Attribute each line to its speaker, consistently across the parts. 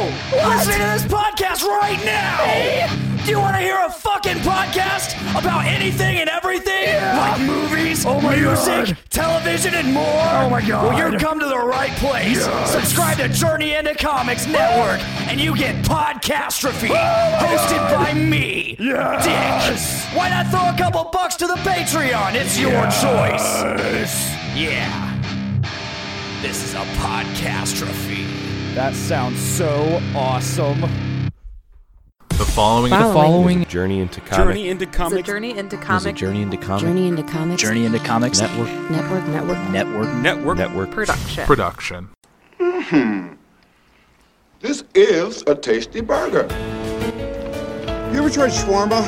Speaker 1: listening to this podcast right now. Do you want to hear a fucking podcast about anything and everything? Like movies, oh my music, television, and more? Oh
Speaker 2: my God.
Speaker 1: Well, you've come to the right place. Subscribe to Journey into Comics Network, and you get Podcastrophe, hosted by me, Dick. Why not throw a couple bucks to the Patreon? It's your choice. Yeah. This is a podcastrophe.
Speaker 2: That sounds so awesome.
Speaker 3: The following
Speaker 4: The following
Speaker 5: Journey into comic.
Speaker 6: Journey into
Speaker 4: is a
Speaker 6: comics
Speaker 4: journey into
Speaker 7: Is it
Speaker 4: comic
Speaker 7: Journey into Comic
Speaker 8: Journey into Comics.
Speaker 9: Journey into Comics
Speaker 7: Network
Speaker 8: Network. Network.
Speaker 9: Network.
Speaker 6: network.
Speaker 7: Network.
Speaker 4: production.
Speaker 3: production.
Speaker 10: This is a tasty burger.
Speaker 11: You ever tried shawarma?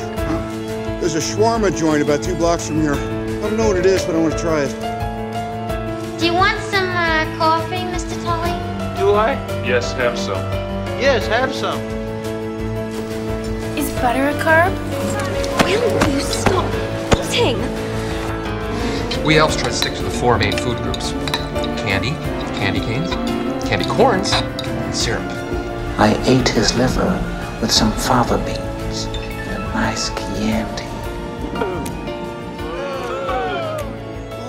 Speaker 11: There's a shawarma joint about two blocks from here. I don't know what it is, but I want to try it.
Speaker 8: Do you want some uh, coffee, Mr. Tully?
Speaker 10: Is butter a carb?
Speaker 8: Will you stop eating?
Speaker 2: We also try to stick to the four main food groups candy, candy canes, candy corns, and syrup.
Speaker 9: I ate his liver with some fava beans and a nice chianti.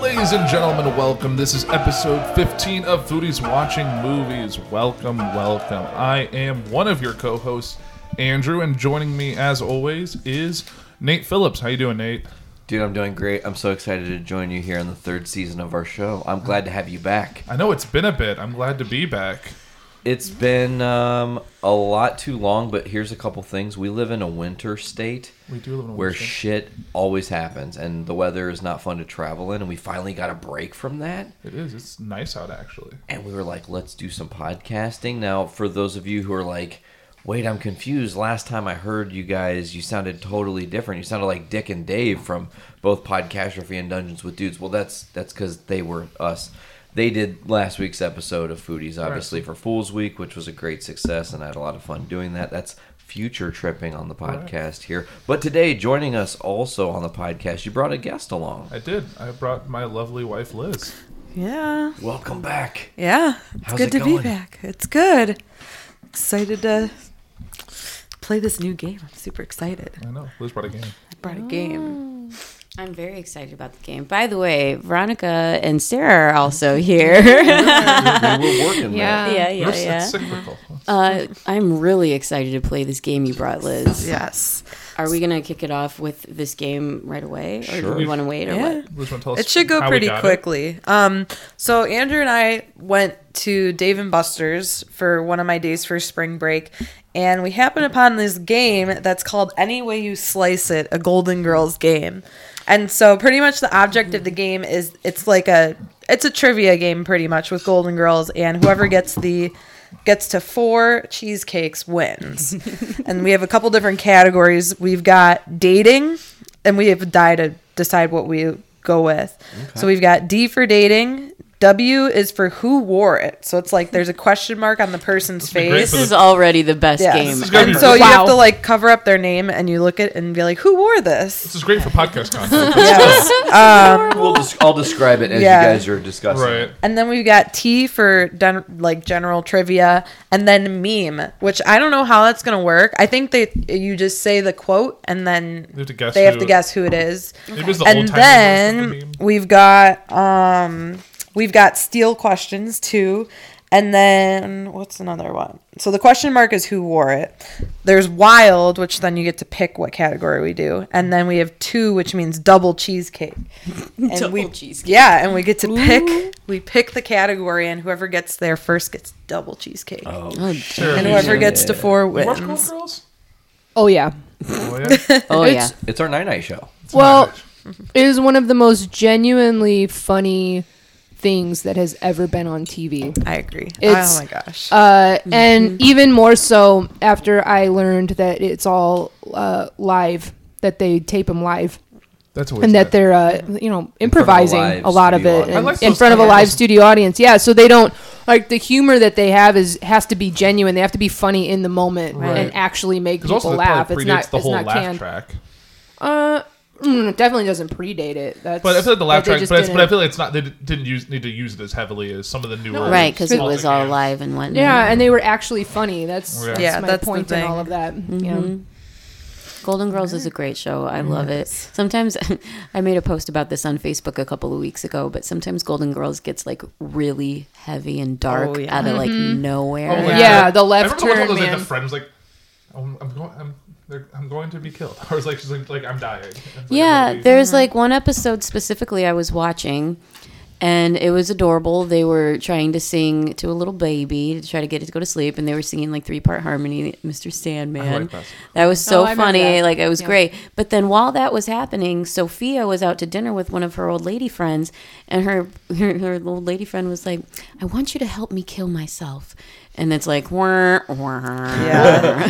Speaker 3: Ladies and gentlemen, welcome. This is episode 15 of Foodies Watching Movies. Welcome, welcome. I am one of your co-hosts, Andrew, and joining me as always is Nate Phillips. How you doing, Nate?
Speaker 12: Dude, I'm doing great. I'm so excited to join you here on the third season of our show. I'm glad to have you back.
Speaker 3: I know it's been a bit. I'm glad to be back.
Speaker 12: It's been um, a lot too long, but here's a couple things. We live in a winter state
Speaker 3: We do live in a
Speaker 12: where
Speaker 3: winter state.
Speaker 12: shit always happens, and the weather is not fun to travel in, and we finally got a break from that.
Speaker 3: It is. It's nice out actually.
Speaker 12: and we were like, let's do some podcasting. Now, for those of you who are like, wait, I'm confused. Last time I heard you guys, you sounded totally different. You sounded like Dick and Dave from both Podcastrophe and Dungeons with Dudes. Well, that's that's because they were us. They did last week's episode of Foodies, obviously for Fool's Week, which was a great success, and I had a lot of fun doing that. That's future tripping on the podcast here. But today, joining us also on the podcast, you brought a guest along.
Speaker 3: I did. I brought my lovely wife Liz.
Speaker 4: Yeah,
Speaker 12: Welcome back.
Speaker 4: yeah. It's
Speaker 12: How's
Speaker 4: good
Speaker 12: it
Speaker 4: to
Speaker 12: going?
Speaker 4: be back. It's good. Excited to play this new game. I'm super excited.
Speaker 3: I know. Liz brought a game.
Speaker 4: I brought a game.
Speaker 8: I'm very excited about the game. By the way, Veronica and Sarah are also here.
Speaker 12: we were working yeah.
Speaker 8: yeah, yeah,
Speaker 3: That's-
Speaker 8: yeah.
Speaker 3: That's cyclical.
Speaker 8: Uh, I'm really excited to play this game you brought, Liz.
Speaker 4: Yes.
Speaker 8: Are we gonna kick it off with this game right away, or do we want to wait, or
Speaker 4: Yeah.
Speaker 8: what?
Speaker 3: Liz, wanna tell us
Speaker 4: It should go
Speaker 3: how we
Speaker 4: pretty
Speaker 3: got it?
Speaker 4: quickly. Um, so Andrew and I went to Dave and Buster's for one of my days for spring break, and we happened upon this game that's called Any Way You Slice It, a Golden Girls game. And so pretty much the object of the game is it's like a it's a trivia game pretty much with Golden Girls, and whoever gets the gets to four cheesecakes wins. and we have a couple different categories. We've got dating, and we have die to decide what we go with. So we've got D for dating. W is for who wore it. So it's like there's a question mark on the person's
Speaker 3: be great
Speaker 4: face.
Speaker 3: for
Speaker 8: This is already the best
Speaker 4: Yes.
Speaker 8: game.
Speaker 3: gonna be
Speaker 4: And so you
Speaker 3: Wow.
Speaker 4: have to like cover up their name and you look at and be like, who wore this?
Speaker 3: This is great for podcast content.
Speaker 4: Yes.
Speaker 12: We'll des- I'll describe it as
Speaker 4: Yeah.
Speaker 12: you guys are discussing.
Speaker 3: right.
Speaker 4: And then we've got T for den- like general trivia, and then meme, which I don't know how that's gonna work. I think they you just say the quote, and then
Speaker 3: You have to guess
Speaker 4: they have
Speaker 3: who-
Speaker 4: to guess who it is.
Speaker 3: It was the
Speaker 4: and
Speaker 3: old-timers version of the
Speaker 4: then
Speaker 3: meme.
Speaker 4: we've got um we've got steel questions too and then what's another one so the question mark is who wore it there's wild which then you get to pick what category we do and then we have two which means double cheesecake and
Speaker 8: Double
Speaker 3: Oh,
Speaker 4: we,
Speaker 8: cheesecake.
Speaker 4: yeah and we get to pick we pick the category and whoever gets there first gets double cheesecake
Speaker 8: Oh,
Speaker 3: Sure.
Speaker 4: and whoever gets to four
Speaker 3: Watch
Speaker 4: wins
Speaker 3: Golf Girls?
Speaker 2: Oh yeah.
Speaker 3: Oh, yeah.
Speaker 8: oh yeah.
Speaker 12: It's our night night show.
Speaker 2: Well, it is one of the most genuinely funny things that has ever been on TV.
Speaker 4: i agree
Speaker 2: It's-
Speaker 4: oh my gosh
Speaker 2: Uh,
Speaker 10: Mm-hmm.
Speaker 2: and even more so after I learned that it's all uh, live, that they tape them live,
Speaker 3: That's always
Speaker 2: and that
Speaker 3: good.
Speaker 2: they're uh, you know improvising
Speaker 12: live
Speaker 2: a, lot of
Speaker 12: studio
Speaker 2: it
Speaker 12: audience. I
Speaker 2: and
Speaker 3: like
Speaker 2: in
Speaker 3: those
Speaker 2: front of a
Speaker 3: kind of
Speaker 2: live
Speaker 3: those-
Speaker 2: studio audience. Yeah, so they don't like the humor that they have is has to be genuine. They have to be funny in the moment
Speaker 3: Right.
Speaker 2: and actually make
Speaker 3: 'Cause
Speaker 2: people
Speaker 3: also that
Speaker 2: laugh.
Speaker 3: probably
Speaker 2: It's
Speaker 3: predates
Speaker 2: not
Speaker 3: the
Speaker 2: it's
Speaker 3: whole
Speaker 2: not
Speaker 3: laugh
Speaker 2: canned.
Speaker 3: track.
Speaker 2: Uh,
Speaker 5: Mm, it definitely doesn't predate it. That's
Speaker 3: But I feel like the laugh
Speaker 5: but they
Speaker 3: track,
Speaker 5: just
Speaker 3: but, it's, but I
Speaker 5: didn't-
Speaker 3: feel like it's not. They di- didn't use need to use it as heavily as some of the newer.
Speaker 5: No.
Speaker 8: right, because it
Speaker 3: smaller
Speaker 8: was all
Speaker 3: games.
Speaker 8: live and whatnot.
Speaker 5: yeah, and they were actually funny. That's
Speaker 3: Yeah.
Speaker 5: that's
Speaker 4: Yeah,
Speaker 5: my
Speaker 4: that's the
Speaker 5: point in
Speaker 4: thing. Mm-hmm.
Speaker 5: all of that. Yeah.
Speaker 8: Mhm. Golden Girls is a great show. I love it. Sometimes I made a post about this on Facebook a couple of weeks ago, but sometimes Golden Girls gets like really heavy and dark
Speaker 4: Oh, yeah.
Speaker 8: out of like nowhere.
Speaker 3: Oh my
Speaker 5: Yeah,
Speaker 3: God.
Speaker 5: the left
Speaker 3: I remember
Speaker 5: turn,
Speaker 3: One of those, like,
Speaker 5: man.
Speaker 3: the friends like, I'm, I'm going. I'm, they're- I'm going to be killed. Or it's like she's like, like I'm dying. It's like,
Speaker 8: Yeah,
Speaker 3: I'm gonna be-
Speaker 8: there's like one episode specifically I was watching, and it was adorable. They were trying to sing to a little baby to try to get it to go to sleep, and they were singing like three part harmony, Mr. Sandman.
Speaker 3: that.
Speaker 8: that. was so
Speaker 5: Oh, I remember
Speaker 8: funny.
Speaker 5: that.
Speaker 8: Like it was
Speaker 5: Yeah.
Speaker 8: great. But then while that was happening, Sophia was out to dinner with one of her old lady friends, and her her, her old lady friend was like, "I want you to help me kill myself," and it's like, "Wah, wah."
Speaker 4: Yeah.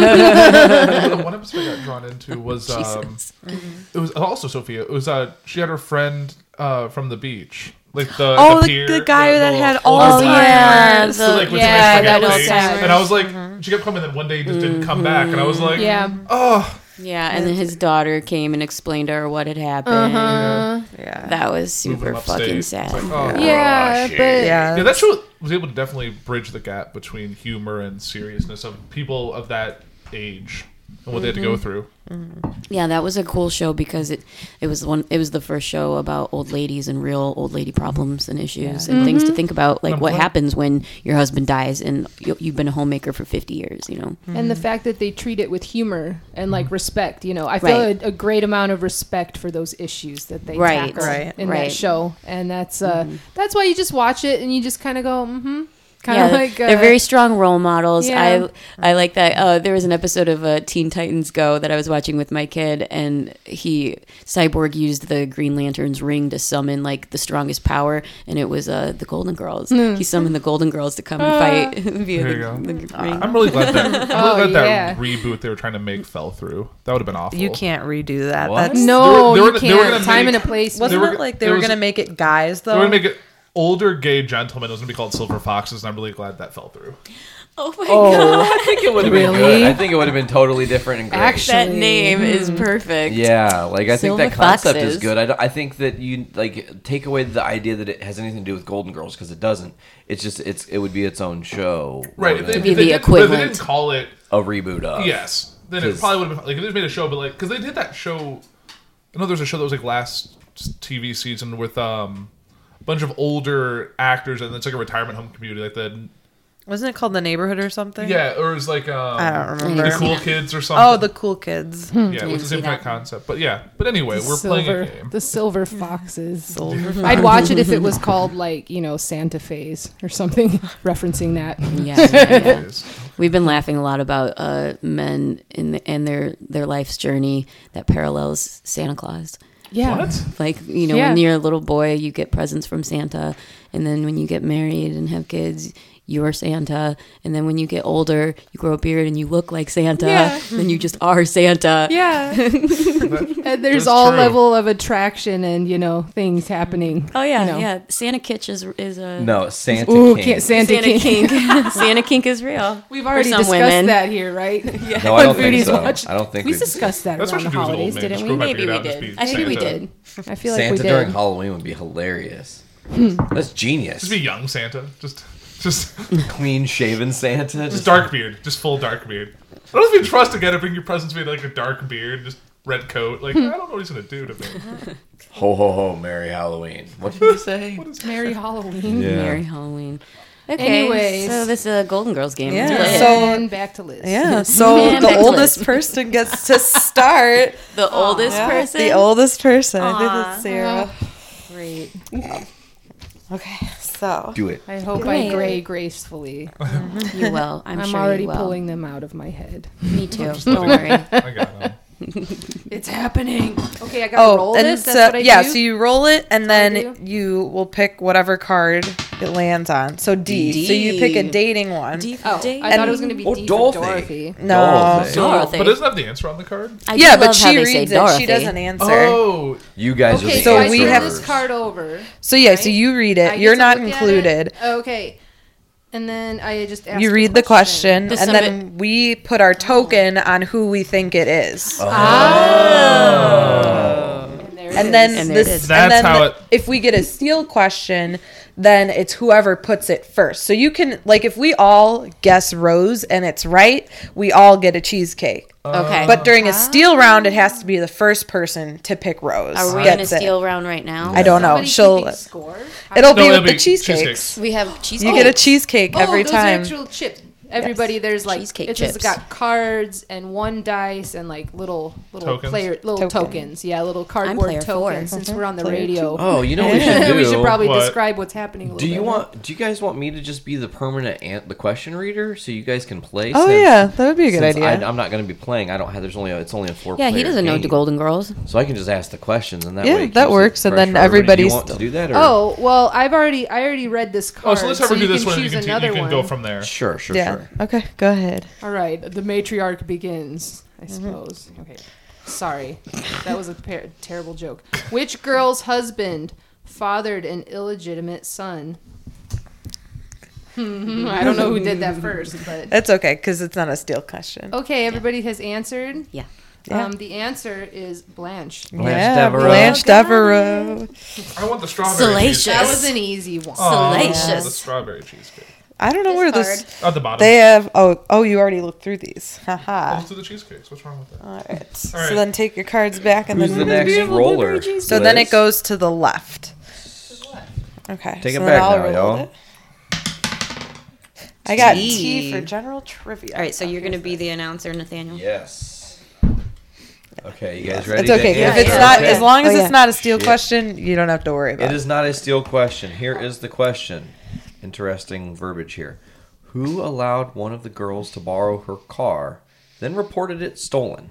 Speaker 3: the one episode I got drawn into was um, it was also Sophia. It was uh, she had her friend uh from the beach, like the
Speaker 4: Oh,
Speaker 3: the,
Speaker 4: the-
Speaker 3: pier,
Speaker 4: the guy that
Speaker 3: little
Speaker 4: had
Speaker 3: old guy.
Speaker 4: Alzheimer's.
Speaker 8: Yeah,
Speaker 3: So, like,
Speaker 8: the-
Speaker 3: with
Speaker 5: yeah,
Speaker 3: some, like,
Speaker 5: that
Speaker 3: spaghetti
Speaker 5: was
Speaker 3: legs.
Speaker 5: sad.
Speaker 3: And I was like, she kept coming, and one day he just didn't come back, and I was like,
Speaker 5: Yeah.
Speaker 4: Mm-hmm.
Speaker 3: oh,
Speaker 8: Yeah, and then his daughter came and explained to her what had happened.
Speaker 5: Uh-huh.
Speaker 4: yeah.
Speaker 8: That was
Speaker 3: Move him
Speaker 8: super
Speaker 3: upstate.
Speaker 8: fucking
Speaker 3: It's
Speaker 8: sad.
Speaker 3: like, oh.
Speaker 5: Yeah, but
Speaker 4: Yeah.
Speaker 3: Yeah, that show was able to definitely bridge the gap between humor and seriousness of people of that age and what they had to go through.
Speaker 8: yeah, that was a cool show because it it was one it was the first show about old ladies and real old lady problems and issues and things to think about, like what
Speaker 3: glad-
Speaker 8: happens when your husband dies and you, you've been a homemaker for fifty years. You know,
Speaker 5: and the fact that they treat it with humor and like
Speaker 3: Mm-hmm.
Speaker 5: respect, you know, I feel
Speaker 8: Right.
Speaker 5: a, a great amount of respect for those issues that they
Speaker 8: Right,
Speaker 5: tackle
Speaker 4: right, Mm-hmm.
Speaker 5: in that
Speaker 8: right.
Speaker 5: show, and that's uh, that's why you just watch it and you just kind of go, mm-hmm, kind
Speaker 8: yeah,
Speaker 5: of like
Speaker 8: they're
Speaker 5: uh,
Speaker 8: very strong role models.
Speaker 5: Yeah.
Speaker 8: I I like that. Uh, there was an episode of uh, Teen Titans Go that I was watching with my kid, and he Cyborg used the Green Lantern's ring to summon like the strongest power, and it was uh, the Golden Girls. He summoned the Golden Girls to come and fight via
Speaker 3: you go.
Speaker 8: the, the ring.
Speaker 3: I'm really glad that, I'm
Speaker 5: Oh,
Speaker 3: really glad
Speaker 5: yeah.
Speaker 3: that reboot they were trying to make fell through. That would have been awful.
Speaker 4: You can't redo that.
Speaker 12: What?
Speaker 4: That's
Speaker 5: no,
Speaker 3: They were- they
Speaker 5: you
Speaker 3: were- they were
Speaker 5: can't
Speaker 3: gonna
Speaker 5: time
Speaker 3: make-
Speaker 5: and a place.
Speaker 4: Wasn't
Speaker 3: were-
Speaker 4: it like they
Speaker 3: there
Speaker 4: were
Speaker 3: was-
Speaker 4: gonna make it guys though?
Speaker 3: They were going to make it older gay gentlemen. It was going to be called Silver Foxes, and I'm really glad that fell through.
Speaker 8: oh my
Speaker 12: I think it would have been good. I think it would have been totally different and great.
Speaker 5: Actually-
Speaker 8: That name is perfect.
Speaker 12: Yeah, like I think
Speaker 8: Silver
Speaker 12: that concept
Speaker 8: foxes.
Speaker 12: is good. I, don't- I think that you like take away the idea that it has anything to do with Golden Girls because it doesn't. It's just it's it would be its own show,
Speaker 3: Right.
Speaker 12: more
Speaker 3: If they,
Speaker 12: than
Speaker 8: Be
Speaker 3: if they
Speaker 8: the
Speaker 3: did, but if they
Speaker 8: equivalent.
Speaker 3: didn't call it
Speaker 12: a reboot of.
Speaker 3: yes, then it
Speaker 12: 'Cause-
Speaker 3: probably would have been like if they just made a show, but like because they did that show. I know there's a show that was like last TV season with um a bunch of older actors, and it's like a retirement home community, like the
Speaker 4: Wasn't it called the neighborhood or something?
Speaker 3: yeah, or it's like um,
Speaker 4: I don't
Speaker 3: the
Speaker 4: remember.
Speaker 3: cool kids or something.
Speaker 4: Oh, the cool kids.
Speaker 3: yeah, which is the same
Speaker 8: see
Speaker 3: kind of
Speaker 8: that.
Speaker 3: concept, but yeah. But anyway, we're playing a
Speaker 5: silver,
Speaker 3: game.
Speaker 5: the silver foxes. I'd watch it if it was called like you know Santa Fe's or something, referencing that.
Speaker 8: Yeah, yeah, yeah.
Speaker 3: It is.
Speaker 8: We've been laughing a lot about uh, men in the, and their their life's journey that parallels Santa Claus.
Speaker 5: Yeah,
Speaker 3: What?
Speaker 8: Like you know,
Speaker 5: Yeah.
Speaker 8: when you're a little boy, you get presents from Santa, and then when you get married and have kids, you're Santa, and then when you get older, you grow a beard and you look like Santa,
Speaker 5: Yeah.
Speaker 8: then you just are Santa.
Speaker 5: yeah. and there's
Speaker 3: That's
Speaker 5: all
Speaker 3: true.
Speaker 5: level of attraction and you know things happening.
Speaker 8: Oh yeah,
Speaker 5: You know.
Speaker 8: yeah. Santa Kitch is is a
Speaker 12: No, Santa
Speaker 5: Ooh,
Speaker 12: King.
Speaker 5: can't Santa,
Speaker 8: Santa
Speaker 5: King.
Speaker 8: kink. Santa kink is real.
Speaker 5: We've already
Speaker 8: some
Speaker 5: discussed
Speaker 8: women.
Speaker 5: that here, right? Yeah.
Speaker 12: No, I don't think so. I don't think
Speaker 5: we
Speaker 12: we-
Speaker 5: discussed that
Speaker 3: That's
Speaker 5: around the
Speaker 3: what you do as an old
Speaker 5: holidays,
Speaker 3: man,
Speaker 5: didn't
Speaker 3: just
Speaker 5: we?
Speaker 3: grow my
Speaker 8: Maybe
Speaker 3: beard
Speaker 8: we
Speaker 3: out and
Speaker 8: did.
Speaker 3: just be
Speaker 8: I think we
Speaker 3: Santa.
Speaker 8: did.
Speaker 5: I feel
Speaker 12: Santa
Speaker 5: like we
Speaker 12: during
Speaker 5: did.
Speaker 12: Halloween would be hilarious. That's genius.
Speaker 3: Just be young Santa. Just just
Speaker 12: Clean shaven Santa.
Speaker 3: Just
Speaker 12: Just
Speaker 3: dark beard, just full dark beard. I don't know if you trust a guy to bring your presents to me like a dark beard, just red coat. Like I don't know what he's gonna do to me.
Speaker 12: ho ho ho, Merry Halloween. What did you say?
Speaker 5: Merry Halloween.
Speaker 8: Merry Halloween. Okay,
Speaker 5: Anyways.
Speaker 8: so this is a Golden Girls game.
Speaker 4: Yeah.
Speaker 8: Let's do it.
Speaker 4: So-
Speaker 5: and back to Liz.
Speaker 4: Yeah. So
Speaker 8: Man,
Speaker 4: the
Speaker 8: pick list.
Speaker 4: oldest person gets to start.
Speaker 8: the oldest person.
Speaker 4: The oldest person. I think it's Sarah.
Speaker 5: Great.
Speaker 4: Okay. So
Speaker 12: Do it.
Speaker 5: I hope I gray gracefully.
Speaker 8: you will. I'm,
Speaker 5: I'm
Speaker 8: sure
Speaker 5: already
Speaker 8: you will.
Speaker 5: pulling them out of my head.
Speaker 8: Me too. Don't worry.
Speaker 3: I got him.
Speaker 5: It's happening. Okay, I got to
Speaker 4: Oh,
Speaker 5: roll
Speaker 4: and
Speaker 5: this.
Speaker 4: so,
Speaker 5: That's what I
Speaker 4: yeah,
Speaker 5: do.
Speaker 4: so you roll it, and
Speaker 5: do.
Speaker 4: then you will pick whatever card it lands on. So D. So you pick a
Speaker 8: D.
Speaker 4: dating one.
Speaker 5: oh, I
Speaker 4: And-
Speaker 5: thought it was gonna be
Speaker 12: Oh,
Speaker 5: D for
Speaker 12: Dorothy.
Speaker 5: Dorothy.
Speaker 4: No.
Speaker 12: Dorothy.
Speaker 8: Dorothy.
Speaker 3: But doesn't have the answer on the card.
Speaker 8: I do
Speaker 4: yeah, but
Speaker 8: love how
Speaker 4: she
Speaker 8: they
Speaker 4: reads
Speaker 8: say
Speaker 4: it.
Speaker 8: Dorothy.
Speaker 4: She doesn't answer.
Speaker 3: Oh,
Speaker 12: You guys are
Speaker 5: Okay,
Speaker 12: the
Speaker 4: so
Speaker 5: I
Speaker 4: we
Speaker 5: turn
Speaker 4: have-
Speaker 5: this
Speaker 12: answerers.
Speaker 5: card over.
Speaker 4: So yeah, so you read it.
Speaker 5: I get
Speaker 4: You're
Speaker 5: to
Speaker 4: not
Speaker 5: look at
Speaker 4: included.
Speaker 5: it. Okay. And then I just asked
Speaker 4: you
Speaker 5: a
Speaker 4: read the question,
Speaker 5: Does
Speaker 4: and
Speaker 5: somebody-
Speaker 4: then we put our token on who we think it is. And then
Speaker 5: And there it
Speaker 4: this,
Speaker 5: is.
Speaker 4: and
Speaker 5: That's
Speaker 4: then
Speaker 5: how
Speaker 4: the-
Speaker 5: it-
Speaker 4: if we get a steal question, then it's whoever puts it first. So you can like if we all guess Rose and it's right, we all get a cheesecake.
Speaker 8: Okay.
Speaker 4: But during a steal round, it has to be the first person to pick Rose.
Speaker 8: Are we in a
Speaker 4: gets it.
Speaker 8: steal round right now?
Speaker 4: I don't know.
Speaker 8: Somebody
Speaker 4: oh, She'll
Speaker 8: keeping score? No,
Speaker 4: It'll be
Speaker 8: it'll
Speaker 4: with the
Speaker 8: be
Speaker 4: cheesecakes.
Speaker 8: cheesecakes. We have cheesecake.
Speaker 4: You get a cheesecake
Speaker 5: Oh,
Speaker 4: every
Speaker 5: those
Speaker 4: time.
Speaker 5: Are actual chips. Everybody, there's like
Speaker 8: Cheesecake
Speaker 5: it's
Speaker 8: chips.
Speaker 5: just got cards and one dice and like little little
Speaker 8: Tokens?
Speaker 5: player little
Speaker 8: Token.
Speaker 5: tokens. Yeah, little
Speaker 8: player
Speaker 5: cardboard
Speaker 8: four.
Speaker 5: tokens. Since
Speaker 8: Mhm.
Speaker 5: we're on the
Speaker 8: Player
Speaker 5: radio,
Speaker 8: two. Oh,
Speaker 12: you know what we should
Speaker 5: we should
Speaker 12: do?
Speaker 5: probably
Speaker 12: What?
Speaker 5: describe what's happening. A little
Speaker 12: Do you
Speaker 5: bit.
Speaker 12: want? Do you guys want me to just be the permanent an the question reader, so you guys can play?
Speaker 4: Oh, yeah, that would be a good
Speaker 12: since
Speaker 4: idea.
Speaker 12: I, am not going to be playing. I don't have. There's only a, it's only a four.
Speaker 8: Yeah, he doesn't know the Golden Girls.
Speaker 12: So I can just ask the questions, and that
Speaker 4: Yeah,
Speaker 12: way it
Speaker 4: that
Speaker 12: keeps it
Speaker 4: works, and
Speaker 12: fresh
Speaker 4: then
Speaker 12: for everybody. Do you
Speaker 4: everybody's
Speaker 12: want to do that? Or?
Speaker 5: Oh well, I've already I already read this
Speaker 3: Oh,
Speaker 5: card.
Speaker 3: so let's have her do
Speaker 5: you
Speaker 3: this
Speaker 5: can
Speaker 3: one. And you
Speaker 5: choose
Speaker 3: can, t-
Speaker 5: another
Speaker 3: you can
Speaker 5: one.
Speaker 3: go from there.
Speaker 12: Sure, sure,
Speaker 4: yeah. Okay, go ahead.
Speaker 5: All right, the matriarch begins. I suppose. Okay, sorry, that was a par- terrible joke. Which girl's husband fathered an illegitimate son? Hmm, I don't know who did that first, but
Speaker 4: That's okay because it's not a steal question.
Speaker 5: okay. Everybody has answered.
Speaker 8: Yeah.
Speaker 4: Yeah.
Speaker 5: Um, the answer is Blanche.
Speaker 12: Blanche
Speaker 4: yeah,
Speaker 12: Devereaux.
Speaker 4: Blanche Devereaux.
Speaker 3: I want the strawberry.
Speaker 8: Salacious.
Speaker 5: That was an easy one.
Speaker 3: Oh, The
Speaker 8: Salacious.
Speaker 3: strawberry cheesecake.
Speaker 4: I don't know where this.
Speaker 3: At the bottom.
Speaker 4: They
Speaker 5: uh,
Speaker 4: have. Oh, oh, you already looked through these. Haha.
Speaker 3: Let's do the cheesecakes. What's wrong with that?
Speaker 5: Uh,
Speaker 4: All right.
Speaker 3: All
Speaker 4: So
Speaker 3: right.
Speaker 4: then take your cards back and
Speaker 12: Who's
Speaker 4: then
Speaker 12: the next roller?
Speaker 4: So then it
Speaker 12: Liz?
Speaker 4: goes to the left. Okay.
Speaker 12: Take
Speaker 4: so
Speaker 12: it
Speaker 4: then
Speaker 12: back
Speaker 4: I'll
Speaker 12: now,
Speaker 4: roll
Speaker 12: y'all.
Speaker 4: it. I got
Speaker 8: T.
Speaker 4: T for general trivia.
Speaker 8: All right, so you're going to be the announcer, Nathaniel.
Speaker 12: Yes. Okay, you guys ready?
Speaker 4: It's okay.
Speaker 12: to
Speaker 4: if
Speaker 12: answer?
Speaker 4: it's not,
Speaker 12: Okay.
Speaker 4: as long as
Speaker 8: Oh, yeah.
Speaker 4: it's not a steal
Speaker 12: Shit.
Speaker 4: question, you don't have to worry about
Speaker 12: It
Speaker 4: it.
Speaker 12: is not a steel question. Here is the question. Interesting verbiage here. Who allowed one of the girls to borrow her car, then reported it stolen?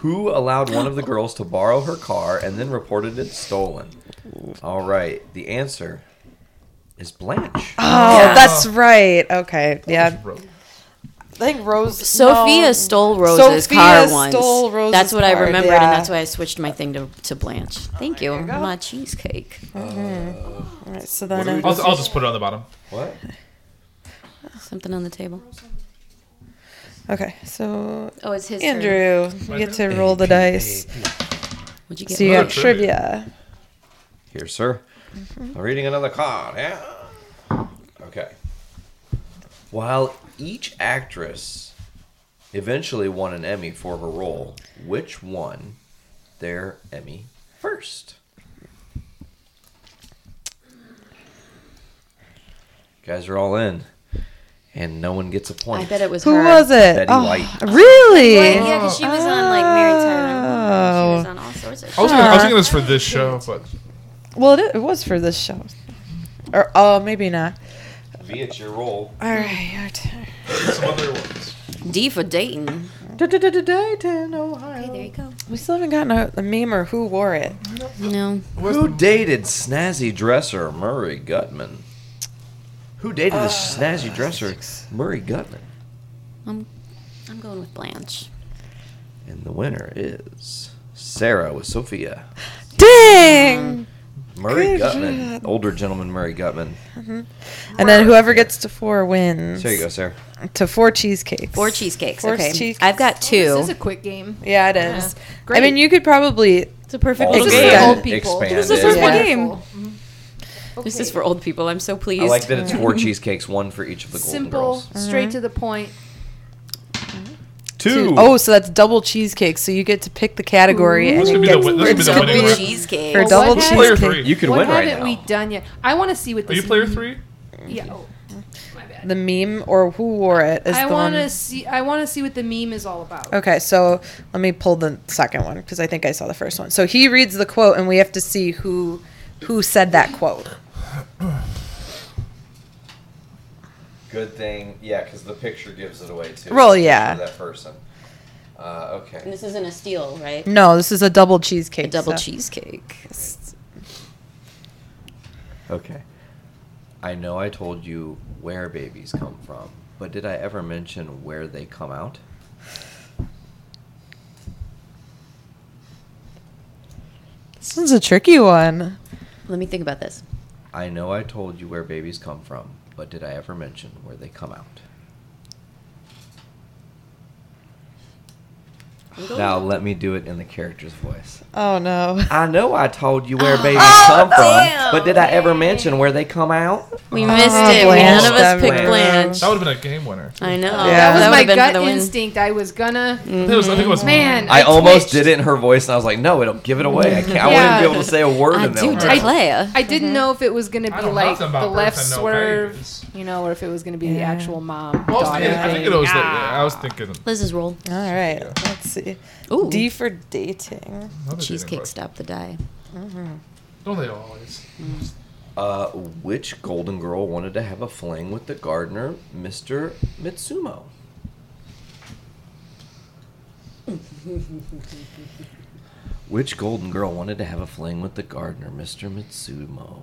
Speaker 12: Who allowed one of the girls to borrow her car and then reported it stolen? All right, the answer is Blanche.
Speaker 4: Oh, that's right. Okay. Yeah. I think Rose.
Speaker 8: Sophia
Speaker 4: no.
Speaker 8: stole Rose's
Speaker 4: Sophia
Speaker 8: car once.
Speaker 4: stole Rose's
Speaker 8: that's what I
Speaker 4: card,
Speaker 8: remembered,
Speaker 4: yeah. Oh,
Speaker 8: and that's why I switched my thing to, to Blanche. Thank you. My cheesecake.
Speaker 4: All right. So
Speaker 3: I'll,
Speaker 4: then I-
Speaker 3: I'll just put it on the bottom.
Speaker 12: What?
Speaker 8: Something on the table.
Speaker 4: Okay. So
Speaker 8: Oh, it's his turn.
Speaker 4: Andrew,
Speaker 3: My
Speaker 4: you get to roll the dice.
Speaker 8: What'd you get?
Speaker 4: So you
Speaker 3: Oh,
Speaker 4: got trivia.
Speaker 12: Here, sir.
Speaker 8: Mm-hmm.
Speaker 12: I'm reading another card. Yeah. Okay. While each actress eventually won an Emmy for her role, which won their Emmy first? You guys are all in, and no one gets a point.
Speaker 8: I bet it was
Speaker 4: Who
Speaker 8: her.
Speaker 4: was it?
Speaker 12: Betty
Speaker 4: oh,
Speaker 12: White.
Speaker 4: Really?
Speaker 8: Well, yeah, because she was on like Mary Tyler. She was on all sorts of.
Speaker 3: I
Speaker 4: Oh.
Speaker 3: was, gonna, I was thinking this for this show, but
Speaker 4: Well, it, it was for this show. Or oh, maybe not.
Speaker 12: V, it's your role.
Speaker 4: All right. your turn.
Speaker 3: some other ones.
Speaker 8: D for Dayton.
Speaker 4: Da-da-da-da-Dayton,
Speaker 8: Okay, there
Speaker 4: Ohio.
Speaker 8: you go.
Speaker 4: We still haven't gotten a, a meme or who wore it.
Speaker 8: No.
Speaker 12: Who dated snazzy dresser Murray Gutman? Who dated the snazzy dresser Murray Gutman?
Speaker 8: I'm, I'm going with Blanche.
Speaker 12: And the winner is Sarah with Sophia.
Speaker 4: Dang!
Speaker 12: Murray
Speaker 4: Good
Speaker 12: Gutman. Older gentleman Murray Gutman.
Speaker 4: And then whoever gets to four wins.
Speaker 12: There you go, Sarah.
Speaker 4: To four cheesecakes.
Speaker 8: Four cheesecakes. Oh,
Speaker 4: Four
Speaker 8: okay.
Speaker 4: cheesecakes.
Speaker 8: I've got two.
Speaker 5: This is a quick game.
Speaker 4: Yeah, it is. I
Speaker 5: Great.
Speaker 4: mean, you could probably.
Speaker 8: it's a perfect
Speaker 12: All
Speaker 8: game.
Speaker 4: game.
Speaker 8: Yeah.
Speaker 5: Old people.
Speaker 12: Expanded.
Speaker 4: This is for
Speaker 5: Yeah.
Speaker 4: game.
Speaker 8: This is for old people. I'm so pleased.
Speaker 12: I like that it's four cheesecakes, one for each of the Golden
Speaker 5: Simple,
Speaker 12: Girls.
Speaker 4: Mm-hmm.
Speaker 5: straight to the point.
Speaker 12: Two.
Speaker 4: Oh, so that's double cheesecake. So you get to pick the category and
Speaker 3: This
Speaker 4: it
Speaker 3: would be the,
Speaker 4: gets
Speaker 3: win- this would be the
Speaker 8: Double
Speaker 3: winning one.
Speaker 8: cheesecake.
Speaker 4: for
Speaker 5: Well,
Speaker 4: double
Speaker 5: what
Speaker 3: Player
Speaker 5: happened-
Speaker 4: cheesecake.
Speaker 3: three.
Speaker 12: You could
Speaker 5: what
Speaker 12: win right
Speaker 5: haven't
Speaker 12: now.
Speaker 5: we done yet? I want to see what
Speaker 3: Are
Speaker 5: this.
Speaker 3: you player three?
Speaker 5: Yeah. oh, my bad.
Speaker 4: The meme or who wore it is
Speaker 5: I
Speaker 4: the
Speaker 5: want to
Speaker 4: one.
Speaker 5: see. I want to see what the meme is all about.
Speaker 4: Okay, so let me pull the second one because I think I saw the first one. So he reads the quote, and we have to see who who said that quote.
Speaker 12: Good thing. Yeah, because the picture gives it away, too.
Speaker 4: Roll,
Speaker 12: The picture
Speaker 4: yeah.
Speaker 12: of That person. Uh,
Speaker 8: And
Speaker 12: okay.
Speaker 8: this isn't a steal, right?
Speaker 4: No, this is a double cheesecake.
Speaker 8: A double
Speaker 4: so-
Speaker 8: cheesecake.
Speaker 12: Okay. I know I told you where babies come from, but did I ever mention where they come out?
Speaker 4: This is a tricky one.
Speaker 8: Let me think about this.
Speaker 12: I know I told you where babies come from, but did I ever mention where they come out? Now let me do it in the character's voice.
Speaker 4: Oh no.
Speaker 12: I know I told you where babies come
Speaker 8: Oh,
Speaker 12: from, but did I ever mention where they come out?
Speaker 8: We missed it. We-
Speaker 4: Blanche,
Speaker 8: None of us
Speaker 4: that
Speaker 8: picked
Speaker 4: wins.
Speaker 8: Blanche.
Speaker 3: That would have been a game winner.
Speaker 8: I know.
Speaker 5: that was
Speaker 8: would've
Speaker 5: my
Speaker 8: been for
Speaker 5: gut
Speaker 8: the win.
Speaker 5: instinct. I was gonna.
Speaker 3: I think it was- Mm-hmm. I think it was-
Speaker 5: Man,
Speaker 12: I, almost
Speaker 5: twitched.
Speaker 12: did it in her voice, and I was like, no, it'll give it away. I, can't, I
Speaker 5: Yeah.
Speaker 12: wouldn't be able to say a word
Speaker 8: I
Speaker 12: in that
Speaker 8: do
Speaker 12: one.
Speaker 8: declare.
Speaker 5: I didn't know if it was going to
Speaker 3: I
Speaker 5: be
Speaker 3: don't know
Speaker 5: like the
Speaker 3: nothing about
Speaker 5: left
Speaker 3: birth and no
Speaker 5: swerve,
Speaker 3: babies.
Speaker 5: you know, or if it was going to be the actual mom.
Speaker 3: Most,
Speaker 5: daughter
Speaker 3: yeah, I think it
Speaker 5: thing.
Speaker 3: was. the- yeah, I was thinking.
Speaker 8: Liz's roll.
Speaker 4: All right. Let's see.
Speaker 8: Ooh.
Speaker 4: D for dating.
Speaker 3: another dating
Speaker 8: Cheesecake
Speaker 3: question.
Speaker 8: stop the die.
Speaker 3: Don't they always?
Speaker 12: Uh, which golden girl wanted to have a fling with the gardener, Mr. Mitsumo? which golden girl wanted to have a fling with the gardener, Mr. Mitsumo?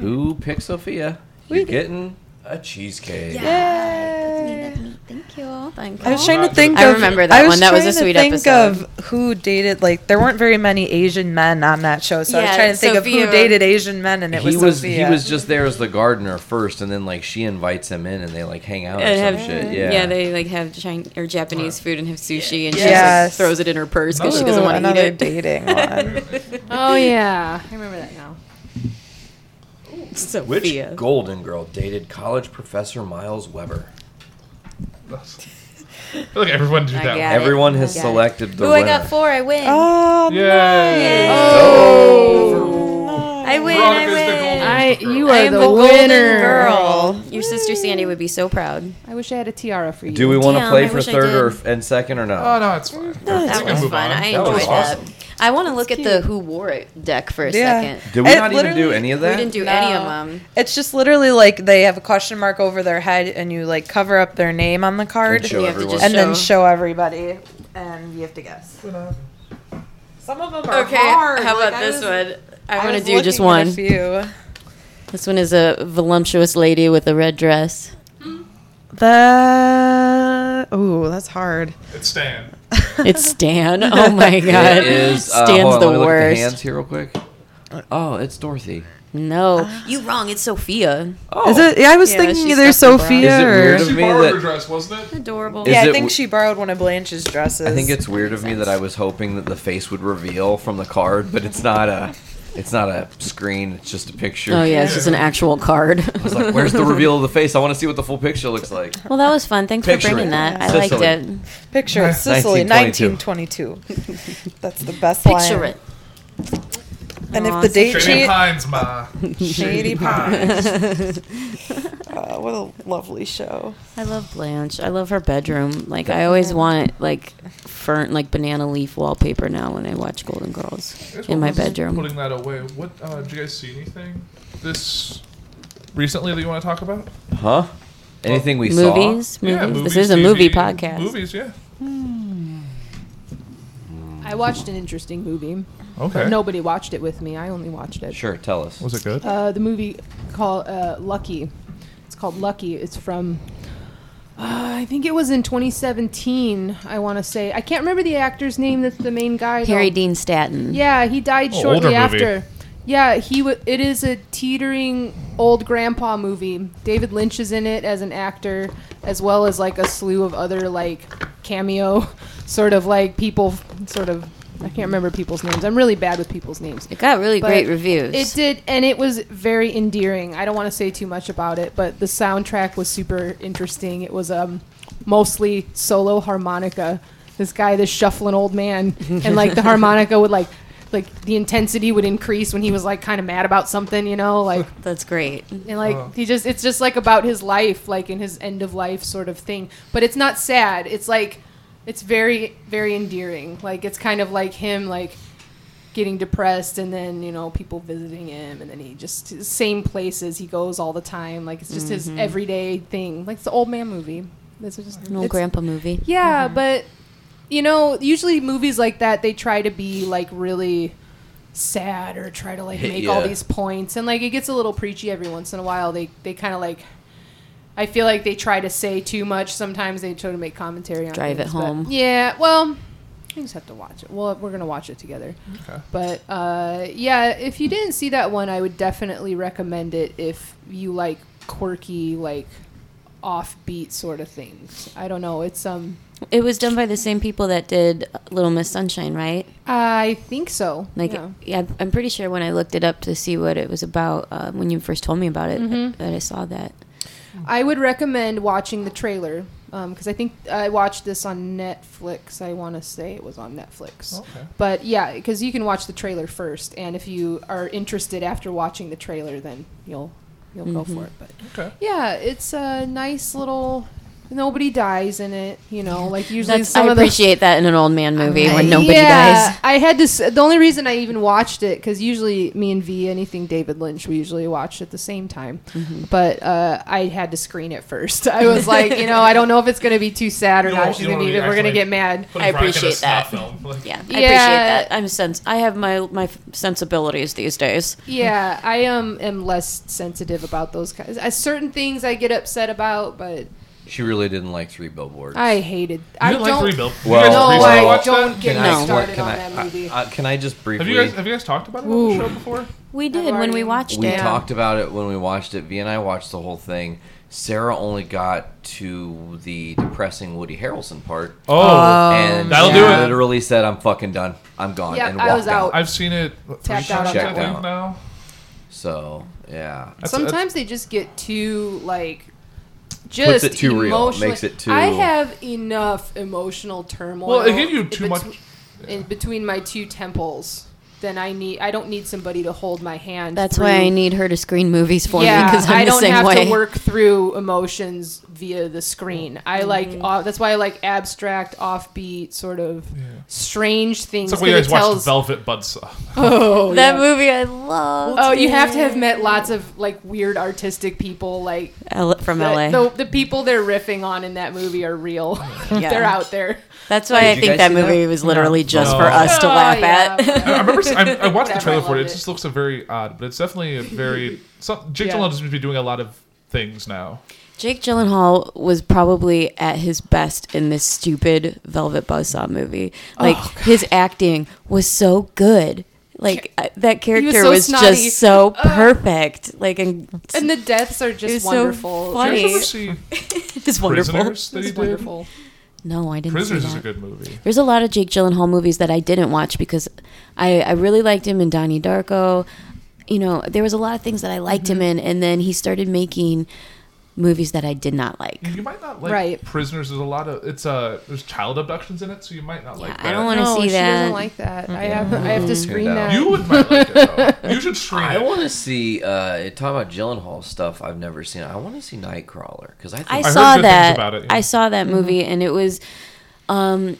Speaker 12: Who picked Sophia? You're getting a cheesecake.
Speaker 8: Thank you. Thank you.
Speaker 4: I was trying to think.
Speaker 8: I
Speaker 4: of-
Speaker 8: remember that
Speaker 4: I
Speaker 8: one. That was a
Speaker 4: trying to
Speaker 8: sweet
Speaker 4: think
Speaker 8: episode.
Speaker 4: of who dated like there weren't very many Asian men on that show, so I was
Speaker 8: Yeah,
Speaker 4: trying to think of
Speaker 8: Sophia.
Speaker 4: who dated Asian men, and it
Speaker 12: he
Speaker 4: was,
Speaker 12: was
Speaker 4: Sophia.
Speaker 12: he was just there as the gardener first, and then like she invites him in, and they like hang out or
Speaker 8: And
Speaker 12: some
Speaker 8: have-
Speaker 12: shit.
Speaker 8: yeah.
Speaker 12: Yeah,
Speaker 8: they like have Chinese or Japanese food and have sushi, and she
Speaker 4: Yes.
Speaker 8: just like, throws it in her purse because she
Speaker 4: Ooh,
Speaker 8: doesn't want to eat
Speaker 4: another
Speaker 8: it.
Speaker 4: dating one.
Speaker 5: Oh yeah, I remember that now.
Speaker 12: Which
Speaker 8: Sophia.
Speaker 12: golden girl dated college professor Miles Weber?
Speaker 3: That's- I feel like everyone did
Speaker 8: I
Speaker 3: that.
Speaker 8: got
Speaker 3: one.
Speaker 8: it.
Speaker 12: Everyone has
Speaker 8: Got it.
Speaker 12: selected the
Speaker 10: Ooh, I
Speaker 12: winner.
Speaker 10: got four. I win.
Speaker 4: Oh,
Speaker 3: Yay!
Speaker 10: I win. I
Speaker 3: Veronica's the golden
Speaker 10: win.
Speaker 5: I you
Speaker 8: I
Speaker 5: are
Speaker 8: am
Speaker 5: the,
Speaker 8: the golden
Speaker 5: winner.
Speaker 8: girl. Your sister Sandy would be so proud.
Speaker 5: I wish I had a tiara for you.
Speaker 12: Do we want to
Speaker 8: Damn,
Speaker 12: play
Speaker 8: I
Speaker 12: for
Speaker 8: wish I
Speaker 12: third or
Speaker 8: did.
Speaker 12: f- and second or
Speaker 3: Oh
Speaker 12: not?
Speaker 3: no, it's fine.
Speaker 8: That
Speaker 3: can
Speaker 8: was
Speaker 3: move
Speaker 8: fun.
Speaker 3: on.
Speaker 8: I
Speaker 12: That was
Speaker 8: enjoyed that.
Speaker 12: awesome.
Speaker 8: I want to look at the who wore it deck for a
Speaker 4: Yeah.
Speaker 8: second.
Speaker 12: Did we
Speaker 4: It
Speaker 12: not even do
Speaker 4: literally-
Speaker 12: any of
Speaker 8: We
Speaker 12: that?
Speaker 8: didn't do any of
Speaker 4: No.
Speaker 8: them.
Speaker 4: It's just literally like they have a question mark over their head, and you like cover up their name on the card,
Speaker 12: And show
Speaker 8: You have to
Speaker 12: everyone.
Speaker 8: just-
Speaker 4: and then
Speaker 8: Show.
Speaker 4: show everybody, and you have to guess. Some of them are
Speaker 8: Okay,
Speaker 4: hard.
Speaker 8: how
Speaker 4: like,
Speaker 8: about
Speaker 4: I
Speaker 8: this
Speaker 4: was-
Speaker 8: one? I,
Speaker 4: I
Speaker 8: want to
Speaker 4: was
Speaker 8: do just
Speaker 4: looking at
Speaker 8: one.
Speaker 4: a few.
Speaker 8: This one is a voluptuous lady with a red dress.
Speaker 4: That oh, that's hard.
Speaker 3: It's Stan.
Speaker 8: It's Stan. Oh my god.
Speaker 12: It is uh,
Speaker 8: Stan's
Speaker 12: hold on,
Speaker 8: the
Speaker 12: let me Look at
Speaker 8: worst.
Speaker 12: the hands here real quick. Oh, it's Dorothy.
Speaker 8: No, Uh, you wrong. It's Sophia.
Speaker 12: Oh,
Speaker 4: Is it? Yeah, I was
Speaker 8: Yeah,
Speaker 4: thinking
Speaker 8: she's
Speaker 4: either
Speaker 8: stuck in
Speaker 12: Is
Speaker 4: Sophia
Speaker 12: it
Speaker 4: or
Speaker 12: weird
Speaker 3: She
Speaker 12: of me
Speaker 3: borrowed her
Speaker 12: that
Speaker 3: dress, wasn't it?
Speaker 8: Adorable.
Speaker 12: Is
Speaker 4: yeah, I
Speaker 12: it
Speaker 4: think
Speaker 12: w-
Speaker 4: she borrowed one of Blanche's dresses.
Speaker 12: I think it's weird of me that I was hoping that the face would reveal from the card, but it's not a. It's not a screen. It's just a picture.
Speaker 8: Oh yeah, it's just an actual card.
Speaker 12: I was like, "Where's the reveal of the face? I want to see what the full picture looks like."
Speaker 8: well, that was fun. Thanks
Speaker 12: Picture
Speaker 8: for bringing
Speaker 12: it.
Speaker 8: that. I liked
Speaker 12: Sicily.
Speaker 8: it.
Speaker 4: picture it, Sicily, 1922. That's the best
Speaker 8: Picture
Speaker 4: line.
Speaker 8: it.
Speaker 4: And
Speaker 8: Aw,
Speaker 4: if the date
Speaker 3: Shady
Speaker 4: sheet,
Speaker 3: Pines, ma.
Speaker 4: Shady Pine. Uh, what a lovely show.
Speaker 8: I love Blanche. I love her bedroom. Like I always want like fern like banana leaf wallpaper now when I watch Golden Girls in my bedroom.
Speaker 3: Putting that away. What? Uh, did you guys see anything this recently that you want to talk about?
Speaker 12: Huh? Anything we
Speaker 8: Movies, movies. Mm-hmm. this is a
Speaker 3: TV,
Speaker 8: movie podcast.
Speaker 3: Movies, yeah.
Speaker 5: I watched an interesting movie.
Speaker 3: Okay.
Speaker 5: Nobody watched it with me. I only watched
Speaker 12: saw?
Speaker 5: it.
Speaker 12: Sure, tell us.
Speaker 3: Was it good?
Speaker 5: Uh, the movie called uh, Lucky. It's called Lucky. It's from. Uh, I think it was in 2017. I want to say I can't remember the actor's name. That's the main guy.
Speaker 8: Harry
Speaker 5: though.
Speaker 8: Dean Stanton.
Speaker 5: Yeah, he died
Speaker 3: Oh, older
Speaker 5: shortly
Speaker 3: movie.
Speaker 5: after. Yeah, he. W- it is a teetering old grandpa movie. David Lynch is in it as an actor, as well as like a slew of other like cameo, sort of like people, sort of. I can't remember people's names. I'm really bad with people's names.
Speaker 8: It got really
Speaker 5: But
Speaker 8: great reviews.
Speaker 5: It did, and it was very endearing. I don't want to say too much about it, but the soundtrack was super interesting. It was um, mostly solo harmonica. This guy, this shuffling old man, and like the harmonica would like, like the intensity would increase when he was like kind of mad about something, you know, like
Speaker 8: That's great.
Speaker 5: and like he just it's just like about his life like in his end of life sort of thing but it's not sad it's like it's very very endearing like it's kind of like him like getting depressed and then you know people visiting him and then he just same places he goes all the time like it's just his everyday thing like it's the old man movie this is just
Speaker 8: Mm-hmm. An old
Speaker 5: it's-
Speaker 8: grandpa movie.
Speaker 5: yeah, but you know, usually movies like that they try to be like really sad or try to like
Speaker 12: Hit
Speaker 5: make
Speaker 12: ya.
Speaker 5: all these points and like it gets a little preachy every once in a while. They they kind of like I feel like they try to say too much. Sometimes they try to make commentary on
Speaker 8: Drive it
Speaker 5: things, but-
Speaker 8: home.
Speaker 5: Yeah, well, You just have to watch it. Well, we're gonna watch it together.
Speaker 3: Okay.
Speaker 5: But uh, yeah, if you didn't see that one, I would definitely recommend it if you like quirky, like offbeat sort of things. I don't know. It's um,
Speaker 8: It was done by the same people that did Little Miss Sunshine, right?
Speaker 5: I think so.
Speaker 8: Like,
Speaker 5: yeah.
Speaker 8: yeah, I'm pretty sure when I looked it up to see what it was about, uh, when you first told me about it,
Speaker 5: Mhm.
Speaker 8: that I saw that.
Speaker 5: I would recommend watching the trailer because I think I watched this on Netflix. I want to say it was on Netflix.
Speaker 3: Okay.
Speaker 5: But yeah, because you can watch the trailer first, and if you are interested after watching the trailer, then you'll you'll go
Speaker 8: Mhm.
Speaker 5: for it. But
Speaker 3: Okay.
Speaker 5: yeah, it's a nice little. Nobody dies in it, you know. Like usually,
Speaker 8: That's,
Speaker 5: some
Speaker 8: I
Speaker 5: of the
Speaker 8: appreciate that in an old man movie when nobody
Speaker 5: yeah,
Speaker 8: dies.
Speaker 5: I had to. s- The only reason I even watched it because usually me and V, anything David Lynch, we usually watch at the same time.
Speaker 8: Mm-hmm.
Speaker 5: But uh, I had to screen it first. I was like, you know, I don't know if it's going to be too sad or
Speaker 3: You
Speaker 5: not.
Speaker 3: don't-
Speaker 5: She's
Speaker 3: you
Speaker 5: going
Speaker 3: don't
Speaker 5: to be.
Speaker 3: wanna be
Speaker 5: We're going
Speaker 3: actually-
Speaker 5: to get mad.
Speaker 3: Put
Speaker 8: I
Speaker 3: Veronica in a
Speaker 8: appreciate
Speaker 3: snuff
Speaker 8: that.
Speaker 3: film, like-
Speaker 8: Yeah, I
Speaker 5: Yeah.
Speaker 8: appreciate that. I'm sens- I have my my sensibilities these days.
Speaker 5: Yeah, I um, am less sensitive about those kinds. Uh, certain things I get upset about, but
Speaker 12: She really didn't like Three Billboards.
Speaker 5: I hated.
Speaker 3: You
Speaker 5: I
Speaker 3: didn't like
Speaker 5: don't.
Speaker 3: Three Bill- You
Speaker 12: Well-
Speaker 3: guys
Speaker 12: No,
Speaker 3: recently
Speaker 12: I
Speaker 3: watched
Speaker 5: don't
Speaker 3: that?
Speaker 5: get
Speaker 12: can
Speaker 5: me
Speaker 12: I,
Speaker 5: started
Speaker 12: can
Speaker 5: on
Speaker 12: I,
Speaker 5: that movie.
Speaker 12: Uh, uh, can I just briefly?
Speaker 3: Have you guys have you guys talked about it on the show before?
Speaker 8: We did when
Speaker 5: already-
Speaker 8: we watched
Speaker 12: we
Speaker 8: it.
Speaker 12: talked about it when we watched it. V and I watched the whole thing. Sarah only got to the depressing Woody Harrelson part,
Speaker 3: Oh,
Speaker 12: and
Speaker 3: that'll
Speaker 12: she
Speaker 3: do it.
Speaker 12: Literally said, "I'm fucking done. I'm gone."
Speaker 5: Yeah,
Speaker 12: and
Speaker 5: I
Speaker 12: walked
Speaker 5: was out.
Speaker 3: I've seen it three
Speaker 5: Tapped out
Speaker 3: times
Speaker 5: on
Speaker 3: I
Speaker 12: that
Speaker 3: think
Speaker 12: one.
Speaker 3: now.
Speaker 12: So yeah,
Speaker 3: That's- that's-
Speaker 5: Sometimes they just get too like
Speaker 12: Puts
Speaker 5: just
Speaker 12: it too real,
Speaker 5: emotionally-
Speaker 12: makes it too-
Speaker 5: I have enough emotional turmoil.
Speaker 3: Well, it gave you too
Speaker 5: in
Speaker 3: much-
Speaker 5: in between my two temples. Then I need. I don't need somebody to hold my hand.
Speaker 8: That's
Speaker 5: through.
Speaker 8: why I need her to screen movies for me
Speaker 5: Yeah,
Speaker 8: because I'm
Speaker 5: I
Speaker 8: the
Speaker 5: don't
Speaker 8: same
Speaker 5: have
Speaker 8: way. Mm-hmm.
Speaker 5: to work through emotions via the screen. I like uh, that's why I like abstract, offbeat, sort of strange things.
Speaker 3: It's like when you
Speaker 5: 'cause
Speaker 3: guys
Speaker 5: it
Speaker 3: watched
Speaker 5: tells-
Speaker 3: Velvet Buzzsaw.
Speaker 5: oh,
Speaker 8: that
Speaker 5: yeah.
Speaker 8: movie I love.
Speaker 5: Oh, you have to have met lots of like weird artistic people, like
Speaker 8: L- from
Speaker 5: the,
Speaker 8: LA.
Speaker 5: The, the people they're riffing on in that movie are real.
Speaker 8: Yeah.
Speaker 5: they're out there.
Speaker 8: That's why I
Speaker 12: you
Speaker 8: think
Speaker 12: guys
Speaker 8: that
Speaker 12: see that?
Speaker 8: movie was literally just
Speaker 3: No.
Speaker 8: for us to
Speaker 5: Oh,
Speaker 8: laugh
Speaker 5: yeah.
Speaker 8: at.
Speaker 3: I remember I, I watched the
Speaker 5: Whatever,
Speaker 3: trailer
Speaker 5: I
Speaker 3: for it. It
Speaker 5: loved
Speaker 3: just looks a very odd, but it's definitely a very. Some, Jake
Speaker 5: Yeah.
Speaker 3: Gyllenhaal just seems to be doing a lot of things now.
Speaker 8: Jake Gyllenhaal was probably at his best in this stupid Velvet Buzzsaw movie. Like his acting was so good. Like I- that character
Speaker 5: so
Speaker 8: was,
Speaker 5: snotty.
Speaker 8: just so perfect. Like and,
Speaker 5: And the deaths are
Speaker 8: It
Speaker 5: just
Speaker 8: was so
Speaker 3: Did
Speaker 5: wonderful.
Speaker 3: you guys
Speaker 8: funny.
Speaker 3: ever see
Speaker 8: it's wonderful.
Speaker 3: Prisoners that he
Speaker 5: It's
Speaker 3: did?
Speaker 5: wonderful.
Speaker 8: No, I didn't. see
Speaker 3: Prisoners
Speaker 8: that.
Speaker 3: is a good movie.
Speaker 8: There's a lot of Jake Gyllenhaal movies that I didn't watch because I, I really liked him in Donnie Darko. You know, there was a lot of things that I liked him
Speaker 3: Mm-hmm.
Speaker 8: in, and then he started making movies that I did not like.
Speaker 3: You might not like
Speaker 5: Right.
Speaker 3: Prisoners. There's a lot of it's uh there's child abductions in it, so you might not like
Speaker 8: Yeah,
Speaker 3: that.
Speaker 8: I don't want to
Speaker 5: no,
Speaker 8: see
Speaker 5: Oh, she
Speaker 8: that.
Speaker 5: doesn't like that. I have I have to screen
Speaker 12: No.
Speaker 5: that.
Speaker 3: You would might like it though. You should screen
Speaker 12: I
Speaker 3: it.
Speaker 12: want to see. Uh, talking about Gyllenhaal stuff, I've never seen. I want to see Nightcrawler because I think
Speaker 8: I,
Speaker 3: heard
Speaker 8: saw
Speaker 3: good things
Speaker 8: that.
Speaker 3: about it, yeah.
Speaker 8: I saw that movie,
Speaker 5: Mm-hmm.
Speaker 8: and it was, um,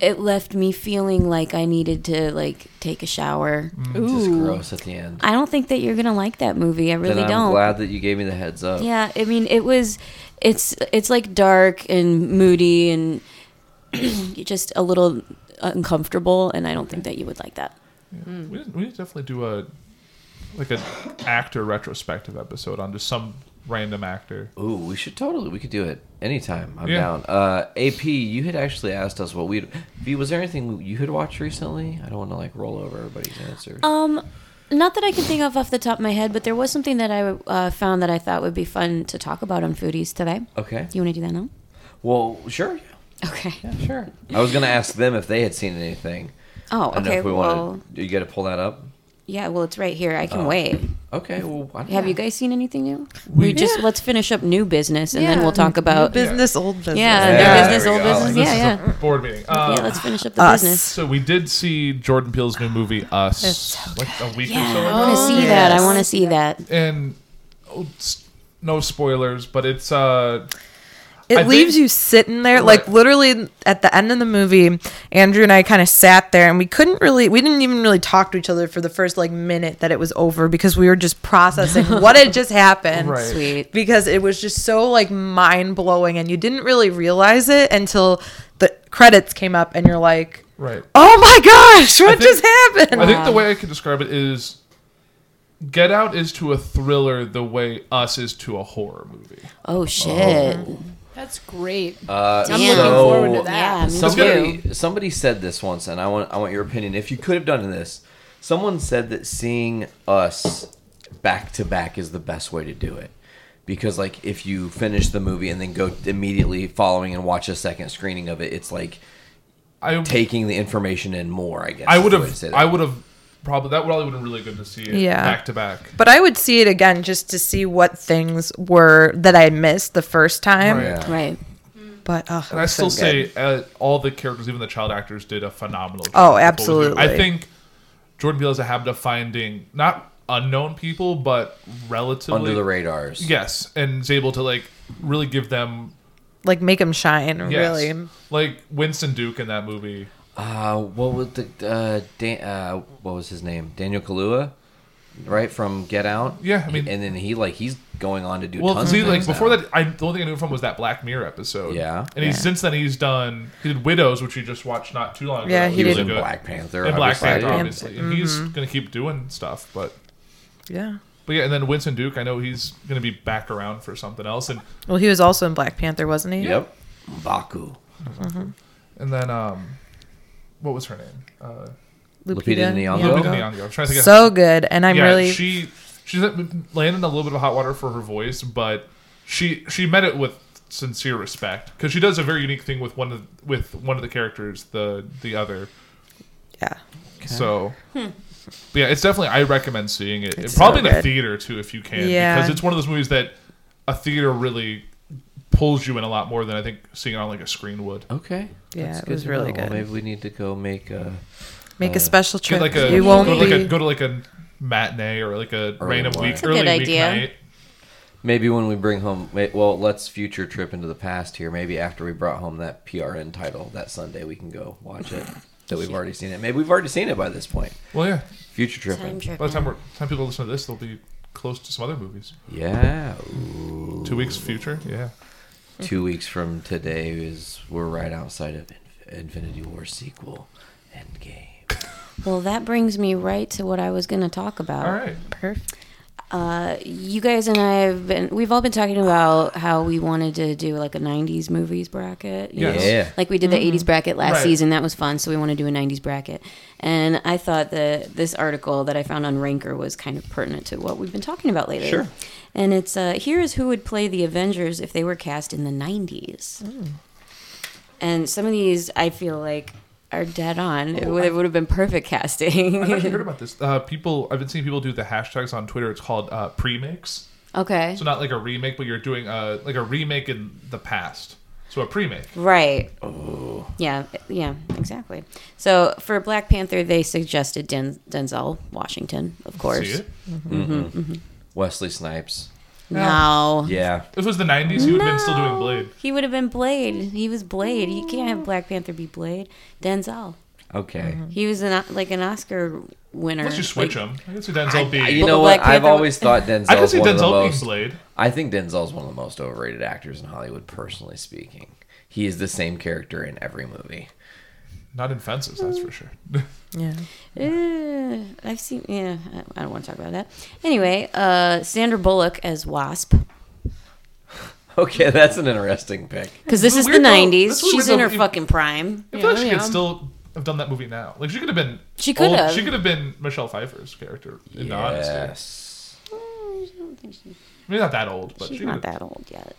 Speaker 8: it left me feeling like I needed to like take a shower.
Speaker 3: Mm-hmm.
Speaker 12: it's just gross at the end.
Speaker 8: I don't think that you're gonna like that movie. I really
Speaker 12: then I'm
Speaker 8: don't.
Speaker 12: glad that you gave me the heads up.
Speaker 8: Yeah, I mean, it was. It's it's like dark and moody and just a little uncomfortable, and I don't think that you would like that.
Speaker 3: We did, we did definitely do a like an actor retrospective episode on just some random actor.
Speaker 12: Ooh, we should totally. We could do it anytime. I'm
Speaker 3: Yeah.
Speaker 12: down. Uh, AP, you had actually asked us what we'd. V, was there anything you had watched recently? I don't want to like roll over everybody's answers.
Speaker 8: Um, not that I can think of off the top of my head, but there was something that I uh, found that I thought would be fun to talk about on Foodies today.
Speaker 12: okay.
Speaker 8: You want to do that now?
Speaker 12: Well, sure.
Speaker 8: Okay.
Speaker 12: Yeah, sure. I was gonna ask them if they had seen anything.
Speaker 8: Oh,
Speaker 12: I don't know
Speaker 8: okay.
Speaker 12: if we
Speaker 8: well,
Speaker 12: want to. You got to pull that up.
Speaker 8: yeah. Well, it's right here. I
Speaker 12: Oh.
Speaker 8: can wait.
Speaker 12: Okay. Well, I don't
Speaker 8: Have
Speaker 12: know.
Speaker 8: you guys seen anything new? We, just let's finish up new business, and then
Speaker 5: Yeah.
Speaker 8: we'll talk about
Speaker 4: Business, old business.
Speaker 8: yeah,
Speaker 12: Yeah,
Speaker 8: new
Speaker 12: there
Speaker 8: business,
Speaker 12: we
Speaker 8: old
Speaker 12: go. I like
Speaker 8: business.
Speaker 12: this.
Speaker 8: Oh, yeah, yeah.
Speaker 3: Board meeting. Uh,
Speaker 8: yeah, let's finish up the
Speaker 4: Us.
Speaker 8: business.
Speaker 3: So we did see Jordan Peele's new movie Us like a week or so
Speaker 8: Yeah,
Speaker 3: ago.
Speaker 8: I want to see that. I want to see that.
Speaker 3: and oh, s- no spoilers, but it's uh
Speaker 4: It
Speaker 3: I
Speaker 4: leaves
Speaker 3: think-
Speaker 4: you sitting there,
Speaker 3: Right.
Speaker 4: like literally at the end of the movie. Andrew and I kind of sat there, and we couldn't really, we didn't even really talk to each other for the first like minute that it was over because we were just processing what had just happened.
Speaker 3: Right.
Speaker 8: Sweet.
Speaker 4: Because it was just so like mind blowing, and you didn't really realize it until the credits came up, and you're like,
Speaker 3: right.
Speaker 4: "Oh my gosh, what
Speaker 3: think-
Speaker 4: just happened?"
Speaker 3: I think the way I can describe it is Get Out is to a thriller the way Us is to a horror movie.
Speaker 8: Oh shit!
Speaker 5: That's great.
Speaker 12: Uh,
Speaker 5: I'm
Speaker 12: so,
Speaker 5: looking
Speaker 8: Oh.
Speaker 5: forward to that.
Speaker 12: somebody, somebody said this once, and I want I want your opinion. If you could have done this, someone said that seeing us back to back is the best way to do it. Because like if you finish the movie and then go immediately following and watch a second screening of it, it's like
Speaker 3: I-
Speaker 12: taking the information in more. I guess
Speaker 3: I
Speaker 12: is
Speaker 3: would
Speaker 12: the way to
Speaker 3: have.
Speaker 12: say that.
Speaker 3: I would have probably that probably would have been really good to see it
Speaker 4: Yeah.
Speaker 3: back to back.
Speaker 4: But I would see it again just to see what things were that I missed the first time.
Speaker 3: Right. Yeah.
Speaker 8: Right.
Speaker 4: But oh,
Speaker 3: And I still say uh, all the characters, even the child actors, did a phenomenal job. with what
Speaker 4: Oh,
Speaker 3: was doing.
Speaker 4: absolutely.
Speaker 3: I think Jordan Peele has a habit of finding not unknown people, but relatively
Speaker 12: Under the radars.
Speaker 3: Yes, and is able to like really give them
Speaker 4: like make them shine.
Speaker 3: yes.
Speaker 4: Really,
Speaker 3: like Winston Duke in that movie.
Speaker 12: Uh, what was the uh, Dan, uh, what was his name? Daniel Kaluuya, right from Get Out.
Speaker 3: Yeah, I mean-
Speaker 12: and then he like he's going on to do
Speaker 3: Well,
Speaker 12: tons
Speaker 3: see,
Speaker 12: of
Speaker 3: like
Speaker 12: things now.
Speaker 3: before that, I the only thing I knew him from was that Black Mirror episode.
Speaker 12: Yeah.
Speaker 3: and he's since then he's done. He did Widows, which we just watched not too long ago.
Speaker 4: Yeah,
Speaker 3: That
Speaker 4: he
Speaker 3: was
Speaker 4: did. Mm-hmm.
Speaker 3: really
Speaker 12: He was
Speaker 3: good.
Speaker 12: in Black Panther,
Speaker 3: In Black
Speaker 12: obviously.
Speaker 3: Panther,
Speaker 12: Yeah.
Speaker 3: obviously, and he's gonna keep doing stuff. But
Speaker 4: yeah.
Speaker 3: but yeah, and then Winston Duke, I know he's gonna be back around for something else, and
Speaker 4: Well, he was also in Black Panther, wasn't he?
Speaker 12: Yep, Baku.
Speaker 3: and then um, what was her name? Uh,
Speaker 12: Lupita Nyong'o.
Speaker 3: Lupita Nyong'o. I'm trying to think of-
Speaker 4: So good, and I'm
Speaker 3: yeah,
Speaker 4: really
Speaker 3: she she's landing a little bit of hot water for her voice, but she she met it with sincere respect because she does a very unique thing with one of with one of the characters, the the other.
Speaker 4: yeah.
Speaker 3: So, but yeah, it's definitely I recommend seeing it.
Speaker 4: It's
Speaker 3: Probably
Speaker 4: so
Speaker 3: in a
Speaker 4: good.
Speaker 3: theater too, if you can,
Speaker 4: Yeah.
Speaker 3: because it's one of those movies that a theater really pulls you in a lot more than I think seeing it on like a screen would.
Speaker 12: Okay,
Speaker 4: Yeah, it
Speaker 12: good
Speaker 4: was
Speaker 12: to
Speaker 4: really
Speaker 12: know. Well,
Speaker 4: good.
Speaker 12: maybe we need to go make a
Speaker 4: Make a special
Speaker 3: Go
Speaker 4: trip.
Speaker 3: Uh, like a,
Speaker 4: you
Speaker 3: go
Speaker 4: won't
Speaker 3: to like
Speaker 4: be.
Speaker 3: a, go to like a matinee or like a
Speaker 12: Early
Speaker 3: rain of
Speaker 12: morning.
Speaker 3: week
Speaker 12: That's a
Speaker 3: early
Speaker 8: good idea.
Speaker 3: weeknight.
Speaker 12: maybe when we bring home. may- Well, let's future trip into the past here. Maybe after we brought home that PRN title that Sunday, we can go watch it. That we've already seen it. Maybe we've already seen it by this point.
Speaker 3: Well, yeah.
Speaker 12: Future
Speaker 8: Time
Speaker 12: tripping.
Speaker 3: By the time
Speaker 8: tripping.
Speaker 3: we're, time people listen to this, they'll be close to some other movies.
Speaker 12: Yeah.
Speaker 3: Two weeks future, yeah.
Speaker 12: two weeks from today is we're right outside of Inf- Infinity War sequel, Endgame.
Speaker 8: Well, that brings me right to what I was going to talk about.
Speaker 3: All right.
Speaker 4: Perfect.
Speaker 8: Uh, you guys and I have been, we've all been talking about how we wanted to do like a 90s movies bracket. you
Speaker 3: Yes.
Speaker 8: know?
Speaker 12: Yeah.
Speaker 8: Like we did the 80s bracket last
Speaker 3: Right.
Speaker 8: season. That was fun. So we want to do a 90s bracket. And I thought that this article that I found on Ranker was kind of pertinent to what we've been talking about lately.
Speaker 12: Sure.
Speaker 8: And it's uh, here is who would play the Avengers if they were cast in the 90s. And some of these I feel like are dead on. it, would, it would have been perfect
Speaker 3: I've actually
Speaker 8: casting.
Speaker 3: heard about this. Uh, people, I've been seeing people do the hashtags on Twitter. It's called uh, pre-makes.
Speaker 8: okay.
Speaker 3: So not like a remake, but you're doing a like a remake in the past. So a pre-make.
Speaker 8: Right. Oh. Yeah, yeah, exactly. So for Black Panther, they suggested Den- Denzel Washington, of course.
Speaker 3: See it?
Speaker 12: Wesley Snipes.
Speaker 8: No.
Speaker 12: Yeah.
Speaker 3: If it was the '90s, he would have been still doing
Speaker 8: No.
Speaker 3: Blade.
Speaker 8: He would have been Blade. He was Blade. You can't have Black Panther be Blade. Denzel.
Speaker 12: Okay.
Speaker 4: Mm-hmm.
Speaker 8: He was an, like an Oscar winner.
Speaker 3: Unless you switch
Speaker 8: Like,
Speaker 3: him. I can see Denzel
Speaker 12: I-
Speaker 3: being.
Speaker 12: you know
Speaker 8: Black
Speaker 12: what? I've
Speaker 8: Panther-
Speaker 12: always thought Denzel's
Speaker 3: I can see
Speaker 12: one of the
Speaker 3: Denzel being
Speaker 12: most.
Speaker 3: Blade.
Speaker 12: I think Denzel's one of the most overrated actors in Hollywood, personally speaking. He is the same character in every movie.
Speaker 3: Not in fences, that's for sure.
Speaker 4: Yeah.
Speaker 8: eh, I've seen. Yeah, I- I don't want to talk about that. Anyway, uh, Sandra Bullock as Wasp.
Speaker 12: Okay, that's an interesting pick.
Speaker 8: Because this is the
Speaker 3: Weird though,
Speaker 8: 90s.
Speaker 3: this is
Speaker 8: She's
Speaker 3: weird
Speaker 8: in her
Speaker 3: though, you-
Speaker 8: fucking prime.
Speaker 3: I feel like
Speaker 5: Yeah,
Speaker 3: she could
Speaker 5: yeah.
Speaker 3: still have done that movie now. Like she could have been.
Speaker 8: She could
Speaker 3: old-
Speaker 8: have.
Speaker 3: She could have been Michelle Pfeiffer's character. In the honesty,
Speaker 12: Yes.
Speaker 8: I don't think she
Speaker 3: maybe not that old, but
Speaker 8: she's
Speaker 3: she
Speaker 8: not
Speaker 3: could've-
Speaker 8: that old yet.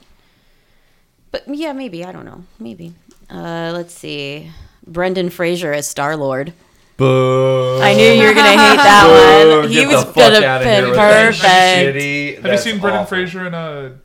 Speaker 8: But yeah, maybe I don't know. Maybe. Uh, let's see. Brendan Fraser as Star Lord.
Speaker 12: Boo.
Speaker 8: I knew you were gonna hate that one. He was gonna been perfect.
Speaker 3: Have you seen Brendan Fraser in uh,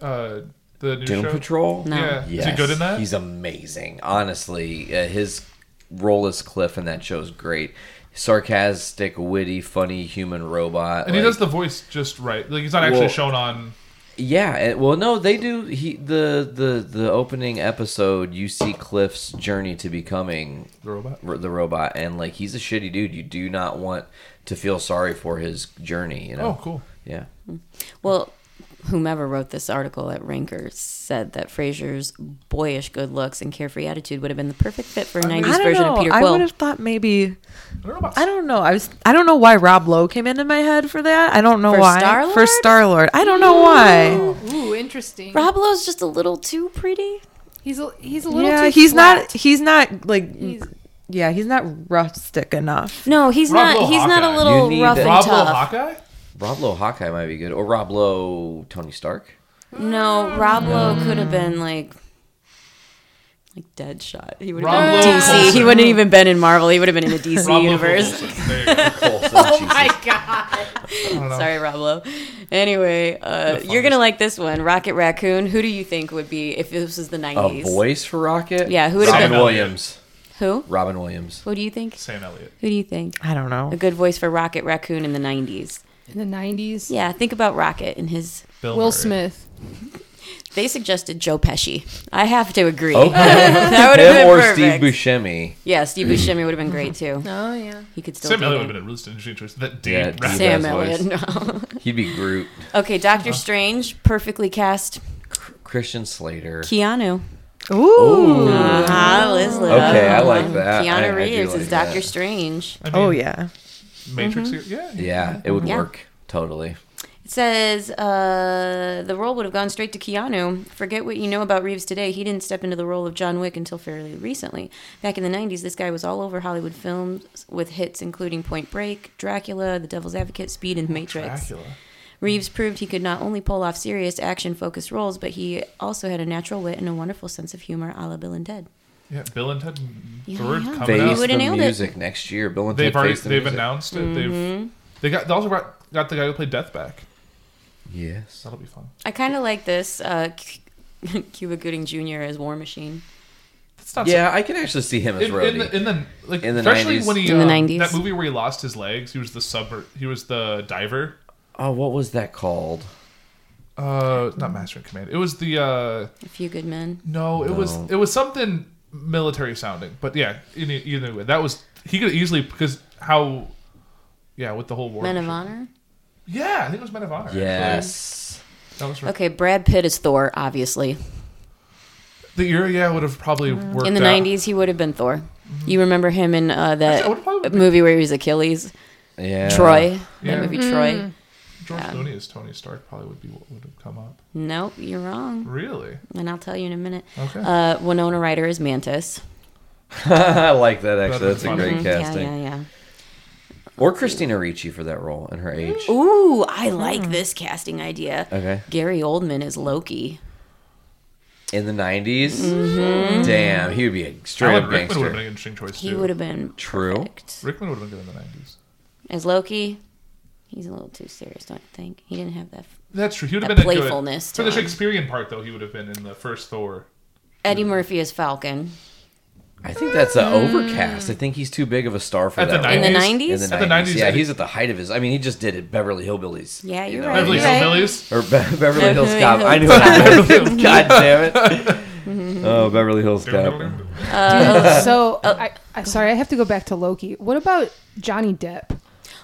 Speaker 3: uh, the new
Speaker 12: Doom
Speaker 3: show?
Speaker 12: Patrol?
Speaker 8: No.
Speaker 3: Yeah,
Speaker 12: Yes.
Speaker 3: is he good in that?
Speaker 12: He's amazing. Honestly, uh, his role as Cliff in that show is great. Sarcastic, witty, funny human robot.
Speaker 3: and he
Speaker 12: like-
Speaker 3: does the voice just right. Like he's not actually
Speaker 12: Well-
Speaker 3: shown on.
Speaker 12: Yeah, eh, well, no, they do. He the the the opening episode, you see Cliff's journey to becoming
Speaker 3: The robot?
Speaker 12: r- the robot, and like he's a shitty dude. You do not want to feel sorry for his journey. You know?
Speaker 3: Oh, cool.
Speaker 12: Yeah.
Speaker 8: Well, whomever wrote this article at Ranker said that Fraser's boyish good looks and carefree attitude would have been the perfect fit for a
Speaker 4: I
Speaker 8: 90s
Speaker 4: don't
Speaker 8: version
Speaker 4: know.
Speaker 8: of Peter
Speaker 4: I
Speaker 8: Quill.
Speaker 4: would have thought maybe. I don't know. I was. I don't know why Rob Lowe came into my head for that. I don't know
Speaker 8: For
Speaker 4: why.
Speaker 8: Star-Lord?
Speaker 4: For Star Lord, I don't know
Speaker 3: Oh.
Speaker 4: why.
Speaker 5: Ooh, interesting.
Speaker 8: Rob Lowe's just a little too pretty.
Speaker 5: He's a, he's a little
Speaker 4: Yeah,
Speaker 5: too
Speaker 4: he's
Speaker 5: flat.
Speaker 4: not. He's not like.
Speaker 5: He's-
Speaker 4: yeah, he's not rustic enough.
Speaker 8: No, he's
Speaker 3: Rob
Speaker 8: not.
Speaker 3: Lowe
Speaker 8: He's not a
Speaker 3: Hawkeye.
Speaker 12: You
Speaker 8: little
Speaker 12: need
Speaker 8: rough
Speaker 12: that-
Speaker 8: and
Speaker 3: Rob Lowe
Speaker 8: tough.
Speaker 3: Hawkeye?
Speaker 12: Rob Lowe Hawkeye might be good, or Rob Lowe Tony Stark.
Speaker 8: No, Rob Lowe could have been like like Deadshot. He would
Speaker 3: Rob
Speaker 8: have
Speaker 3: Lowe
Speaker 8: been DC. He
Speaker 3: Coulson.
Speaker 8: wouldn't have even been in Marvel. He would have been in the DC
Speaker 3: Rob Lowe
Speaker 8: universe.
Speaker 3: Coulson. There you go.
Speaker 12: Coulson,
Speaker 8: Oh,
Speaker 12: Jesus.
Speaker 5: My God.
Speaker 8: Sorry, Rob Lowe. Anyway, uh, you're gonna like this one, Rocket Raccoon. Who do you think would be if this was the
Speaker 12: A
Speaker 8: '90s?
Speaker 12: voice for Rocket?
Speaker 8: Yeah, who would've
Speaker 12: Robin
Speaker 3: been-
Speaker 12: Williams.
Speaker 8: Who?
Speaker 12: Robin Williams.
Speaker 8: Who do you think?
Speaker 3: Sam Elliott.
Speaker 8: Who do you think?
Speaker 4: I don't know.
Speaker 8: A good voice for Rocket Raccoon in the '90s.
Speaker 5: In the nineties.
Speaker 8: Yeah, think about Rocket and his.
Speaker 3: Bill
Speaker 5: Will
Speaker 3: Murray.
Speaker 5: Smith.
Speaker 8: They suggested Joe Pesci. I have to agree.
Speaker 12: Okay.
Speaker 8: that would have
Speaker 12: Him
Speaker 8: been
Speaker 12: Oh, or
Speaker 8: perfect.
Speaker 12: Steve Buscemi.
Speaker 8: Yeah, Steve Buscemi would have been great too.
Speaker 5: Oh yeah.
Speaker 8: He could still.
Speaker 3: Sam
Speaker 8: do
Speaker 3: Elliott
Speaker 8: that.
Speaker 3: would have been a really interesting choice. That deep
Speaker 12: Yeah,
Speaker 3: rap-
Speaker 12: deep.
Speaker 8: Sam
Speaker 12: Best
Speaker 8: Elliott.
Speaker 12: voice.
Speaker 8: No.
Speaker 12: He'd be Groot.
Speaker 8: okay,
Speaker 12: Uh-huh.
Speaker 8: Doctor Strange, perfectly cast.
Speaker 12: Christian Slater.
Speaker 8: Keanu.
Speaker 4: Ooh.
Speaker 8: Uh-huh, Liz Love.
Speaker 12: Okay, I like that. I- I
Speaker 8: Keanu
Speaker 12: do
Speaker 8: Reeves
Speaker 12: like
Speaker 8: is Doctor
Speaker 12: that.
Speaker 8: Strange.
Speaker 3: I mean,
Speaker 4: Oh yeah.
Speaker 3: Matrix here. Yeah.
Speaker 12: Yeah, it would
Speaker 8: Yeah.
Speaker 12: work totally.
Speaker 8: It says uh, the role would have gone straight to Keanu. Forget what you know about Reeves today. He didn't step into the role of John Wick until fairly recently. Back in the 90s, this guy was all over Hollywood films with hits including Point Break, Dracula, The Devil's Advocate, Speed,
Speaker 12: Oh,
Speaker 8: and Matrix.
Speaker 3: Dracula.
Speaker 8: Reeves proved he could not only pull off serious action focused roles, but he also had a natural wit and a wonderful sense of humor a la Bill and Ted.
Speaker 3: Yeah, Bill and Ted
Speaker 8: Yeah,
Speaker 3: Third
Speaker 8: yeah.
Speaker 3: coming
Speaker 12: Face
Speaker 8: You
Speaker 3: out.
Speaker 8: would've
Speaker 12: the
Speaker 8: nailed it.
Speaker 12: music next year. Bill and
Speaker 3: They've
Speaker 12: Ted
Speaker 3: already
Speaker 12: Face the
Speaker 3: they've
Speaker 12: music.
Speaker 3: announced it.
Speaker 8: Mm-hmm.
Speaker 3: They've they got they also got, got the guy who played Death back.
Speaker 12: Yes.
Speaker 3: That'll be fun.
Speaker 8: I kind of like this uh, C- Cuba Gooding Jr. as War Machine.
Speaker 3: That's not
Speaker 12: Yeah, I can actually see him as
Speaker 3: in, in
Speaker 12: Rhodey.
Speaker 3: the in the like
Speaker 12: In the
Speaker 3: especially
Speaker 12: 90s.
Speaker 3: when he
Speaker 8: In the
Speaker 3: um,
Speaker 8: 90s.
Speaker 3: that movie where he lost his legs he was the sub he was the diver
Speaker 12: oh, what was that called?
Speaker 3: uh not master and command it was the uh
Speaker 8: A few good men.
Speaker 3: no it was it was something military sounding but yeah in, e, either way that was he could easily because how yeah with the whole war
Speaker 8: Men of
Speaker 3: machine.
Speaker 8: Honor.
Speaker 3: yeah I think it was Men of Honor actually.
Speaker 12: Yes.
Speaker 3: that was right.
Speaker 8: Okay, Brad Pitt is Thor, obviously.
Speaker 3: the year yeah would have probably worked
Speaker 8: Mm-hmm. In the
Speaker 3: out. Mm-hmm.
Speaker 8: 90s, he would have been Thor. You remember him in uh, that
Speaker 3: Actually, I would've probably been-
Speaker 8: movie where he was Achilles?
Speaker 12: Yeah.
Speaker 8: Troy.
Speaker 3: Yeah.
Speaker 8: That movie, Troy.
Speaker 3: George Clooney as Tony Stark probably would be what would have come up
Speaker 8: Nope, you're wrong.
Speaker 3: really
Speaker 8: And I'll tell you in a minute.
Speaker 3: Okay.
Speaker 8: Uh, Winona Ryder is Mantis.
Speaker 12: I like that actually.
Speaker 3: That'd
Speaker 12: That's
Speaker 3: be
Speaker 12: a
Speaker 3: fun.
Speaker 12: great casting.
Speaker 8: Mm-hmm. Yeah, yeah,
Speaker 12: Or Christina Ricci for that role and her age.
Speaker 8: yeah. Ooh, I like this casting idea.
Speaker 12: Okay.
Speaker 8: Gary Oldman is Loki.
Speaker 12: In the 90s?
Speaker 8: Mm-hmm.
Speaker 12: Damn, he would be a straight
Speaker 3: Alan
Speaker 12: up
Speaker 3: Rickman would have
Speaker 12: gangster.
Speaker 3: been an interesting choice
Speaker 8: He
Speaker 3: too
Speaker 8: would have been
Speaker 12: True.
Speaker 8: perfect.
Speaker 3: Rickman would have been good in the 90s
Speaker 8: As Loki, he's a little too serious, don't you think? He didn't have that.
Speaker 3: That's true. He would
Speaker 8: That
Speaker 3: have been a good-
Speaker 8: playfulness
Speaker 3: for
Speaker 8: to
Speaker 3: the
Speaker 8: him.
Speaker 3: Shakespearean part, though. He would have been in the first Thor.
Speaker 8: Eddie Murphy is Falcon.
Speaker 12: I think that's an overcast. I think he's too big of a star for
Speaker 3: At the
Speaker 12: that. role.
Speaker 3: 90s?
Speaker 8: Mm-hmm. In the
Speaker 12: In the
Speaker 8: 90s?
Speaker 3: At the 90s, I
Speaker 12: Yeah,
Speaker 3: think-
Speaker 12: he's at the height of his. I mean, he just did it. Beverly Hillbillies.
Speaker 8: Yeah, you're
Speaker 12: know,
Speaker 8: right.
Speaker 3: Beverly
Speaker 8: you're right.
Speaker 3: Hillbillies.
Speaker 12: Or Be- Beverly Hills
Speaker 8: Beverly
Speaker 12: Cop. I knew it. God damn it. Oh, Beverly Hills Cop.
Speaker 8: Uh,
Speaker 5: so
Speaker 8: oh.
Speaker 5: I, I sorry, I have to go back to Loki. What about Johnny Depp?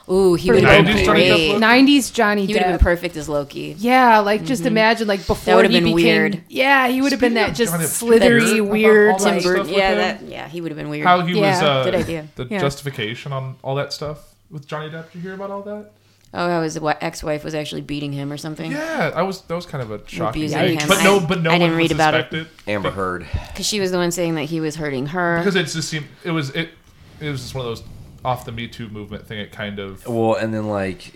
Speaker 8: Ooh, he
Speaker 5: For
Speaker 8: would have
Speaker 3: Loki.
Speaker 8: been
Speaker 3: 90s Johnny Depp
Speaker 8: great.
Speaker 3: Loki.
Speaker 5: Nineties Johnny
Speaker 8: He would
Speaker 5: Depp.
Speaker 8: have been perfect as Loki.
Speaker 5: yeah, like just imagine like before
Speaker 8: Mm-hmm. would've
Speaker 5: he
Speaker 8: been
Speaker 5: became,
Speaker 8: weird.
Speaker 5: Yeah, he would have been
Speaker 3: Speaking
Speaker 5: that
Speaker 3: of
Speaker 5: just
Speaker 3: Johnny Depp,
Speaker 5: slithery,
Speaker 3: Tim Burton.
Speaker 5: weird.
Speaker 3: About all
Speaker 5: Like,
Speaker 3: Stuff with
Speaker 8: Yeah,
Speaker 3: him?
Speaker 8: that. Yeah, he would have been weird.
Speaker 3: How he was
Speaker 5: Yeah.
Speaker 3: uh,
Speaker 8: Good idea.
Speaker 3: the
Speaker 5: Yeah.
Speaker 3: justification on all that stuff with Johnny Depp. Did you hear about all that?
Speaker 8: oh, how his wa- ex-wife was actually beating him or something.
Speaker 3: Yeah, I was. That was kind of a shocking
Speaker 8: Abusing
Speaker 3: thing.
Speaker 8: him.
Speaker 3: But no,
Speaker 8: I-
Speaker 3: but no
Speaker 8: I
Speaker 3: one
Speaker 8: didn't
Speaker 3: was
Speaker 8: read about it.
Speaker 3: suspected
Speaker 12: Amber Heard.
Speaker 8: Because she was the one saying that he was hurting her.
Speaker 3: because it's just seemed it was it. It was just one of those off the Me Too movement thing. It kind of.
Speaker 12: Well, and then like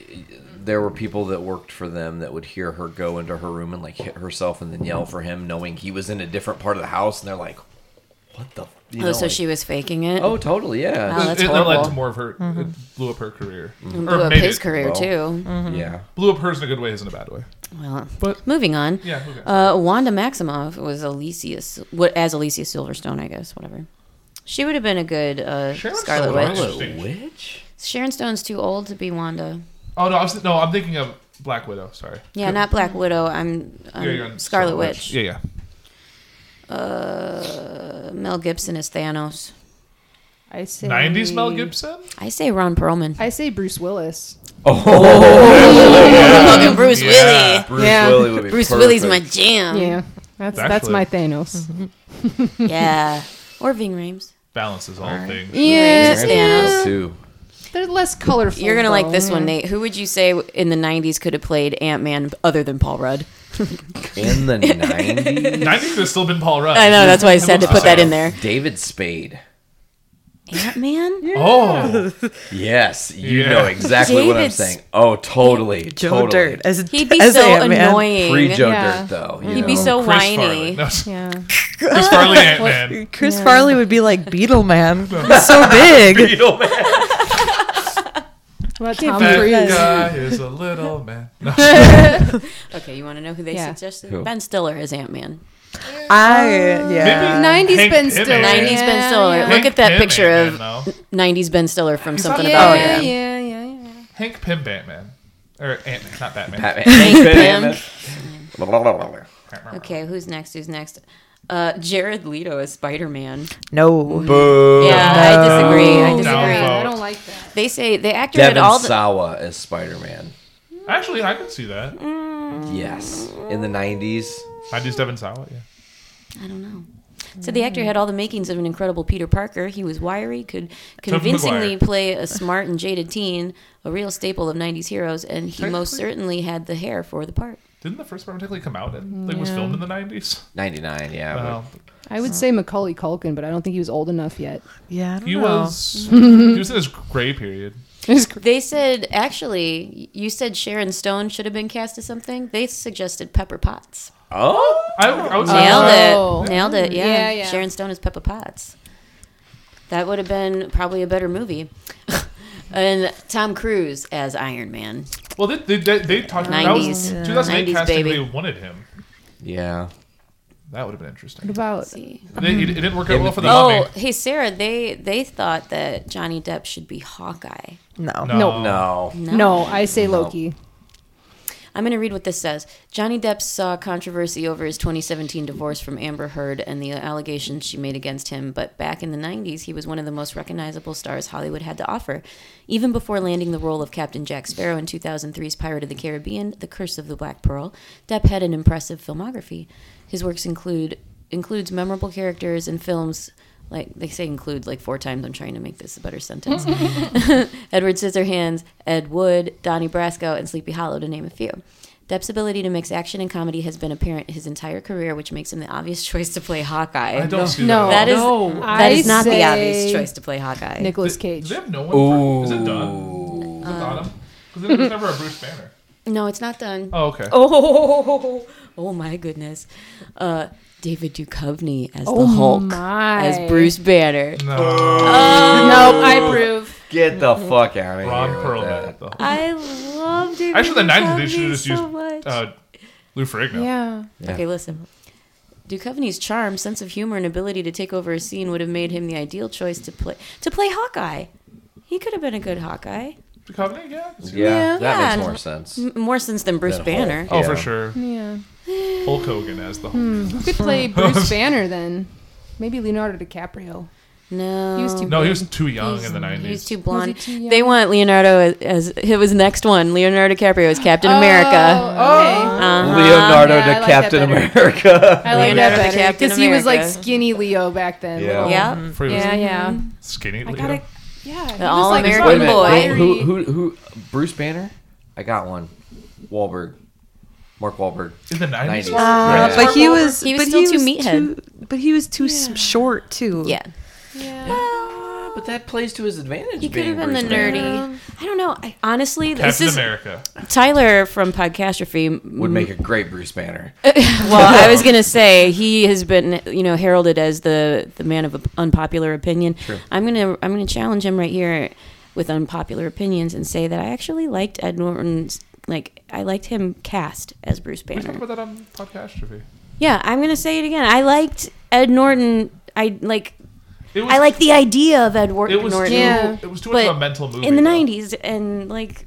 Speaker 12: there were people that worked for them that would hear her go into her room and like hit herself and then yell for him, knowing he was in a different part of the house, and they're like, "What the?" f-" You
Speaker 8: oh,
Speaker 12: know,
Speaker 8: so
Speaker 12: like-
Speaker 8: she was faking it.
Speaker 12: Oh, totally. Yeah.
Speaker 8: Wow, that's
Speaker 3: it led
Speaker 8: horrible.
Speaker 3: to more of her. It blew up her career.
Speaker 8: And
Speaker 3: Or
Speaker 8: blew up
Speaker 3: made
Speaker 8: his
Speaker 3: it-
Speaker 8: career
Speaker 12: well.
Speaker 8: too.
Speaker 12: Mm-hmm.
Speaker 8: Mm-hmm.
Speaker 12: Yeah.
Speaker 3: Blew up hers in a good way, isn't a bad way.
Speaker 8: Well,
Speaker 3: But-
Speaker 8: moving on.
Speaker 3: Yeah, moving
Speaker 8: Uh, Wanda Maximoff was Alicia's what as Alicia Silverstone, I guess. Whatever. She would have been a good uh,
Speaker 3: Sharon
Speaker 8: Scarlet
Speaker 3: Stone,
Speaker 8: Witch.
Speaker 3: right?
Speaker 12: Scarlet Witch.
Speaker 8: Sharon Stone's too old to be Wanda.
Speaker 3: Oh no, I was, no, I'm thinking of Black Widow. Sorry.
Speaker 8: Yeah, not Black Widow. I'm, um
Speaker 3: Yeah, you're on
Speaker 8: Scarlet, Witch.
Speaker 3: Yeah, yeah.
Speaker 8: Uh, Mel Gibson is Thanos.
Speaker 5: I say
Speaker 3: 90s Mel Gibson?
Speaker 8: I say Ron Perlman.
Speaker 5: I say Bruce Willis.
Speaker 12: Oh,
Speaker 3: Um,
Speaker 8: Fucking Bruce Willie.
Speaker 12: Bruce Willie would be
Speaker 8: Bruce
Speaker 12: perfect.
Speaker 8: Willie's my jam.
Speaker 5: Yeah, that's that's
Speaker 3: Actually-
Speaker 5: my Thanos.
Speaker 8: Mm-hmm. Yeah. Or Ving Rhames.
Speaker 3: Balances all things.
Speaker 5: Yeah,
Speaker 8: Rhames is
Speaker 12: Thanos too.
Speaker 5: they're less colorful.
Speaker 8: You're gonna like
Speaker 5: though.
Speaker 8: this one, Nate. Who would you say in the '90s could have played Ant Man other than Paul Rudd?
Speaker 12: In the nineties,
Speaker 3: 90s could have still been Paul Rudd.
Speaker 8: I know that's why I said to put that in there.
Speaker 12: David Spade.
Speaker 8: Ant Man,
Speaker 3: Oh,
Speaker 12: Yes, you
Speaker 3: Yeah.
Speaker 12: know exactly what I'm
Speaker 8: David
Speaker 12: saying. Oh, totally,
Speaker 4: Joe
Speaker 12: totally.
Speaker 4: Dirt as
Speaker 8: he'd be
Speaker 4: as
Speaker 8: so
Speaker 4: Ant-Man.
Speaker 8: annoying.
Speaker 12: Free Joe
Speaker 5: Yeah.
Speaker 12: Dirt though. you
Speaker 8: He'd be
Speaker 12: know?
Speaker 8: so
Speaker 3: Chris
Speaker 8: whiny.
Speaker 3: Farley. No, Chris
Speaker 5: Yeah,
Speaker 3: Farley Ant Man.
Speaker 4: Chris Farley would be like Beetle Man. He's so big.
Speaker 3: Beetle Man.
Speaker 5: what about Tom
Speaker 3: That uh,
Speaker 5: Cruise?
Speaker 3: guy is a little man. No,
Speaker 8: Okay, you want to know who they
Speaker 5: Yeah.
Speaker 8: suggested?
Speaker 12: Who?
Speaker 8: Ben Stiller as Ant Man.
Speaker 4: I
Speaker 8: Uh,
Speaker 4: yeah.
Speaker 5: Nineties
Speaker 3: Hank
Speaker 5: Ben
Speaker 3: Pym.
Speaker 5: Stiller.
Speaker 8: 90s Ben Stiller.
Speaker 5: Yeah,
Speaker 8: Look
Speaker 3: Hank
Speaker 8: at that
Speaker 3: Pym
Speaker 8: picture of
Speaker 3: Ant-Man, though.
Speaker 8: '90s Ben Stiller from something
Speaker 5: yeah,
Speaker 8: about
Speaker 5: yeah,
Speaker 8: Ant.
Speaker 5: yeah, yeah, yeah.
Speaker 3: Hank Pym Batman. Or Ant Man, not Batman.
Speaker 12: Batman.
Speaker 8: Pym.
Speaker 12: Batman.
Speaker 8: Okay, who's next? Who's next? Uh, Jared Leto as Spider Man.
Speaker 4: No.
Speaker 8: Yeah, I disagree. I
Speaker 5: Oh,
Speaker 8: disagree.
Speaker 5: yeah,
Speaker 3: Downvote.
Speaker 5: I don't like that.
Speaker 8: They say the actor
Speaker 12: Devin
Speaker 8: had all the.
Speaker 12: Sawa as Spider-Man.
Speaker 3: Actually, I could see that.
Speaker 12: Yes, in the '90s.
Speaker 3: I just Devin Sawa, yeah.
Speaker 8: So the actor had all the makings of an incredible Peter Parker. He was wiry, could
Speaker 3: Tobey Maguire.
Speaker 8: convincingly play a smart and jaded teen, a real staple of 90s heroes, and he most certainly had the hair for the part.
Speaker 3: Didn't the first Spider-Man technically come out and like was filmed in the Uh, 90s?
Speaker 12: '99, yeah. but-
Speaker 3: Well,
Speaker 5: I would say Macaulay Culkin, but I don't think he was old enough yet.
Speaker 4: Yeah, I don't
Speaker 3: he
Speaker 4: know.
Speaker 3: was he was in his gray period.
Speaker 8: They said, actually, you said Sharon Stone should have been cast as something. They suggested Pepper Potts.
Speaker 12: Oh,
Speaker 3: I, I would say
Speaker 8: Nailed
Speaker 5: Oh.
Speaker 8: it. Nailed it. Yeah.
Speaker 5: Yeah, yeah.
Speaker 8: Sharon Stone is Peppa Potts. That would have been probably a better movie. and Tom Cruise as Iron Man.
Speaker 3: Well, they they, they, they talked about that was
Speaker 8: 90s.
Speaker 3: 2008
Speaker 8: 90s,
Speaker 3: casting.
Speaker 8: baby.
Speaker 3: They wanted him.
Speaker 12: yeah.
Speaker 3: That would have been
Speaker 5: What
Speaker 3: interesting.
Speaker 5: about
Speaker 3: They, it, it didn't work out well for the
Speaker 8: Oh,
Speaker 3: mummy.
Speaker 8: hey Sarah, they they thought that Johnny Depp should be Hawkeye.
Speaker 4: no.
Speaker 3: No,
Speaker 12: No.
Speaker 5: no? I say Loki.
Speaker 8: I'm going to read what this says. Johnny Depp saw controversy over his 2017 divorce from Amber Heard and the allegations she made against him, but back in the 90s, he was one of the most recognizable stars Hollywood had to offer. Even before landing the role of Captain Jack Sparrow in 2003's Pirate of the Caribbean, The Curse of the Black Pearl, Depp had an impressive filmography. His works include includes memorable characters in films like they say include like four times. I'm trying to make this a better sentence. Edward Scissorhands, Ed Wood, Donnie Brasco, and Sleepy Hollow, to name a few. Depp's ability to mix action and comedy has been apparent his entire career, which makes him the obvious choice to play Hawkeye.
Speaker 3: I don't see
Speaker 5: No.
Speaker 3: that.
Speaker 8: That is
Speaker 5: I
Speaker 8: that is not the
Speaker 5: say
Speaker 8: obvious choice to play Hawkeye.
Speaker 5: Nicolas
Speaker 3: Do
Speaker 5: Cage.
Speaker 3: they have no one? For, is it done? Is it
Speaker 8: Uh.
Speaker 3: done? Because there was never a Bruce Banner.
Speaker 8: No, it's not done.
Speaker 3: Oh, okay.
Speaker 8: Oh, oh my goodness. Uh, David Duchovny as the Hulk,
Speaker 5: Oh my.
Speaker 8: as Bruce Banner.
Speaker 3: No,
Speaker 5: Nope, I approve.
Speaker 12: Get the fuck out of
Speaker 3: Ron
Speaker 12: here. with
Speaker 3: Perlman.
Speaker 12: that.
Speaker 3: though.
Speaker 8: I love David
Speaker 3: Actually, the 90s they
Speaker 8: Duchovny
Speaker 3: should have just
Speaker 8: so much.
Speaker 3: used uh, Lou Ferrigno.
Speaker 5: Yeah.
Speaker 8: Okay, listen. Duchovny's charm, sense of humor, and ability to take over a scene would have made him the ideal choice to play to play Hawkeye. He could have been a good Hawkeye.
Speaker 3: Duchovny, yeah. it's-
Speaker 12: Yeah, that
Speaker 8: Yeah. Mm-hmm.
Speaker 12: makes more sense.
Speaker 8: M- More sense than Bruce
Speaker 12: Than Hulk.
Speaker 8: Banner.
Speaker 3: Oh,
Speaker 12: Yeah.
Speaker 3: for sure.
Speaker 5: Yeah.
Speaker 3: Hulk Hogan as the Hulk.
Speaker 5: You could play Bruce Banner then. Maybe Leonardo DiCaprio.
Speaker 8: No.
Speaker 5: He was too
Speaker 3: No, he
Speaker 5: big.
Speaker 3: was too young in the
Speaker 8: He's
Speaker 3: 90s.
Speaker 8: too blonde.
Speaker 5: Was he too young?
Speaker 8: they want Leonardo as, as it was next one. Leonardo DiCaprio as Captain America.
Speaker 5: Oh, okay.
Speaker 8: Uh-huh.
Speaker 12: Leonardo
Speaker 5: Yeah, I
Speaker 12: to
Speaker 5: like that
Speaker 12: Captain
Speaker 5: better.
Speaker 12: America.
Speaker 5: I like
Speaker 8: Leonardo
Speaker 5: that better
Speaker 8: DiCaprio
Speaker 5: because he was like
Speaker 8: America.
Speaker 5: skinny Leo back then.
Speaker 12: Yeah.
Speaker 5: little- Mm-hmm.
Speaker 8: Yep.
Speaker 3: For he was
Speaker 5: Yeah, yeah.
Speaker 3: skinny.
Speaker 5: I
Speaker 3: Leo.
Speaker 5: gotta. Yeah. he was,
Speaker 8: all-American
Speaker 5: this
Speaker 8: Wait a minute,
Speaker 5: wiry-
Speaker 8: boy.
Speaker 12: Who, who, who, Bruce Banner? I got one. Wahlberg. Mark Wahlberg.
Speaker 3: In the 90s?
Speaker 12: 90s.
Speaker 4: Uh,
Speaker 12: Yeah.
Speaker 4: But he was,
Speaker 8: He was
Speaker 4: but
Speaker 8: still
Speaker 4: he
Speaker 8: too
Speaker 4: was
Speaker 8: meathead.
Speaker 4: too- But he was too s short too.
Speaker 8: Yeah.
Speaker 12: But that plays to his advantage.
Speaker 8: He could have been the nerdy. I don't know. I, honestly, this
Speaker 3: Captain
Speaker 8: is
Speaker 3: America.
Speaker 8: Tyler from Podcastrophe
Speaker 12: Would make a great Bruce Banner.
Speaker 8: Well, I was gonna say he has been, you know, heralded as the the man of unpopular opinion. I'm gonna I'm gonna challenge him right here with unpopular opinions and say that I actually liked Ed Norton's like I liked him cast as Bruce
Speaker 3: We talked
Speaker 8: Banner.
Speaker 3: about that on Podcastrophe.
Speaker 8: Yeah, I'm gonna say it again. I liked Ed Norton. I like
Speaker 3: It was,
Speaker 8: I like the idea of Ed Wor-
Speaker 3: it was
Speaker 8: Norton
Speaker 3: too,
Speaker 5: Yeah.
Speaker 3: it was too much
Speaker 8: But
Speaker 3: of a mental movie.
Speaker 8: in the
Speaker 3: though.
Speaker 8: '90s, and like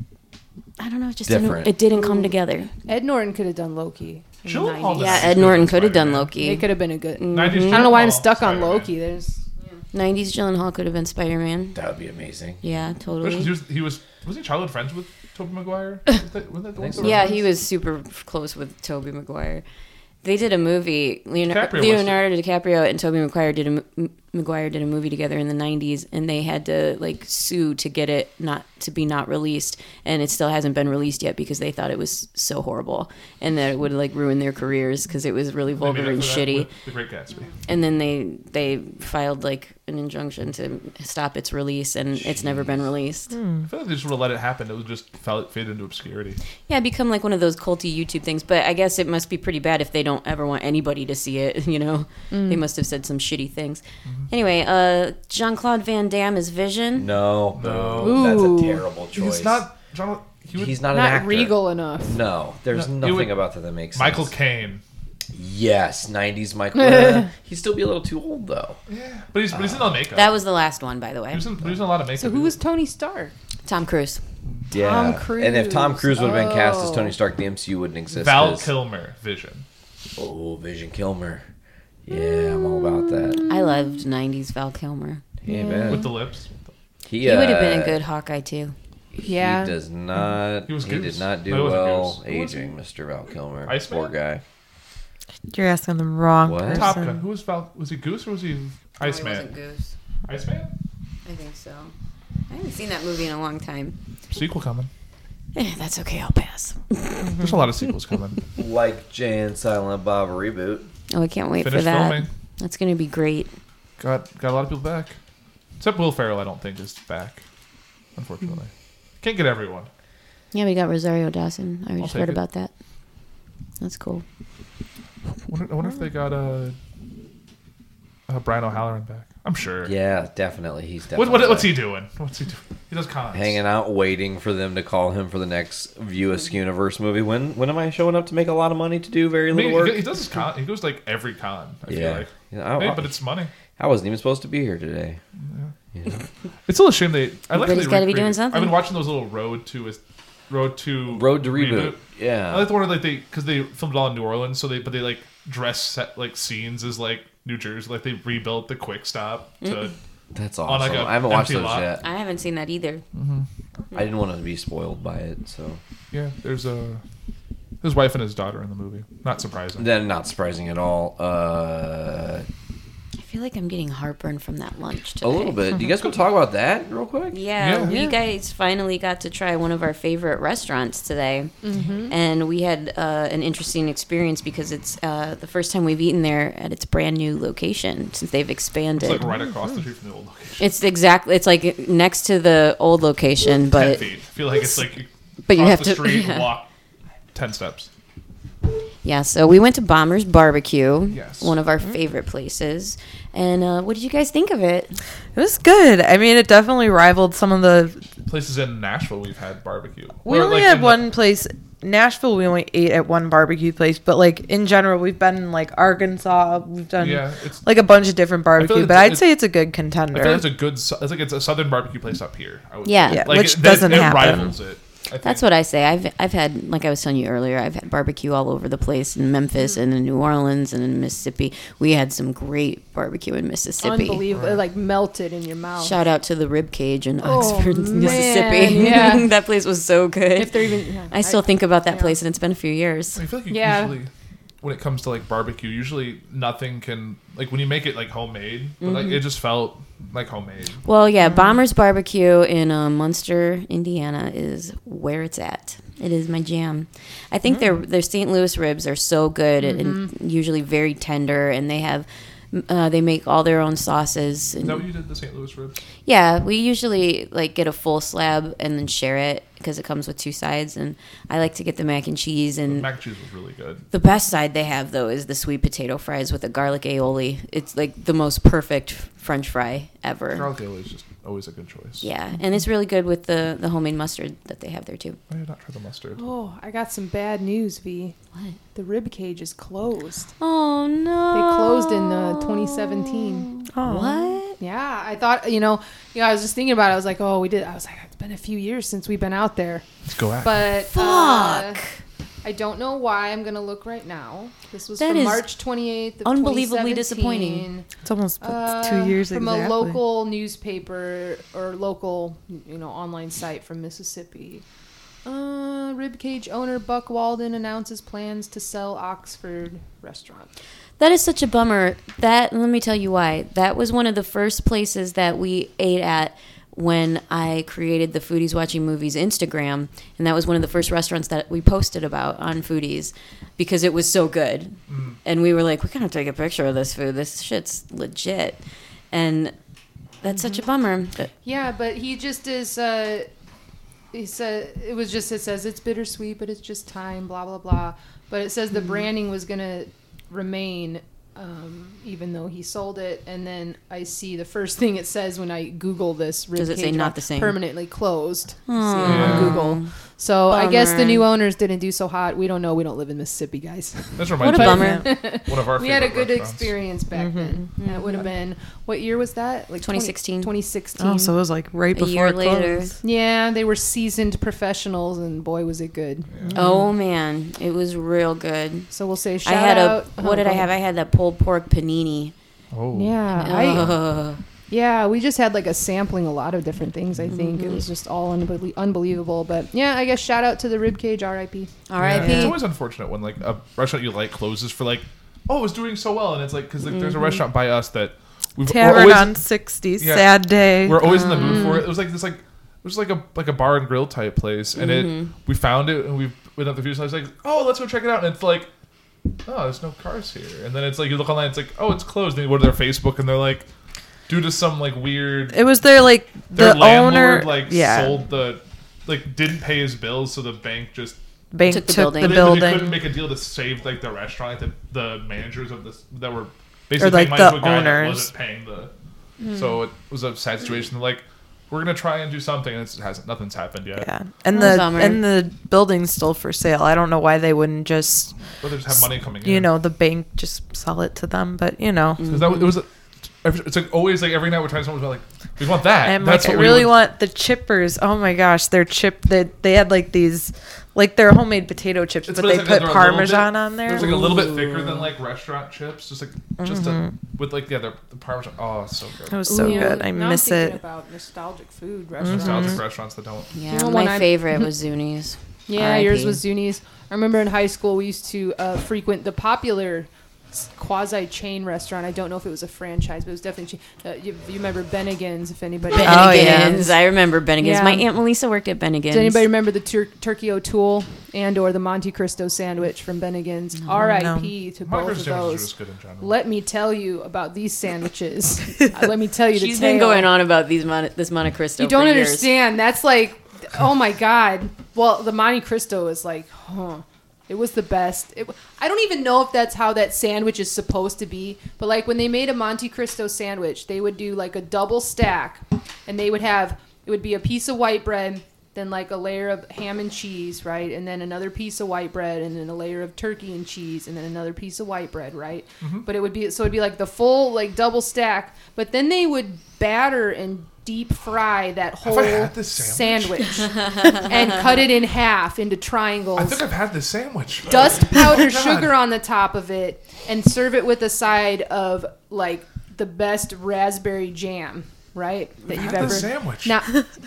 Speaker 8: I don't know, it just didn't,
Speaker 12: Different.
Speaker 8: it didn't come together.
Speaker 5: Ed Norton could have done Loki. in the
Speaker 3: Gyllenhaal
Speaker 5: 90s.
Speaker 3: was
Speaker 8: Yeah,
Speaker 3: That's
Speaker 8: Ed
Speaker 3: good
Speaker 8: Norton
Speaker 3: as
Speaker 8: could have done
Speaker 3: Spider-Man.
Speaker 8: Loki. mm-hmm.
Speaker 5: It could have been a good.
Speaker 3: 90s
Speaker 5: I don't know why I'm
Speaker 12: Oh,
Speaker 3: Gyllenhaal
Speaker 5: stuck on
Speaker 3: Spider-Man.
Speaker 5: Loki. There's
Speaker 8: 90s Gyllenhaal could have been Spider Man.
Speaker 12: That would be amazing.
Speaker 8: Yeah,
Speaker 3: He
Speaker 8: totally.
Speaker 3: was, he was was he childhood friends with Tobey Maguire? Was that, was that the one that
Speaker 8: Yeah,
Speaker 3: was-
Speaker 8: he was super f- close with Toby Maguire. They did a movie. Leonardo,
Speaker 3: DiCaprio was-
Speaker 8: Leonardo DiCaprio and Toby Maguire did a mo- m- Maguire did a movie together in the '90s, and they had to like sue to get it not to be not released, and it still hasn't been released yet because they thought it was so horrible and that it would like ruin their careers because it was really
Speaker 3: They made
Speaker 8: vulgar and
Speaker 3: up for that
Speaker 8: shitty.
Speaker 3: with The Great Gatsby.
Speaker 8: and then they they filed like an injunction to stop its release and it's never been released
Speaker 3: I feel like they just would have let it happen. It would just fell, fade into obscurity.
Speaker 8: yeah it become like one of those culty youtube things but i guess it must be pretty bad if they don't ever want anybody to see it you know
Speaker 12: Mm.
Speaker 8: they must have said some shitty things anyway uh jean-claude van damme is vision
Speaker 12: No, no, that's a
Speaker 8: Ooh.
Speaker 12: terrible choice.
Speaker 8: He's not-
Speaker 3: John,
Speaker 12: He's not,
Speaker 5: Not
Speaker 12: an actor.
Speaker 5: regal enough.
Speaker 12: No, there's
Speaker 3: No, he
Speaker 12: nothing
Speaker 3: would-
Speaker 12: about that that makes
Speaker 3: Michael
Speaker 12: sense.
Speaker 3: Caine.
Speaker 12: Yes, '90s Michael. eh, he'd still be a little too old though.
Speaker 3: Yeah, but he's, but he's in all makeup.
Speaker 8: that was the last one by the way
Speaker 3: He was in, he was in a lot of makeup.
Speaker 5: So who was Tony Stark?
Speaker 8: tom cruise
Speaker 12: Yeah,
Speaker 5: Tom
Speaker 12: and if Tom
Speaker 5: Cruise.
Speaker 12: Cruise would have been cast as
Speaker 5: Oh.
Speaker 12: Tony Stark, the MCU wouldn't exist.
Speaker 3: Val
Speaker 12: 'cause-
Speaker 3: Kilmer Vision.
Speaker 12: Oh, Vision Kilmer. Yeah, I'm all about that.
Speaker 8: i loved 90s val kilmer
Speaker 12: Hey, man.
Speaker 3: With the lips.
Speaker 12: He,
Speaker 8: he would have been
Speaker 12: uh,
Speaker 8: a good hawkeye too
Speaker 5: Yeah.
Speaker 12: He does not. He,
Speaker 3: He was
Speaker 12: did
Speaker 3: Goose.
Speaker 12: not
Speaker 3: No,
Speaker 12: do
Speaker 3: he wasn't
Speaker 12: well
Speaker 3: Goose. Who was
Speaker 12: aging, Mr. Val Kilmer.
Speaker 3: Iceman?
Speaker 12: Poor guy.
Speaker 4: You're asking the wrong
Speaker 12: What?
Speaker 4: person.
Speaker 3: Top Gun. Who was Val? Was he Goose or was he Iceman?
Speaker 8: goose
Speaker 3: Iceman.
Speaker 8: i think so i haven't seen that movie in a long time
Speaker 3: Sequel coming.
Speaker 8: Eh, that's okay i'll pass
Speaker 3: There's a lot of sequels coming.
Speaker 12: Like Jay and Silent Bob reboot.
Speaker 8: oh i can't wait
Speaker 3: Finish
Speaker 8: for that
Speaker 3: filming.
Speaker 8: that's gonna be great
Speaker 3: Got got a lot of people back. Except Will Ferrell, I don't think is back. Unfortunately, can't get everyone.
Speaker 8: Yeah, we got Rosario Dawson. I
Speaker 3: I'll
Speaker 8: just
Speaker 3: take
Speaker 8: heard
Speaker 3: it.
Speaker 8: about that. That's cool.
Speaker 3: Wonder, I wonder if they got uh, uh, Brian O'Halloran back. I'm sure.
Speaker 12: Yeah, definitely. He's
Speaker 3: What,
Speaker 12: definitely
Speaker 3: what, what's he doing? What's he doing? He does cons.
Speaker 12: hanging out, waiting for them to call him for the next View Askew Universe movie. When when am I showing up to make a lot of money to do very
Speaker 3: I
Speaker 12: little
Speaker 3: mean,
Speaker 12: work?
Speaker 3: he, he does his con. He goes like every con. I feel
Speaker 12: Yeah.
Speaker 3: like.
Speaker 12: Yeah, I-
Speaker 3: Hey,
Speaker 12: I-
Speaker 3: but it's money.
Speaker 12: I wasn't even supposed to be here today. You know?
Speaker 3: It's still a shame they. I like that
Speaker 8: Everybody's
Speaker 3: they
Speaker 8: gotta be
Speaker 3: recreated-
Speaker 8: doing something.
Speaker 3: I've been watching those little road to is road to
Speaker 12: Road to Reboot. Yeah.
Speaker 3: I like the one where, like they because they filmed it all in New Orleans, so they but they like dress set like scenes as like New Jersey, like they rebuilt the Quick Stop to.
Speaker 12: That's
Speaker 3: On, like,
Speaker 12: awesome.
Speaker 3: a
Speaker 12: I haven't watched
Speaker 3: empty
Speaker 12: those
Speaker 3: lot.
Speaker 12: yet.
Speaker 8: I haven't seen that either.
Speaker 12: I didn't want to be spoiled by it, so
Speaker 3: Yeah, there's a his wife and his daughter in the movie. Not surprising.
Speaker 12: then not surprising at all. Uh,
Speaker 8: I feel like I'm getting heartburn from that lunch today.
Speaker 12: a little bit. Do you guys go talk about that real quick?
Speaker 8: Yeah,
Speaker 3: Yeah.
Speaker 8: we
Speaker 3: Yeah.
Speaker 8: guys finally got to try one of our favorite restaurants today,
Speaker 3: Mm-hmm.
Speaker 8: and we had uh, an interesting experience because it's uh, the first time we've eaten there at its brand new location since they've expanded.
Speaker 3: It's like right across the street from the old location.
Speaker 8: It's exactly it's like next to the old
Speaker 3: Ten
Speaker 8: location, but
Speaker 3: feet. I feel like it's like
Speaker 8: But you
Speaker 3: cross
Speaker 8: have
Speaker 3: the
Speaker 8: to-
Speaker 3: street,
Speaker 8: yeah.
Speaker 3: walk ten steps.
Speaker 8: Yeah, so we went to Bombers Barbecue,
Speaker 3: Yes. Mm-hmm.
Speaker 8: one of our favorite places. And uh, what did you guys think of it?
Speaker 4: It was good. I mean, it definitely rivaled some of the.
Speaker 3: Places in Nashville we've had barbecue.
Speaker 4: We
Speaker 3: Or,
Speaker 4: only
Speaker 3: like, in
Speaker 4: had
Speaker 3: the-
Speaker 4: one place. Nashville, we only ate at one barbecue place, but like in general, we've been in like Arkansas. We've done
Speaker 3: Yeah, it's-
Speaker 4: like a bunch of different barbecue,
Speaker 3: like
Speaker 4: but
Speaker 3: it's-
Speaker 4: I'd say it's a good contender.
Speaker 3: I feel like it's a good. su- It's like it's a southern barbecue place up here. I would
Speaker 8: Yeah,
Speaker 3: say.
Speaker 8: Yeah,
Speaker 3: like
Speaker 4: which
Speaker 3: it- that-
Speaker 4: doesn't
Speaker 3: it
Speaker 4: happen.
Speaker 3: Rivals it. I think.
Speaker 8: That's what I say. I've I've had like I was telling you earlier, I've had barbecue all over the place in
Speaker 5: Mm-hmm.
Speaker 8: Memphis and in New Orleans and in Mississippi. We had some great barbecue in Mississippi.
Speaker 5: Unbelievable. It like melted in your mouth.
Speaker 8: Shout out to the rib cage in Oxford,
Speaker 5: Oh, man,
Speaker 8: Mississippi.
Speaker 5: yeah.
Speaker 8: that place was so good.
Speaker 5: If they're even. yeah,
Speaker 8: I still think about that place, and it's been a few years.
Speaker 3: I feel like you
Speaker 5: Yeah.
Speaker 3: usually, when it comes to like barbecue, usually nothing can like when you make it like homemade. But
Speaker 8: Mm-hmm.
Speaker 3: like it just felt like homemade.
Speaker 8: Well, yeah, Bombers Barbecue in uh, Munster, Indiana, is where it's at. It is my jam. I think their
Speaker 3: Mm.
Speaker 8: their St. Louis ribs are so good and,
Speaker 3: Mm-hmm.
Speaker 8: and usually very tender, and they have uh, they make all their own
Speaker 3: Is
Speaker 8: sauces.
Speaker 3: that what you
Speaker 8: And,
Speaker 3: did the St. Louis ribs?
Speaker 8: yeah, we usually like get a full slab and then share it because it comes with two sides, and I like to get the mac and cheese and
Speaker 3: Mac and cheese was really good.
Speaker 8: the best side they have though is the sweet potato fries with a garlic aioli. It's like the most perfect French fry ever.
Speaker 3: Garlic aioli is just always a good choice.
Speaker 8: Yeah,
Speaker 5: Mm-hmm.
Speaker 8: and it's really good with the the homemade mustard that they have there too.
Speaker 3: I did not try the mustard.
Speaker 5: Oh, I got some bad news, V.
Speaker 8: What?
Speaker 5: The rib cage is closed.
Speaker 8: Oh no!
Speaker 5: They closed in uh, 2017.
Speaker 8: What?
Speaker 5: Yeah, I thought you know, you know, I was just thinking about it. I was like, oh, we did. I was like, it's been a few years since we've been out there,
Speaker 3: Let's go at.
Speaker 5: but uh, I don't know why. I'm gonna look right now. This was
Speaker 8: That
Speaker 5: from
Speaker 8: is
Speaker 5: March 28th, of
Speaker 8: unbelievably
Speaker 5: 2017.
Speaker 8: disappointing.
Speaker 4: It's almost
Speaker 5: Uh,
Speaker 4: two years
Speaker 5: from
Speaker 4: exactly.
Speaker 5: a local newspaper or local, you know, online site from Mississippi. Uh, ribcage owner Buck Walden announces plans to sell Oxford restaurant.
Speaker 8: That is such a bummer. That let me tell you why. That was one of the first places that we ate at when I created the Foodies Watching Movies Instagram, and that was one of the first restaurants that we posted about on Foodies because it was so good.
Speaker 5: Mm-hmm.
Speaker 8: And we were like, we gotta take a picture of this food. This shit's legit. And that's such a
Speaker 5: Mm-hmm.
Speaker 8: bummer. But
Speaker 5: Yeah, but he just is. Uh, he said it was just. It says it's bittersweet, but it's just time. Blah blah blah. But it says the branding was gonna remain, um, even though he sold it. And then I see the first thing it says when I Google this.
Speaker 8: Does it say
Speaker 5: ribcage
Speaker 8: not
Speaker 5: rack,
Speaker 8: the same?
Speaker 5: Permanently closed. See it
Speaker 8: Aw.
Speaker 5: on Google. So I guess the
Speaker 8: Bummer.
Speaker 5: new owners didn't do so hot. We don't know. We don't live in Mississippi, guys.
Speaker 3: That's reminds
Speaker 8: What a
Speaker 3: me
Speaker 8: bummer.
Speaker 3: of one of our
Speaker 5: we had a
Speaker 3: favorite
Speaker 5: good
Speaker 3: restaurants.
Speaker 5: experience back
Speaker 8: Mm-hmm.
Speaker 5: then. That would have been what year was that? Like 20
Speaker 8: 2016.
Speaker 5: 2016.
Speaker 4: Oh, so it was like right
Speaker 8: a
Speaker 4: before
Speaker 8: year
Speaker 4: it closed.
Speaker 8: later,
Speaker 5: Yeah, they were seasoned professionals, and boy, was it good.
Speaker 8: oh man, it was real good.
Speaker 5: So we'll say
Speaker 8: I
Speaker 5: shout
Speaker 8: had
Speaker 5: out.
Speaker 8: a what
Speaker 5: oh,
Speaker 8: did
Speaker 5: go
Speaker 8: I have? I
Speaker 5: ahead.
Speaker 8: had that pulled pork panini.
Speaker 3: Oh,
Speaker 5: Yeah, I,
Speaker 8: Ugh.
Speaker 5: yeah. We just had like a sampling, a lot of different things. I think
Speaker 8: Mm-hmm.
Speaker 5: it was just all unbelie- unbelievable. But yeah, I guess shout out to the ribcage, R.I.P.
Speaker 3: Yeah, It's
Speaker 8: R.I.P.
Speaker 3: always unfortunate when like a restaurant you like closes for like, oh, it's doing so well, and it's like because like,
Speaker 8: Mm-hmm.
Speaker 3: there's a restaurant by us that we've we're
Speaker 4: Tavern
Speaker 3: always,
Speaker 4: on 60,
Speaker 3: Yeah.
Speaker 4: sad day.
Speaker 3: We're always in the mood
Speaker 4: Mm.
Speaker 3: for it. It was like this like it was like a like a bar and grill type place, and
Speaker 4: Mm-hmm.
Speaker 3: it we found it and we went up the few times like, oh, let's go check it out, and it's like. Oh, there's no cars here. And then it's like you look online, it's like, oh, it's closed. Then you go to their Facebook and they're like, due to some like weird
Speaker 4: it was their like
Speaker 3: their
Speaker 4: the
Speaker 3: landlord
Speaker 4: owner
Speaker 3: like
Speaker 4: yeah,
Speaker 3: sold the like didn't pay his bills, so the bank just
Speaker 4: bank
Speaker 8: Took
Speaker 4: took
Speaker 8: the building.
Speaker 4: the building,
Speaker 3: they, They couldn't make a deal to save like the restaurant, like the, the managers of this that were basically
Speaker 4: Or, like,
Speaker 3: paying money to a
Speaker 4: the
Speaker 3: guy that
Speaker 4: owners.
Speaker 3: wasn't paying the.
Speaker 5: Hmm.
Speaker 3: So it was a sad situation. Like we're gonna try and do something, and it hasn't. Nothing's happened yet.
Speaker 4: yeah. And
Speaker 8: Oh,
Speaker 4: the
Speaker 8: bummer.
Speaker 4: and the building's still for sale. I don't know why they wouldn't just
Speaker 3: But they just have money coming in.
Speaker 4: you know, the bank just sell it to them, but you know.
Speaker 3: 'Cause that was- it was. A, every- it's like always like every night we're trying someone's like we want that.
Speaker 4: And
Speaker 3: That's
Speaker 4: like, I
Speaker 3: what we
Speaker 4: really
Speaker 3: would-
Speaker 4: want the chippers. Oh my gosh, they're chip. They they had like these, like they're homemade potato chips,
Speaker 3: It's-
Speaker 4: but they
Speaker 3: it's like
Speaker 4: put
Speaker 3: they're a little
Speaker 4: parmesan
Speaker 3: bit-
Speaker 4: on there.
Speaker 3: It's like a little bit thicker than like restaurant chips, just like just
Speaker 4: Mm-hmm.
Speaker 3: a, with like yeah, the, the parmesan. Oh, it's so good.
Speaker 4: it was so
Speaker 5: You know,
Speaker 4: good. I
Speaker 5: now I'm
Speaker 4: miss
Speaker 5: thinking
Speaker 4: it. Mm-hmm.
Speaker 5: About nostalgic food
Speaker 3: Nostalgic
Speaker 5: restaurants.
Speaker 3: restaurants that don't.
Speaker 8: Yeah,
Speaker 5: You know
Speaker 8: my
Speaker 5: when I-
Speaker 8: favorite was Zuni's.
Speaker 5: Yeah,
Speaker 8: R.I.P.
Speaker 5: yours was Zuni's. I remember in high school we used to uh, frequent the popular quasi chain restaurant. I don't know if it was a franchise, but it was definitely. cha- Uh, you, you remember Bennigan's? If anybody,
Speaker 4: Oh, yeah.
Speaker 8: Bennigan's. I remember Bennigan's.
Speaker 5: Yeah.
Speaker 8: My aunt Melissa worked at Bennigan's.
Speaker 5: Does anybody remember the tur- Turkey O'Toole and or the Monte Cristo sandwich from Bennigan's? R.I.P. to
Speaker 3: Mike
Speaker 5: both of
Speaker 3: James is
Speaker 5: those.
Speaker 3: just good in general.
Speaker 5: Let me tell you about these sandwiches. Uh, Let me tell you the
Speaker 8: She's
Speaker 5: tale.
Speaker 8: been going on about these Mon- this Monte Cristo.
Speaker 5: You don't
Speaker 8: for years.
Speaker 5: understand. That's like, oh my god. Well, the Monte Cristo is like, huh. It was the best. It, I don't even know if that's how that sandwich is supposed to be, but like when they made a Monte Cristo sandwich, they would do like a double stack, and they would have it would be a piece of white bread, then like a layer of ham and cheese, right, and then another piece of white bread, and then a layer of turkey and cheese, and then another piece of white bread, right. But it would be so it'd be like the full like double stack, but then they would batter and deep fry that whole
Speaker 3: I had this
Speaker 5: sandwich, and cut it in half into triangles
Speaker 3: I think I've had this sandwich.
Speaker 5: dust powder
Speaker 3: Oh God.
Speaker 5: sugar on the top of it and serve it with a side of like the best raspberry jam right that you've
Speaker 3: had
Speaker 5: ever
Speaker 3: this sandwich.
Speaker 5: now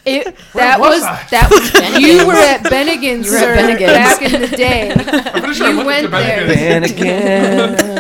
Speaker 5: it that
Speaker 3: was
Speaker 5: was,
Speaker 3: I?
Speaker 5: that was you were at Bennigan's,
Speaker 8: were at
Speaker 5: sir,
Speaker 8: Bennigan's.
Speaker 5: back in the day
Speaker 3: I'm pretty sure
Speaker 5: you
Speaker 3: I went, to
Speaker 5: went there.
Speaker 3: Bennigan's.
Speaker 12: And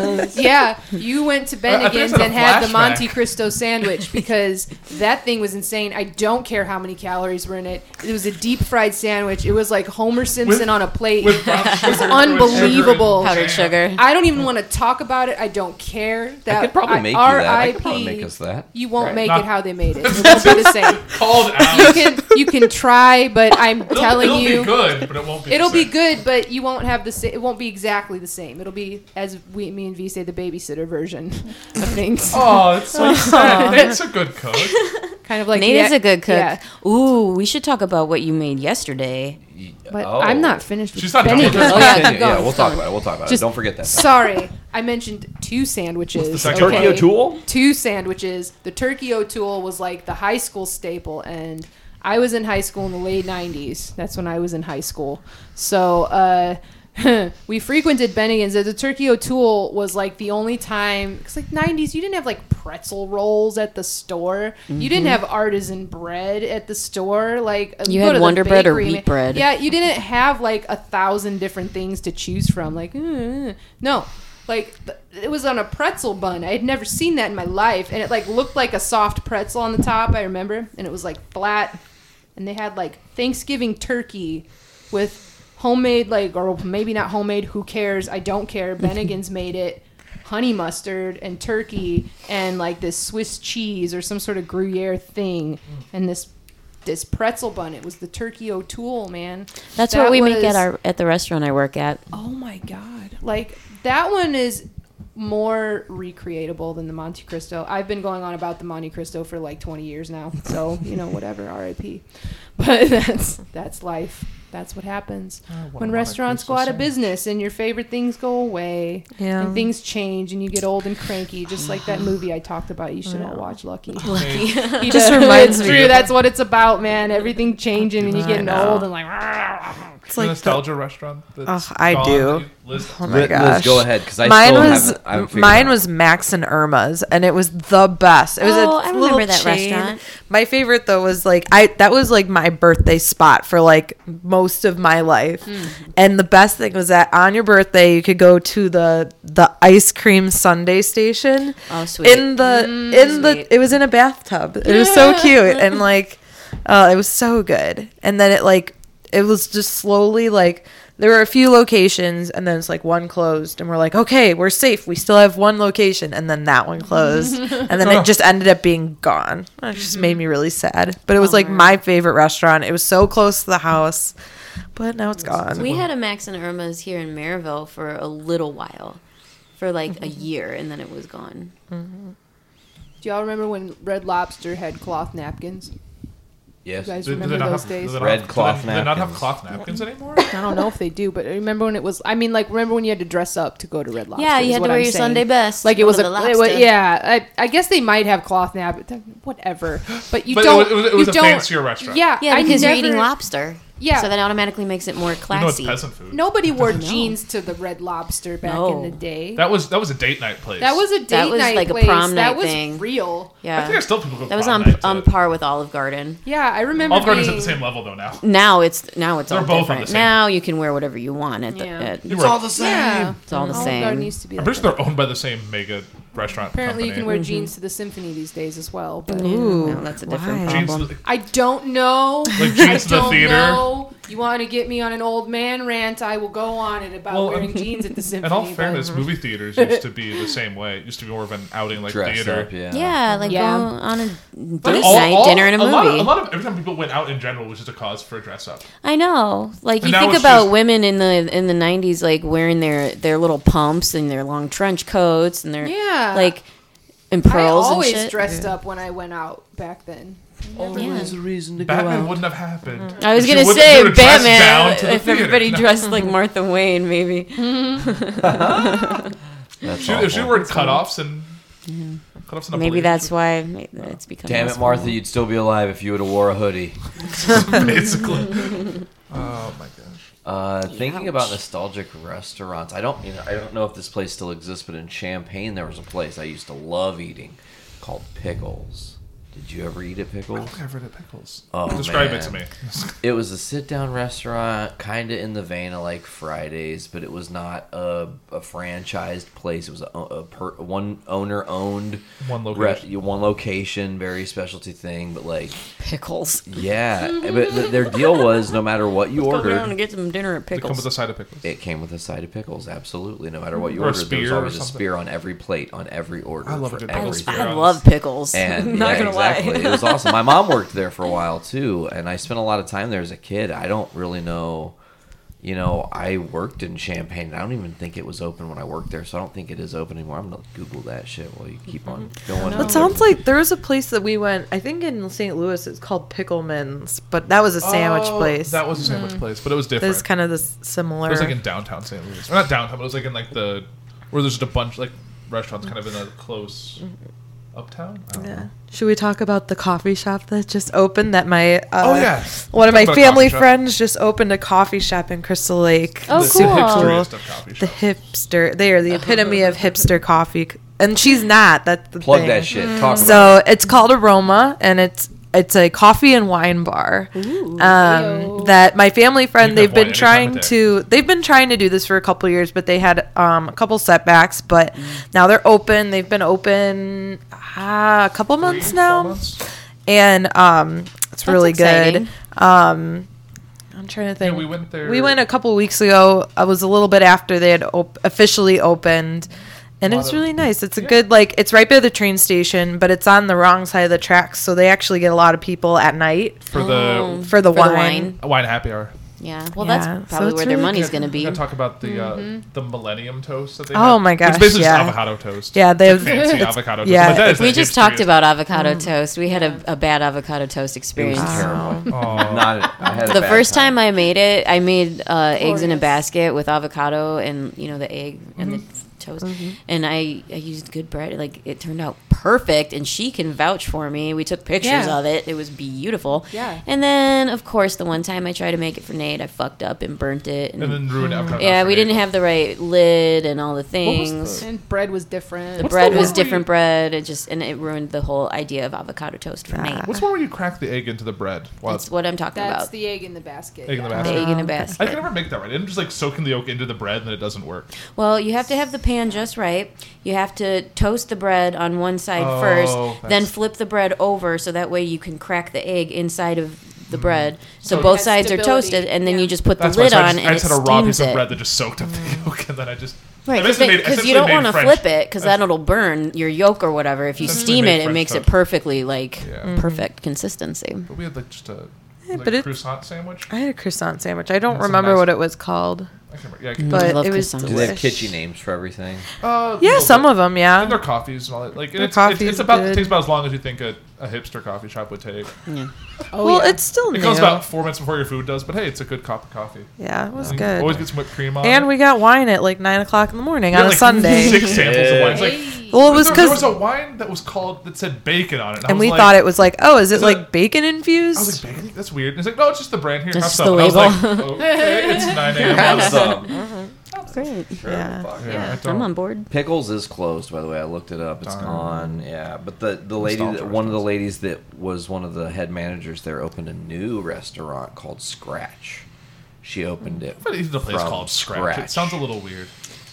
Speaker 12: again,
Speaker 5: yeah you went to
Speaker 3: I think I
Speaker 5: Bennigan's
Speaker 3: said a
Speaker 5: and had the
Speaker 3: flashback.
Speaker 5: Monte Cristo sandwich because that thing was insane I don't care how many calories were in it it was a deep fried sandwich it was like Homer Simpson on a plate
Speaker 3: With brown sugar, with sugar and
Speaker 5: unbelievable.
Speaker 3: jam.
Speaker 8: powdered sugar.
Speaker 5: I don't even want to talk about it. I don't care. That
Speaker 12: I could probably
Speaker 5: I-
Speaker 12: make you that. I could
Speaker 5: RIP,
Speaker 12: probably make us that.
Speaker 5: You won't make
Speaker 3: Nah.
Speaker 5: it how they made it. It won't be the same.
Speaker 3: Called out.
Speaker 5: You can you can try, but I'm
Speaker 3: It'll-
Speaker 5: telling
Speaker 3: it'll
Speaker 5: you,
Speaker 3: be good, but it won't be.
Speaker 5: it'll
Speaker 3: the
Speaker 5: be
Speaker 3: same.
Speaker 5: good, but you won't have the same. It won't be exactly the same. It'll be as we, me and V say, the babysitter version of things.
Speaker 3: Oh, it's so sad. Nate's a good cook.
Speaker 5: Kind of like
Speaker 8: Nate
Speaker 5: the-
Speaker 8: is a good cook.
Speaker 5: Yeah,
Speaker 8: Ooh, we should talk about what you made yesterday.
Speaker 5: but
Speaker 12: Oh.
Speaker 5: I'm not finished. with
Speaker 3: She's not done with
Speaker 5: Bennigan's.
Speaker 3: it.
Speaker 12: Oh, yeah, yeah,
Speaker 5: Go
Speaker 12: yeah,
Speaker 5: on,
Speaker 12: we'll
Speaker 5: go on.
Speaker 12: talk about it. We'll talk about it.
Speaker 5: Just-
Speaker 12: Don't forget that.
Speaker 5: Sorry, I mentioned two sandwiches.
Speaker 3: second
Speaker 5: okay?
Speaker 12: Turkey O'Toole?
Speaker 5: Two sandwiches. The turkey O'Toole was like the high school staple, and I was in high school in the late '90s. That's when I was in high school. So uh, we frequented Bennigan's. The Turkey O'Toole was like the only time because like '90s, you didn't have like pretzel rolls at the store. You didn't
Speaker 8: Mhm.
Speaker 12: Mm-hmm.
Speaker 5: have artisan bread at the store. Like
Speaker 8: You
Speaker 5: go
Speaker 8: had
Speaker 5: to the
Speaker 8: Wonder Bread or
Speaker 5: bakery,
Speaker 8: wheat
Speaker 5: man.
Speaker 8: bread.
Speaker 5: Yeah, you didn't have like a thousand different things to choose from. Like "Mm, mm." no. Like th- it was on a pretzel bun. I had never seen that in my life, and it like looked like a soft pretzel on the top. I remember, and it was like flat, and they had like Thanksgiving turkey with homemade like or maybe not homemade who cares i don't care bennigan's made it honey mustard and turkey and like this swiss cheese or some sort of gruyere thing and this this pretzel bun it was the turkey o'toole man
Speaker 8: That's
Speaker 5: That
Speaker 8: what we make
Speaker 5: was-
Speaker 8: at our at the restaurant I work at.
Speaker 5: oh my god like that one is more recreatable than the monte cristo i've been going on about the monte cristo for like 20 years now so you know whatever rip but that's that's life that's what happens when restaurants go out of business and your favorite things go away
Speaker 4: Yeah.
Speaker 5: and things change and you get old and cranky just like that movie i talked about you should all watch lucky
Speaker 4: Lucky.
Speaker 5: He
Speaker 4: Just
Speaker 5: does-
Speaker 4: reminds
Speaker 5: it's
Speaker 4: me.
Speaker 5: true that's what it's about man everything changing and you
Speaker 4: I
Speaker 5: getting
Speaker 4: know.
Speaker 5: old and like
Speaker 4: It's
Speaker 3: The
Speaker 4: like the-
Speaker 3: nostalgia restaurant. that's
Speaker 4: Ugh, I
Speaker 3: gone
Speaker 4: do.
Speaker 3: that you list-
Speaker 4: Oh
Speaker 12: Liz-
Speaker 4: my
Speaker 12: Liz,
Speaker 4: gosh.
Speaker 12: go ahead, 'cause I
Speaker 4: mine
Speaker 12: still
Speaker 4: was
Speaker 12: haven't- I haven't figured
Speaker 4: mine
Speaker 12: it out.
Speaker 4: was Max and Irma's, and it was the best. It was
Speaker 8: Oh,
Speaker 4: a
Speaker 8: I remember
Speaker 4: little
Speaker 8: that
Speaker 4: chain.
Speaker 8: restaurant.
Speaker 4: My favorite though was like I that was like my birthday spot for like most of my life,
Speaker 8: Hmm.
Speaker 4: and the best thing was that on your birthday you could go to the the ice cream Sunday station.
Speaker 8: Oh, sweet.
Speaker 4: In the in
Speaker 8: sweet.
Speaker 4: the it was in a bathtub. It was so cute and like uh, it was so good. And then it like it was just slowly like there were a few locations and then it's like one closed and we're like okay we're safe we still have one location and then that one closed and then it just ended up being gone it just made me really sad but it was like my favorite restaurant it was so close to the house but now it's gone
Speaker 8: We
Speaker 3: Uh-huh.
Speaker 8: had a Max and Irma's here in Maryville for a little while, for like
Speaker 3: Mm-hmm.
Speaker 8: a year, and then it was gone.
Speaker 5: do y'all remember when red lobster had cloth napkins
Speaker 12: Yes.
Speaker 5: You guys
Speaker 3: Do- do they
Speaker 5: remember
Speaker 3: not
Speaker 5: those
Speaker 3: have-
Speaker 5: days?
Speaker 3: do they not
Speaker 12: Red
Speaker 3: have- do
Speaker 12: cloth
Speaker 3: they- Do they not have
Speaker 12: napkins.
Speaker 3: cloth napkins anymore?
Speaker 5: I don't know if they do, but I remember when it was. I mean, like remember when you had to dress up to go to Red Lobster?
Speaker 8: Yeah, you
Speaker 5: is
Speaker 8: had
Speaker 5: what
Speaker 8: to wear
Speaker 5: I'm
Speaker 8: your
Speaker 5: saying.
Speaker 8: Sunday best.
Speaker 5: Like
Speaker 8: to
Speaker 5: it
Speaker 8: go
Speaker 5: was
Speaker 8: to
Speaker 5: a.
Speaker 8: the
Speaker 5: it was-
Speaker 8: lobster.
Speaker 5: yeah, I, I guess they might have cloth nap. Whatever, but you
Speaker 3: But it
Speaker 5: don't.
Speaker 3: was- it was- it was
Speaker 5: you
Speaker 3: a
Speaker 5: don't-
Speaker 3: fancier restaurant.
Speaker 5: Yeah,
Speaker 8: Yeah,
Speaker 5: I
Speaker 8: because
Speaker 5: never,
Speaker 8: you're eating lobster.
Speaker 5: Yeah.
Speaker 8: So that automatically makes it more
Speaker 3: You know it's
Speaker 8: classy.
Speaker 3: peasant food.
Speaker 5: Nobody wore jeans to the Red Lobster back
Speaker 8: No.
Speaker 5: in the day. That,
Speaker 3: That was that was a date night place.
Speaker 5: was a date
Speaker 8: That was
Speaker 5: night
Speaker 8: like a
Speaker 5: place.
Speaker 8: prom
Speaker 5: that
Speaker 8: night
Speaker 5: was
Speaker 8: thing.
Speaker 5: real.
Speaker 8: yeah.
Speaker 3: I think there's still people who
Speaker 8: that was
Speaker 3: cloth
Speaker 8: on
Speaker 3: nights
Speaker 8: on
Speaker 3: it.
Speaker 8: par with Olive Garden.
Speaker 5: Yeah, I remember.
Speaker 3: Olive Garden's at
Speaker 5: being-
Speaker 3: the same level though now.
Speaker 8: Now it's now it's
Speaker 3: They're
Speaker 8: all
Speaker 3: both on
Speaker 8: different.
Speaker 3: the same-
Speaker 8: Now you can wear whatever you want at the.
Speaker 5: Yeah.
Speaker 8: At,
Speaker 3: You
Speaker 8: it's
Speaker 3: were-
Speaker 12: all the same.
Speaker 5: Yeah,
Speaker 8: all the
Speaker 5: Olive
Speaker 8: same.
Speaker 5: Garden used to be.
Speaker 3: I'm
Speaker 5: Like
Speaker 3: pretty
Speaker 5: that.
Speaker 3: sure they're owned by the same mega restaurant.
Speaker 5: Apparently, you can
Speaker 3: company.
Speaker 5: wear jeans to the symphony these days as well. But
Speaker 4: Ooh,
Speaker 8: no, that's a different
Speaker 4: why?
Speaker 3: jeans.
Speaker 8: problem.
Speaker 5: I don't know.
Speaker 3: Like jeans
Speaker 5: I
Speaker 3: to the
Speaker 5: don't
Speaker 3: theater.
Speaker 5: Know. You want to get me on an old man rant? I will go on it about
Speaker 3: Well,
Speaker 5: wearing
Speaker 3: um,
Speaker 5: jeans at the symphony.
Speaker 3: In all
Speaker 5: but-
Speaker 3: fairness, movie theaters used to be the same way. It used to be more of an outing like
Speaker 12: Dress
Speaker 3: theater.
Speaker 12: up, yeah.
Speaker 8: Yeah, like
Speaker 5: Yeah.
Speaker 8: go on a date
Speaker 3: But
Speaker 8: night,
Speaker 3: all- all-
Speaker 8: dinner, and a movie.
Speaker 3: lot, of, a lot of every time people went out in general was just a cause for a dress up.
Speaker 8: I know. Like
Speaker 3: And
Speaker 8: you
Speaker 3: now
Speaker 8: think
Speaker 3: it's
Speaker 8: about
Speaker 3: just-
Speaker 8: women in the in the '90s, like wearing their their little pumps and their long trench coats and their
Speaker 5: Yeah.
Speaker 8: like and
Speaker 5: I
Speaker 8: pearls and
Speaker 5: always
Speaker 8: shit.
Speaker 5: dressed up when I went out back then.
Speaker 8: Yeah.
Speaker 3: Batman wouldn't have happened.
Speaker 8: Mm-hmm. I was
Speaker 3: If you
Speaker 8: gonna
Speaker 3: wouldn't-
Speaker 8: say
Speaker 3: you would've dressed down
Speaker 8: Batman uh,
Speaker 3: to the
Speaker 8: if
Speaker 3: theater.
Speaker 8: everybody
Speaker 3: No.
Speaker 8: dressed like Martha Wayne, maybe.
Speaker 12: That's
Speaker 3: She, if she
Speaker 12: awful.
Speaker 3: were cutoffs and cutoffs and a
Speaker 8: Maybe
Speaker 3: balloon,
Speaker 8: that's why ma- it's become.
Speaker 12: Damn it,
Speaker 8: less
Speaker 12: Martha,
Speaker 8: formal.
Speaker 12: you'd still be alive if you would have wore a hoodie.
Speaker 3: basically. oh my gosh.
Speaker 12: Uh, thinking about nostalgic restaurants, I don't, you know, I don't know if this place still exists, but in Champagne there was a place I used to love eating called Pickles. Did you ever eat at Pickles?
Speaker 3: Favorite at pickles.
Speaker 12: Oh,
Speaker 3: Describe
Speaker 12: man.
Speaker 3: it to me.
Speaker 12: It was a sit-down restaurant, kind of in the vein of like Fridays, but it was not a, a franchised place. It was a, a per, one owner owned
Speaker 3: One location.
Speaker 12: one location, very specialty thing. But like,
Speaker 8: pickles.
Speaker 12: yeah, but th- their deal was no matter what you
Speaker 8: Go down and
Speaker 12: ordered,
Speaker 8: get some dinner at
Speaker 3: It comes with
Speaker 8: pickles.
Speaker 3: a side of pickles.
Speaker 12: it came with a side of pickles. Absolutely, no matter what you
Speaker 3: Or a
Speaker 12: ordered, there was
Speaker 3: spear or
Speaker 12: always a
Speaker 3: something.
Speaker 12: spear on every plate on every order.
Speaker 3: I love
Speaker 12: for
Speaker 3: a good pickle
Speaker 12: everything.
Speaker 3: spear.
Speaker 8: I love pickles. Not
Speaker 12: And yeah,
Speaker 8: gonna
Speaker 12: exactly.
Speaker 8: lie.
Speaker 12: it was awesome. My mom worked there for a while too, and I spent a lot of time there as a kid. I don't really know, you know, I worked in Champagne. I don't even think it was open when I worked there, so I don't think it is open anymore. I'm gonna Google that shit while you keep on going.
Speaker 4: That sounds like there was a place that we went. I think in St. Louis, it's called Pickleman's, but that was a sandwich
Speaker 3: Oh,
Speaker 4: place.
Speaker 3: That was a sandwich
Speaker 8: Mm.
Speaker 3: place, but it was different.
Speaker 4: There's kind of this similar.
Speaker 3: It was like in downtown St. Louis. Or not downtown, but it was like in like the where there's just a bunch like restaurants kind of in a close Uptown? I don't
Speaker 4: Yeah.
Speaker 3: know.
Speaker 4: Should we talk about the coffee shop that just opened? That my uh,
Speaker 3: Oh, yeah.
Speaker 4: one
Speaker 3: Talk
Speaker 4: of my
Speaker 3: about
Speaker 4: family
Speaker 3: coffee shop.
Speaker 4: friends just opened a coffee shop in Crystal Lake.
Speaker 3: Oh,
Speaker 4: It's super
Speaker 3: cool. The
Speaker 4: cool.
Speaker 3: hipsteriest of coffee
Speaker 4: The hipster. They are the epitome of hipster coffee, c- and she's not. That's the
Speaker 12: Plug
Speaker 4: thing.
Speaker 12: that shit.
Speaker 8: Mm.
Speaker 12: Talk
Speaker 4: so
Speaker 12: about
Speaker 4: it's called Aroma, and it's it's a coffee and wine bar um, that my family
Speaker 6: You
Speaker 4: friend
Speaker 6: can have
Speaker 4: they've
Speaker 6: wine
Speaker 4: been
Speaker 6: anytime of
Speaker 4: trying
Speaker 6: day.
Speaker 4: to they've been trying to do this for a couple years, but they had um, a couple setbacks. But now they're open. They've been open uh, a couple months now, and um, it's
Speaker 6: That's
Speaker 4: really
Speaker 6: exciting.
Speaker 4: good. Um, I'm trying to think. we
Speaker 3: went there.
Speaker 4: We went a couple weeks ago. I was a little bit after they had op- officially opened, and it was really nice. It's a good like it's right by the train station, but it's on the wrong side of the tracks, so they actually get a lot of people at night
Speaker 3: For the
Speaker 4: for the wine.
Speaker 3: A wine happy hour.
Speaker 8: Yeah.
Speaker 4: Well, that's Yeah, so probably it's where their really money's
Speaker 3: gonna be. We're gonna talk about the uh, the Millennium Toast that they.
Speaker 4: Oh
Speaker 3: had,
Speaker 4: my gosh!
Speaker 3: It's basically
Speaker 4: yeah.
Speaker 3: just avocado toast.
Speaker 4: Yeah, they
Speaker 3: It's fancy avocado toast.
Speaker 4: Yeah,
Speaker 3: But that is
Speaker 8: we
Speaker 3: the
Speaker 8: just
Speaker 3: hipsteriest.
Speaker 8: talked about avocado
Speaker 4: Mm.
Speaker 8: toast. We had a, a bad avocado toast experience.
Speaker 12: terrible. Not- I had a
Speaker 8: the
Speaker 12: bad
Speaker 8: first
Speaker 12: time.
Speaker 8: time I made it, I made uh, eggs in a basket with avocado and you know the egg and the
Speaker 5: Mm-hmm.
Speaker 8: toast, and I, I used good bread. Like it turned out perfect, and she can vouch for me. We took pictures
Speaker 5: Yeah.
Speaker 8: of it. It was beautiful.
Speaker 5: Yeah.
Speaker 8: And then of course the one time I tried to make it for Nate, I fucked up and burnt it,
Speaker 3: And then ruined avocado
Speaker 8: Yeah,
Speaker 3: toast
Speaker 8: we
Speaker 3: for Nate.
Speaker 8: didn't have the right lid and all the things.
Speaker 5: And bread was different.
Speaker 8: The bread was different bread. It just and it ruined the whole idea of avocado toast for me.
Speaker 3: What's one where you crack the egg into the bread? Well,
Speaker 8: That's what I'm talking
Speaker 5: That's
Speaker 8: about.
Speaker 5: the egg in the basket.
Speaker 3: Egg in the
Speaker 5: yeah.
Speaker 3: basket.
Speaker 8: egg in a basket.
Speaker 3: I can never make that right. I'm just like soaking the yolk into the bread and it doesn't work.
Speaker 8: Well, you have to have the pan just right. You have to toast the bread on one side
Speaker 3: Oh,
Speaker 8: first, then
Speaker 3: that's-
Speaker 8: flip the bread over so that way you can crack the egg inside of the bread. So
Speaker 3: So-
Speaker 8: both
Speaker 3: Has
Speaker 8: sides are
Speaker 3: stability,
Speaker 8: toasted, and then you just put the
Speaker 3: Mm. That's why
Speaker 8: lid
Speaker 3: so I
Speaker 8: on
Speaker 3: just,
Speaker 8: and
Speaker 3: I
Speaker 8: it
Speaker 3: just had a raw piece
Speaker 8: steams
Speaker 3: of
Speaker 8: it.
Speaker 3: bread that just soaked up the yolk and then I just I
Speaker 8: Right,
Speaker 3: basically made-
Speaker 8: because
Speaker 3: essentially
Speaker 8: you don't
Speaker 3: made
Speaker 8: want to
Speaker 3: French-
Speaker 8: flip it because that'll burn your yolk or whatever. If you
Speaker 3: Essentially
Speaker 8: steam
Speaker 3: made
Speaker 8: it, it
Speaker 3: French
Speaker 8: makes
Speaker 3: toast.
Speaker 8: it perfectly like
Speaker 3: Yeah.
Speaker 8: perfect consistency.
Speaker 3: But we had like just a
Speaker 4: Yeah,
Speaker 3: like
Speaker 4: but it-
Speaker 3: croissant sandwich.
Speaker 4: I had a croissant sandwich. I don't
Speaker 3: That's a
Speaker 4: remember
Speaker 3: nice-
Speaker 4: what it was called,
Speaker 3: I can remember- yeah, I can-
Speaker 4: but
Speaker 3: I love
Speaker 4: it was
Speaker 8: croissants.
Speaker 12: Do they have
Speaker 4: delicious.
Speaker 12: kitschy names for everything?
Speaker 3: Uh,
Speaker 4: Yeah,
Speaker 3: no,
Speaker 4: some
Speaker 3: but-
Speaker 4: of 'em, yeah.
Speaker 3: And their coffees and all that. Like, and
Speaker 4: Their
Speaker 3: it's, it's,
Speaker 4: coffee's
Speaker 3: it's about
Speaker 4: good.
Speaker 3: it takes about as long as you think a, a hipster coffee shop would take.
Speaker 4: Oh, Well, yeah. it's still
Speaker 3: It goes
Speaker 4: new.
Speaker 3: about four minutes before your food does, but hey, it's a good cup of coffee.
Speaker 4: Yeah, it was
Speaker 3: You
Speaker 4: good.
Speaker 3: Always get some whipped cream on.
Speaker 4: and
Speaker 3: it.
Speaker 4: we got wine at like nine o'clock in the morning
Speaker 3: We
Speaker 4: on
Speaker 3: had,
Speaker 4: a
Speaker 3: like,
Speaker 4: Sunday.
Speaker 3: Six samples of wine. It's
Speaker 4: Yeah.
Speaker 3: like,
Speaker 4: Well, it was
Speaker 3: there-
Speaker 4: 'cause-
Speaker 3: there was a wine that was called that said bacon on it, and, I
Speaker 4: and
Speaker 3: was
Speaker 4: we
Speaker 3: like-
Speaker 4: thought it was like, oh, is it
Speaker 3: So-
Speaker 4: like bacon infused?
Speaker 3: I was like, bacon? That's weird. And it's like, no, it's just the brand here.
Speaker 4: That's
Speaker 3: have
Speaker 4: just
Speaker 3: some. And
Speaker 4: the
Speaker 3: I was like,
Speaker 4: label.
Speaker 3: okay, it's 9 a.m.
Speaker 12: Have
Speaker 3: Have some.
Speaker 8: Great.
Speaker 3: Yeah,
Speaker 4: Yeah.
Speaker 3: Yeah, I I'm don't-
Speaker 8: on board.
Speaker 12: Pickles is closed, by the way. I looked it up. It's
Speaker 3: Darn.
Speaker 12: gone. Yeah, but the the lady,
Speaker 3: Nostalgia
Speaker 12: that, one of the ladies that was one of the head managers there, opened a new restaurant called Scratch. She opened it.
Speaker 3: But even the place
Speaker 12: from
Speaker 3: called Scratch. It sounds a little weird.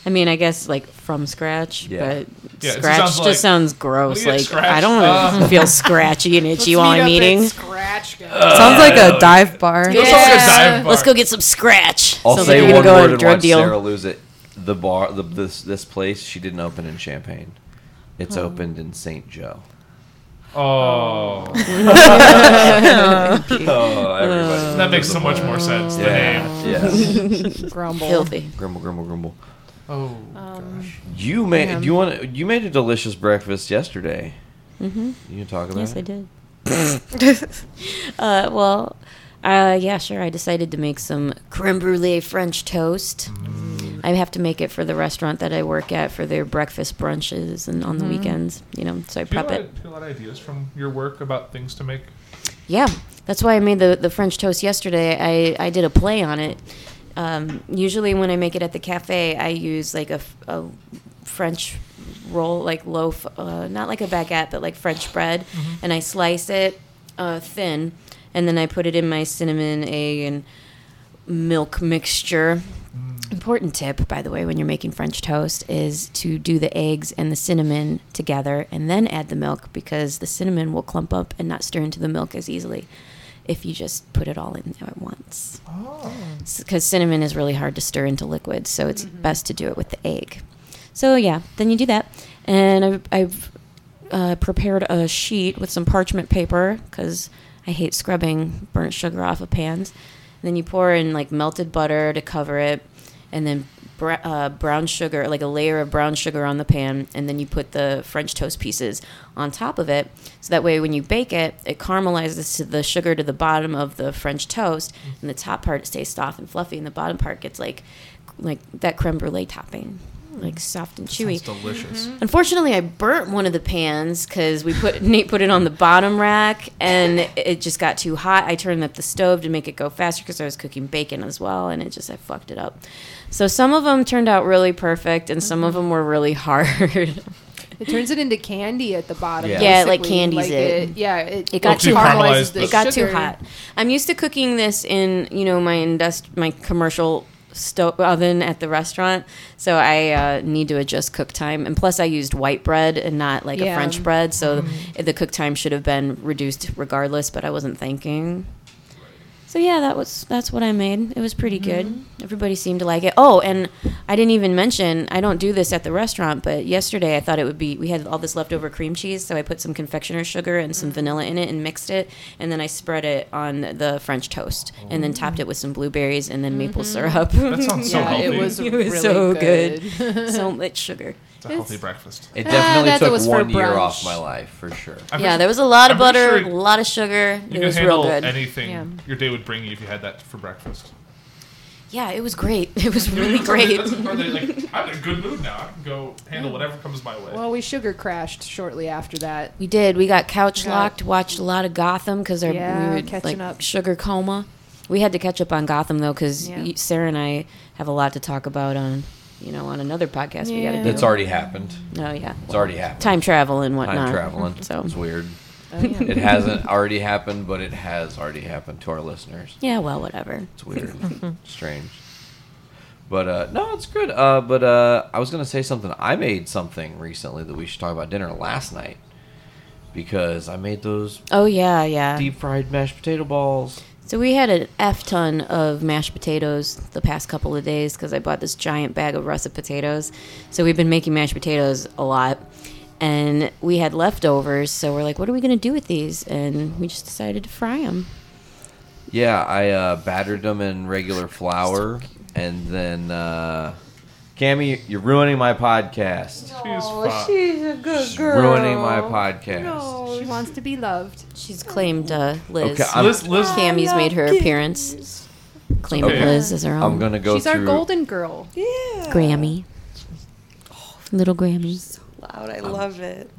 Speaker 8: I mean, I guess like from scratch,
Speaker 12: Yeah.
Speaker 8: but
Speaker 12: Yeah, it
Speaker 8: scratch
Speaker 12: sounds
Speaker 8: just
Speaker 12: like-
Speaker 8: sounds gross.
Speaker 12: Look at
Speaker 8: Like
Speaker 12: scratch.
Speaker 8: I don't
Speaker 12: Uh.
Speaker 8: feel scratchy and itchy
Speaker 5: Let's
Speaker 8: while
Speaker 5: meet
Speaker 8: I'm
Speaker 5: up at
Speaker 8: eating.
Speaker 5: Scratch. guys.
Speaker 4: Sounds like
Speaker 3: Uh,
Speaker 4: a dive
Speaker 8: Let's
Speaker 4: bar.
Speaker 8: go get some- Let's go get some scratch.
Speaker 12: I'll
Speaker 8: Sounds
Speaker 12: say
Speaker 8: like we're
Speaker 12: one
Speaker 8: gonna
Speaker 12: word
Speaker 8: go
Speaker 12: and
Speaker 8: to a drug
Speaker 12: watch
Speaker 8: deal.
Speaker 12: Sarah lose it. The bar, the, this this place, she didn't open in Champagne. It's
Speaker 8: Oh.
Speaker 12: opened in St. Joe.
Speaker 3: Oh.
Speaker 12: oh, everybody.
Speaker 3: That makes so much more sense, the name.
Speaker 12: Yeah. Yes.
Speaker 5: Grumble.
Speaker 8: Filthy.
Speaker 12: Grumble, grumble, grumble.
Speaker 3: Oh.
Speaker 8: Uh,
Speaker 12: You made
Speaker 8: Damn.
Speaker 12: you want you made a delicious breakfast yesterday.
Speaker 8: Mhm.
Speaker 12: You can talk about
Speaker 8: Yes, I
Speaker 12: it.
Speaker 8: did. uh, well, uh, yeah, sure. I decided to make some creme brulee French toast.
Speaker 12: Mm.
Speaker 8: I have to make it for the restaurant that I work at for their breakfast brunches and on the
Speaker 3: Mhm.
Speaker 12: Mm-hmm.
Speaker 8: weekends, you know. So I
Speaker 3: Do you,
Speaker 8: prep
Speaker 3: get a
Speaker 8: it.
Speaker 3: lot of- do you get a lot of ideas from your work about things to make?
Speaker 8: Yeah, that's why I made the, the French toast yesterday. I, I did a play on it. Um, usually, when I make it at the cafe, I use like a, f- a French roll, like loaf, uh, not like a baguette, but like French bread, and I slice it uh, thin, and then I put it in my cinnamon, egg, and milk mixture. Important tip, by the way, when you're making French toast is to do the eggs and the cinnamon together and then add the milk because the cinnamon will clump up and not stir into the milk as easily if you just put it all in at once. Because cinnamon is really hard to stir into liquid, so it's best to do it with the egg. So, yeah, then you do that. And I've, I've uh, prepared a sheet with some parchment paper because I hate scrubbing burnt sugar off of pans. And then you pour in like melted butter to cover it, and then br- uh, brown sugar, like a layer of brown sugar on the pan, and then you put the French toast pieces on top of it. So that way, when you bake it, it caramelizes to the sugar to the bottom of the French toast, and the top part stays soft and fluffy, and the bottom part gets like like that creme brulee topping. like soft and chewy.
Speaker 3: sounds delicious. Mhm.
Speaker 8: Unfortunately, I burnt one of the pans because we put Nate put it on the bottom rack and it just got too hot. I turned up the stove to make it go faster because I was cooking bacon as well, and it just I fucked it up. So some of them turned out really perfect, and some of them were really hard.
Speaker 5: It turns it into candy at the bottom.
Speaker 8: Yeah, it, like
Speaker 5: basically.
Speaker 8: candies it.
Speaker 5: Yeah, it,
Speaker 8: got too
Speaker 5: caramelizes
Speaker 8: hot.
Speaker 5: the
Speaker 8: It got too
Speaker 5: sugar.
Speaker 8: hot. I'm used to cooking this in you know my indust my commercial stove oven at the restaurant, so I uh, need to adjust cook time. And plus, I used white bread and not like
Speaker 5: Yeah. Mm-hmm.
Speaker 8: a French bread, so the cook time should have been reduced regardless. But I wasn't thinking. So yeah, that was that's what I made. It was pretty good. Everybody seemed to like it. Oh, and I didn't even mention I don't do this at the restaurant, but yesterday I thought it would be we had all this leftover cream cheese, so I put some confectioner's sugar and some vanilla in it and mixed it, and then I spread it on the French toast and then topped it with some blueberries and then maple syrup.
Speaker 3: That sounds so Yeah, it healthy. was
Speaker 8: Mm-hmm. It was
Speaker 5: really
Speaker 8: so good.
Speaker 5: good.
Speaker 8: so much sugar.
Speaker 3: It's a healthy breakfast.
Speaker 12: It
Speaker 8: Ah,
Speaker 12: definitely
Speaker 8: that
Speaker 12: took
Speaker 8: was for
Speaker 12: one year
Speaker 8: brunch.
Speaker 12: off my life for sure.
Speaker 8: yeah, there was a lot of
Speaker 3: I'm pretty
Speaker 8: butter,
Speaker 3: sure
Speaker 8: a lot of sugar.
Speaker 3: You
Speaker 8: it
Speaker 3: could
Speaker 8: was
Speaker 3: handle
Speaker 8: real good.
Speaker 3: anything
Speaker 8: Yeah.
Speaker 3: your day would bring you if you had that for breakfast.
Speaker 8: Yeah, it was great. It was really
Speaker 3: That's why-
Speaker 8: great.
Speaker 3: that's why they, like, I'm in a good mood now. I can go handle whatever comes my way.
Speaker 5: Well, we sugar crashed shortly after that.
Speaker 8: We did. We got couch
Speaker 5: Got-
Speaker 8: locked, watched a lot of Gotham because we
Speaker 5: Yeah,
Speaker 8: were
Speaker 5: catching
Speaker 8: like
Speaker 5: up.
Speaker 8: sugar coma. We had to catch up on Gotham though because
Speaker 5: Yeah.
Speaker 8: Sarah and I have a lot to talk about on, you know, on another podcast. We got to do.
Speaker 5: Yeah.
Speaker 12: That's already happened.
Speaker 8: Oh yeah,
Speaker 12: It's already happened.
Speaker 8: Time travel and whatnot.
Speaker 12: Time traveling.
Speaker 8: So
Speaker 12: it's weird.
Speaker 8: Oh, yeah.
Speaker 12: It hasn't already happened, but it has already happened to our listeners.
Speaker 8: Yeah, Mm-hmm. well, whatever.
Speaker 12: It's weird, strange. But uh, no, it's good. Uh, but uh, I was gonna say something. I made something recently that we should talk about dinner last night because I made those
Speaker 8: Oh yeah, yeah.
Speaker 12: deep fried mashed potato balls.
Speaker 8: So we had an f ton of mashed potatoes the past couple of days because I bought this giant bag of russet potatoes. So we've been making mashed potatoes a lot, and we had leftovers. So we're like, what are we gonna do with these? And we just decided to fry them.
Speaker 12: Yeah, I uh, battered them in regular flour, and then uh, Cammy, you're ruining my podcast.
Speaker 5: Oh, she's a good girl.
Speaker 12: ruining my podcast.
Speaker 3: Oh,
Speaker 5: No, she wants to be loved.
Speaker 8: She's claimed uh, Liz.
Speaker 12: Okay, I'm- Liz-
Speaker 5: Liz-
Speaker 8: Cammy's made her appearance. Claimed
Speaker 12: Okay.
Speaker 8: Liz as her own.
Speaker 12: I'm gonna go
Speaker 5: She's our
Speaker 12: through.
Speaker 5: golden girl. Yeah.
Speaker 8: Grammy. Little Grammy.
Speaker 4: Loud,
Speaker 3: Um,
Speaker 4: I love it.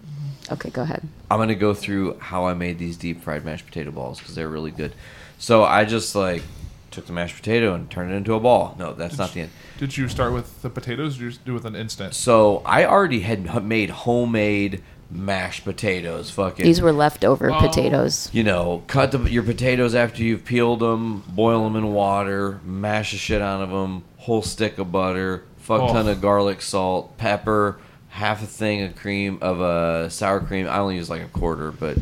Speaker 8: Okay, go ahead.
Speaker 12: I'm gonna go through how I made these deep fried mashed potato balls because they're really good. So I just like took the mashed potato and turned it into a ball. No, that's not the end.
Speaker 3: Did you start with the potatoes? Or did you just do it with an instant?
Speaker 12: So I already had h- made homemade mashed potatoes. Fucking
Speaker 8: These were leftover potatoes.
Speaker 12: You know, cut the, your potatoes after you've peeled them, boil them in water, mash the shit out of them, whole stick of butter, fuck
Speaker 3: Oh.
Speaker 12: ton of garlic salt, pepper, half a thing of cream of uh, sour cream. I only used like a quarter, but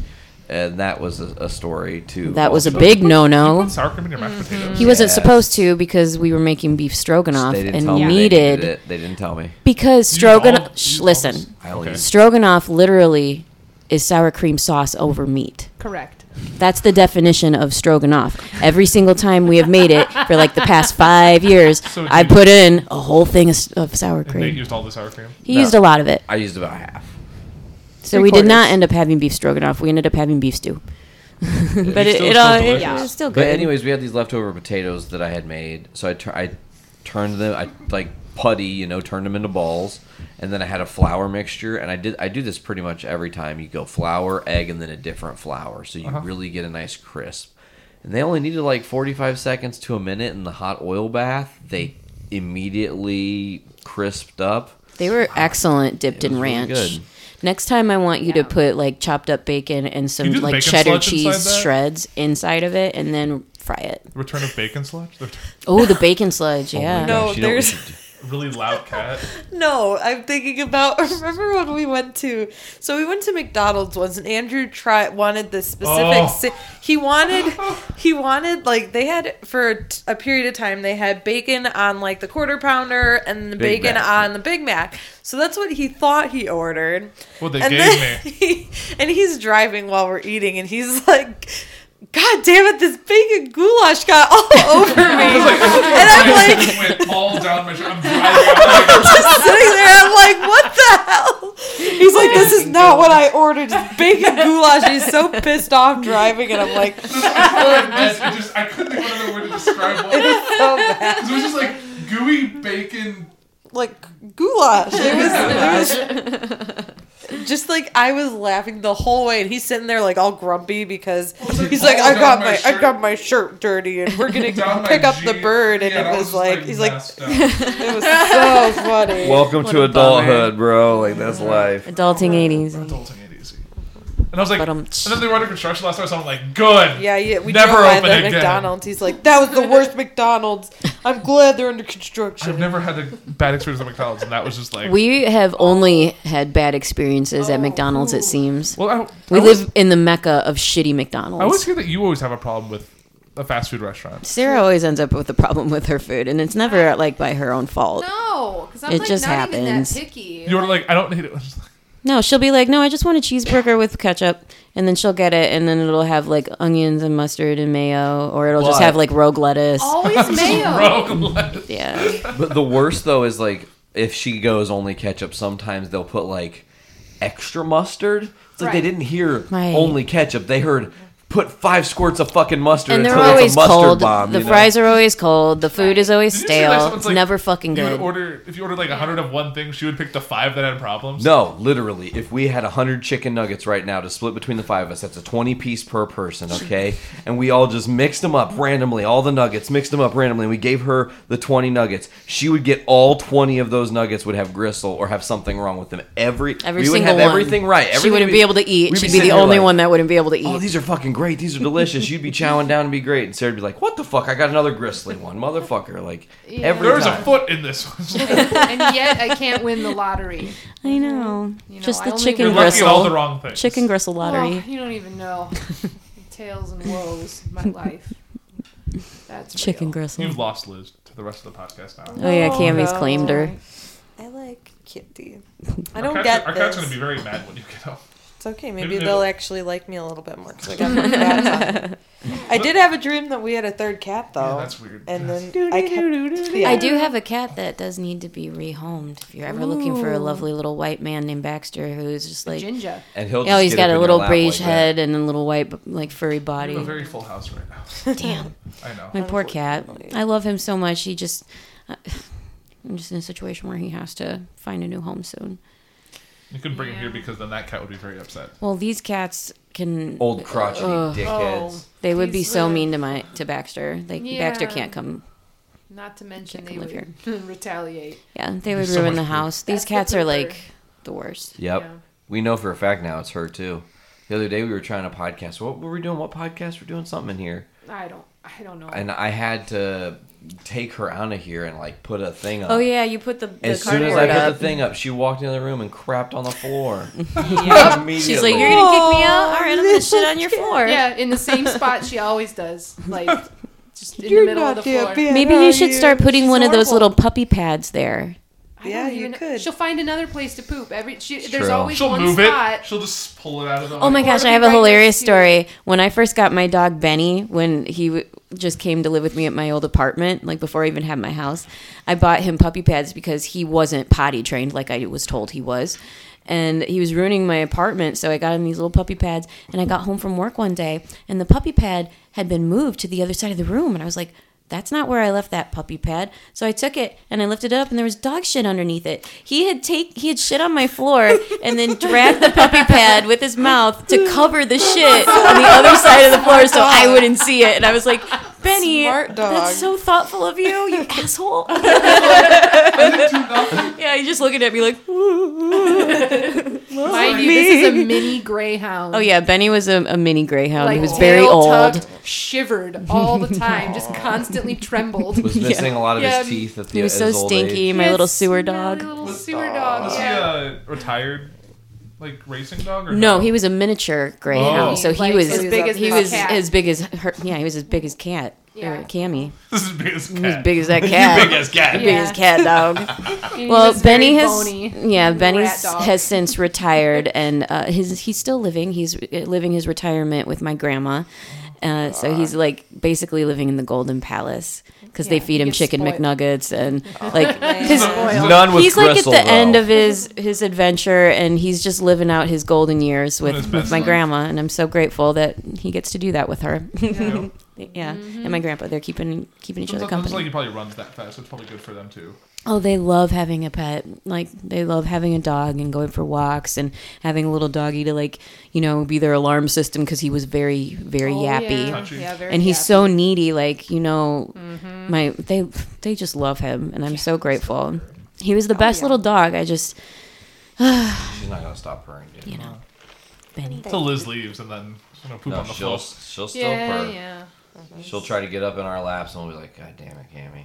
Speaker 12: and that was a, a story too.
Speaker 8: That was a
Speaker 12: also.
Speaker 8: big no-no.
Speaker 3: Sour cream in your mashed potatoes.
Speaker 8: He wasn't
Speaker 12: Yes.
Speaker 8: supposed to because we were making beef stroganoff
Speaker 12: They didn't
Speaker 8: and
Speaker 12: tell me they
Speaker 8: needed
Speaker 12: did it. They didn't tell me.
Speaker 8: because stroganoff. Shh, listen,
Speaker 12: I only used-
Speaker 8: stroganoff literally is sour cream sauce over meat.
Speaker 5: Correct.
Speaker 8: That's the definition of stroganoff. Every single time we have made it for like the past five years,
Speaker 3: So
Speaker 8: I
Speaker 3: did-
Speaker 8: put in a whole thing of, s- of sour
Speaker 3: And they
Speaker 8: cream.
Speaker 3: used all the sour cream.
Speaker 8: He used a lot of it,
Speaker 12: I used about half.
Speaker 8: so
Speaker 5: Three
Speaker 8: we did not
Speaker 5: quarters.
Speaker 8: end up having beef stroganoff. We ended up having beef stew, but it,
Speaker 3: still-
Speaker 8: it,
Speaker 3: still
Speaker 8: all, it,
Speaker 3: delicious.
Speaker 8: was still good.
Speaker 12: But anyways, we had these leftover potatoes that I had made, so I, tur- I turned them, I like putty, you know, turned them into balls, and then I had a flour mixture, and I did I do this pretty much every time. You go flour, egg, and then a different flour, so you really get a nice crisp. And they only needed like forty five seconds to a minute in the hot oil bath. They immediately crisped up.
Speaker 8: They were excellent dipped
Speaker 12: It
Speaker 8: in
Speaker 12: was really
Speaker 8: ranch.
Speaker 12: good.
Speaker 8: Next time, I want you to put like chopped up bacon and some
Speaker 3: you do the
Speaker 8: like
Speaker 3: bacon
Speaker 8: cheddar
Speaker 3: sludge inside
Speaker 8: cheese
Speaker 3: that?
Speaker 8: shreds inside of it, and then fry it.
Speaker 3: Return of bacon sludge. The
Speaker 8: Oh, the bacon sludge! Yeah.
Speaker 4: No,
Speaker 12: Oh Gosh, you know what we
Speaker 4: there's-
Speaker 12: should do?
Speaker 3: Really loud cat.
Speaker 4: No, I'm thinking about. Remember when we went to? So we went to McDonald's once, and Andrew tried wanted this specific.
Speaker 3: Oh.
Speaker 4: si- he wanted, he wanted like they had for t- a period of time they had bacon on like the quarter pounder and the
Speaker 12: Big
Speaker 4: bacon
Speaker 12: Mac.
Speaker 4: on the Big Mac. So that's what he thought he ordered.
Speaker 3: Well, they
Speaker 4: and
Speaker 3: gave
Speaker 4: then
Speaker 3: me.
Speaker 4: He, and he's driving while we're eating, and he's like. God damn it! This bacon goulash got all over me, and I'm like,
Speaker 3: went all down my. I'm driving.
Speaker 4: just sitting there. I'm like, what the hell? He's like, this is not what I ordered. It's bacon goulash. He's so pissed off driving, and I'm like, so
Speaker 3: I just
Speaker 4: "Oh,
Speaker 3: I couldn't think of another way to describe what.
Speaker 4: bad.
Speaker 3: It was just like gooey bacon
Speaker 4: like goulash. It was, it was just like I was laughing the whole way, and he's sitting there like all grumpy because he's like, I
Speaker 3: down
Speaker 4: got
Speaker 3: my
Speaker 4: my, I
Speaker 3: shirt."
Speaker 4: got my shirt dirty, and we're gonna
Speaker 3: Down my
Speaker 4: pick up the
Speaker 3: jean.
Speaker 4: bird, and
Speaker 3: Yeah,
Speaker 4: it
Speaker 3: that
Speaker 4: was,
Speaker 3: was,
Speaker 4: like,
Speaker 3: like,
Speaker 4: he's like,
Speaker 3: messed up.
Speaker 4: it was so funny.
Speaker 12: Welcome
Speaker 8: What
Speaker 12: to
Speaker 8: a bummer.
Speaker 12: adulthood, bro. Like that's life.
Speaker 8: Adulting eighties.
Speaker 3: Adulting it easy. And I was like,
Speaker 8: But, um,
Speaker 3: and then they were under construction last time, so I'm like, good.
Speaker 4: Yeah, yeah, we
Speaker 3: never
Speaker 4: drove by
Speaker 3: open
Speaker 4: the
Speaker 3: again.
Speaker 4: McDonald's. He's like, that was the worst McDonald's. I'm glad they're under
Speaker 3: I've
Speaker 4: construction.
Speaker 3: never had a bad experience at McDonald's, and that was just like,
Speaker 8: We have only had bad experiences at McDonald's. It seems
Speaker 3: well, I, Oh.
Speaker 8: we
Speaker 3: I
Speaker 8: live
Speaker 3: Always,
Speaker 8: in the mecca of shitty
Speaker 3: I always
Speaker 8: McDonald's.
Speaker 3: hear that you always have a problem with a fast food restaurant.
Speaker 8: Sarah always ends up with a problem with her food, and it's never like by her own fault.
Speaker 5: No, because I'm
Speaker 8: It
Speaker 5: like
Speaker 8: just
Speaker 5: not even that
Speaker 8: happens.
Speaker 5: picky.
Speaker 3: You were like, I don't need it. I was just like,
Speaker 8: No, she'll be like, "No, I just want a cheeseburger with ketchup," and then she'll get it, and then it'll have like onions and mustard and mayo, or it'll just
Speaker 12: Why?
Speaker 8: have like rogue lettuce.
Speaker 5: Always mayo.
Speaker 4: Oh.
Speaker 3: Rogue lettuce.
Speaker 8: Yeah,
Speaker 12: But the worst though is like if she goes only ketchup, sometimes they'll put like extra mustard. It's like
Speaker 5: Right.
Speaker 12: they didn't hear
Speaker 8: Right.
Speaker 12: only ketchup. They heard put five squirts of fucking mustard
Speaker 8: and they're
Speaker 12: until
Speaker 8: always
Speaker 12: it's a mustard
Speaker 8: cold.
Speaker 12: bomb.
Speaker 8: the
Speaker 12: you know?
Speaker 8: fries are always cold. The food is always
Speaker 3: Did you see, like,
Speaker 8: stale.
Speaker 3: someone's
Speaker 8: It's
Speaker 3: like,
Speaker 8: never fucking
Speaker 3: You would
Speaker 8: good.
Speaker 3: order if you ordered like a hundred of one thing, she would pick the five that had problems.
Speaker 12: No, literally, if we had 100 chicken nuggets right now to split between the five of us, that's a 20 piece per person, okay? And we all just mixed them up randomly, all the nuggets, mixed them up randomly, and we gave her the 20 nuggets. She would get all 20 of those nuggets would have gristle or have something wrong with them. Every,
Speaker 8: Every
Speaker 12: we would
Speaker 8: single
Speaker 12: have
Speaker 8: one.
Speaker 12: everything right.
Speaker 8: she
Speaker 12: Everything
Speaker 8: wouldn't
Speaker 12: would
Speaker 8: be able to eat.
Speaker 12: we'd
Speaker 8: She'd be
Speaker 12: sitting
Speaker 8: the
Speaker 12: here
Speaker 8: only
Speaker 12: like,
Speaker 8: one that wouldn't be able to eat.
Speaker 12: Oh, these are fucking great. These are delicious. You'd be chowing down and be great. And Sarah'd be like, "What the fuck? I got another gristly one, motherfucker!" Like every
Speaker 3: There's
Speaker 12: time.
Speaker 3: a foot in this one.
Speaker 5: and yet I can't win the lottery.
Speaker 8: I know.
Speaker 5: You know,
Speaker 8: just
Speaker 5: I
Speaker 8: the
Speaker 5: only
Speaker 8: chicken
Speaker 3: You're
Speaker 5: You're
Speaker 3: lucky at all the
Speaker 8: gristle.
Speaker 3: wrong things.
Speaker 8: Chicken gristle lottery.
Speaker 5: Oh, you don't even know tales and woes of my life. That's
Speaker 8: chicken
Speaker 5: real.
Speaker 8: gristle.
Speaker 3: You've lost Liz to the rest of the podcast now.
Speaker 8: Oh yeah,
Speaker 4: Oh,
Speaker 8: Cammy's
Speaker 4: no.
Speaker 8: claimed her.
Speaker 4: I like Kitty. I don't
Speaker 3: Our cat's-
Speaker 4: get
Speaker 3: Our
Speaker 4: this.
Speaker 3: cat's gonna be very mad when you get home.
Speaker 4: It's okay. Maybe,
Speaker 3: Maybe
Speaker 4: they'll
Speaker 3: they'll-
Speaker 4: actually like me a little bit more 'cause I got more cats on. I did have a dream that we had a third cat, though.
Speaker 3: Yeah, that's weird.
Speaker 4: Oh, And then I kept. Yeah.
Speaker 8: I do have a cat that does need to be rehomed. If you're ever looking for a lovely little white man named Baxter, who's just like,
Speaker 5: Ginger.
Speaker 12: and he'll.
Speaker 8: oh,
Speaker 12: just
Speaker 8: he's
Speaker 12: get
Speaker 8: got
Speaker 12: up in
Speaker 8: a
Speaker 12: your
Speaker 8: little
Speaker 12: lap
Speaker 8: beige
Speaker 12: like that.
Speaker 8: head and a little white, like furry
Speaker 3: We
Speaker 8: body.
Speaker 3: have a very full house right now.
Speaker 8: Damn,
Speaker 3: I know.
Speaker 8: my poor cat. I love him so much. He just, I- I'm just in a situation where he has to find a new home soon.
Speaker 3: You couldn't bring him here because then that cat would be very upset.
Speaker 8: Well, these cats can.
Speaker 12: Old crotchety
Speaker 5: Oh,
Speaker 12: dickheads.
Speaker 8: They would be
Speaker 5: He's
Speaker 8: so
Speaker 5: the-
Speaker 8: mean to my to Baxter. Like Baxter
Speaker 5: Yeah.
Speaker 8: can't come.
Speaker 5: Not to mention they
Speaker 8: Can't come
Speaker 5: would retaliate.
Speaker 8: Yeah, they would
Speaker 3: so
Speaker 8: ruin
Speaker 3: much
Speaker 8: the
Speaker 3: poop.
Speaker 8: house. These
Speaker 5: That's the
Speaker 8: cats are
Speaker 5: pooper.
Speaker 8: like the worst.
Speaker 12: Yep.
Speaker 5: Yeah.
Speaker 12: We know for a fact now it's her too. The other day we were trying a podcast. What were we doing? What podcast? We're doing something in here,
Speaker 5: I don't. I don't know.
Speaker 12: and I had to take her out of here and like put a thing up.
Speaker 8: Oh yeah, you put the, the
Speaker 12: As soon
Speaker 8: cardboard
Speaker 12: as I put
Speaker 8: up.
Speaker 12: the thing up, she walked in the room and crapped on the floor.
Speaker 8: She's like, you're gonna kick me out. All right, I'm gonna shit on your floor.
Speaker 5: yeah, in the same spot she always does. Like just in the
Speaker 4: You're
Speaker 5: middle of
Speaker 4: not
Speaker 5: the
Speaker 4: that
Speaker 5: floor.
Speaker 4: bad.
Speaker 8: Maybe
Speaker 4: are
Speaker 8: you should start putting
Speaker 4: She's
Speaker 8: one of those
Speaker 4: horrible.
Speaker 8: little puppy pads there.
Speaker 5: I don't
Speaker 4: Yeah, you could.
Speaker 5: She'll find another place to poop. Every she, there's
Speaker 12: true.
Speaker 5: always
Speaker 3: She'll
Speaker 5: one
Speaker 3: move
Speaker 5: spot.
Speaker 3: it. She'll just pull it out of the.
Speaker 8: Oh my gosh,
Speaker 5: it'll
Speaker 8: I
Speaker 5: be
Speaker 8: have a
Speaker 5: right
Speaker 8: hilarious
Speaker 5: next to
Speaker 8: story. When I first got my dog Benny, when he w- just came to live with me at my old apartment, like before I even had my house, I bought him puppy pads because he wasn't potty trained like I was told he was. And he was ruining my apartment, so I got him these little puppy pads. And I got home from work one day, and the puppy pad had been moved to the other side of the room. And I was like, that's not where I left that puppy pad. So I took it and I lifted it up and there was dog shit underneath it. He had take he had shit on my floor and then dragged the puppy pad with his mouth to cover the shit on the other side of the floor so I wouldn't see it. And I was like, Benny,
Speaker 4: Smart dog.
Speaker 8: that's so thoughtful of you, you asshole. yeah, he's just looking at me like,
Speaker 5: Mind you, this is a mini greyhound.
Speaker 8: oh yeah, Benny was a, a mini greyhound.
Speaker 5: Like
Speaker 8: he was very
Speaker 5: tail
Speaker 8: old.
Speaker 5: tucked, shivered all the time, just constantly trembled.
Speaker 12: Was missing a lot of
Speaker 5: Yeah.
Speaker 12: his teeth at the
Speaker 8: He was
Speaker 12: at
Speaker 8: so
Speaker 12: his old age.
Speaker 8: stinky, my little sewer
Speaker 5: Yeah,
Speaker 8: dog.
Speaker 5: little sewer dog.
Speaker 3: Was
Speaker 5: yeah.
Speaker 3: he a retired, like racing dog? Or
Speaker 8: No, he was a miniature greyhound,
Speaker 3: Oh.
Speaker 8: so he
Speaker 5: Like,
Speaker 8: was
Speaker 5: as big as
Speaker 8: he
Speaker 5: his
Speaker 8: was
Speaker 5: cat.
Speaker 8: as big as her. Yeah, he was as big as cat.
Speaker 5: Yeah.
Speaker 8: Or Cammy,
Speaker 3: This is big as a
Speaker 8: he was
Speaker 3: cat.
Speaker 8: big as that cat.
Speaker 3: Big as cat.
Speaker 8: Big as cat dog. well,
Speaker 5: just
Speaker 8: Benny
Speaker 5: very
Speaker 8: has
Speaker 5: bony
Speaker 8: yeah,
Speaker 5: rat
Speaker 8: Benny
Speaker 5: dog.
Speaker 8: has since retired, and uh, his he's still living. He's uh, living his retirement with my grandma. Uh, so he's like basically living in the Golden Palace because they
Speaker 5: Yeah,
Speaker 8: feed him
Speaker 5: he's
Speaker 8: chicken
Speaker 5: spoiled.
Speaker 8: McNuggets and like his
Speaker 12: None with
Speaker 8: he's like at the
Speaker 12: gristle, though.
Speaker 8: end of his his adventure and he's just living out his golden years with,
Speaker 3: his
Speaker 8: with
Speaker 3: best
Speaker 8: my
Speaker 3: life.
Speaker 8: grandma and i'm so grateful that he gets to do that with her
Speaker 3: Yep.
Speaker 8: yeah, and my grandpa. They're keeping keeping each other
Speaker 3: Looks
Speaker 8: company.
Speaker 3: like he probably runs that fast. It's probably good for them too.
Speaker 8: Oh, they love having a pet. Like they love having a dog and going for walks and having a little doggy to like you know be their alarm system because he was very very
Speaker 5: Oh,
Speaker 8: yappy.
Speaker 5: yeah. Touchy. Yeah, very
Speaker 8: and he's so needy. Like you know, my they they just love him, and I'm so grateful. He was the best little dog. I just
Speaker 12: She's not gonna stop purring, dude.
Speaker 8: you know, Benny.
Speaker 3: Till Liz leaves, and then she's gonna poop
Speaker 12: No,
Speaker 3: on the
Speaker 12: she'll
Speaker 3: floor.
Speaker 12: she'll still
Speaker 5: Yeah,
Speaker 12: purr.
Speaker 5: yeah.
Speaker 12: She'll try to get up in our laps, and we'll be like, "God damn it, Cammy."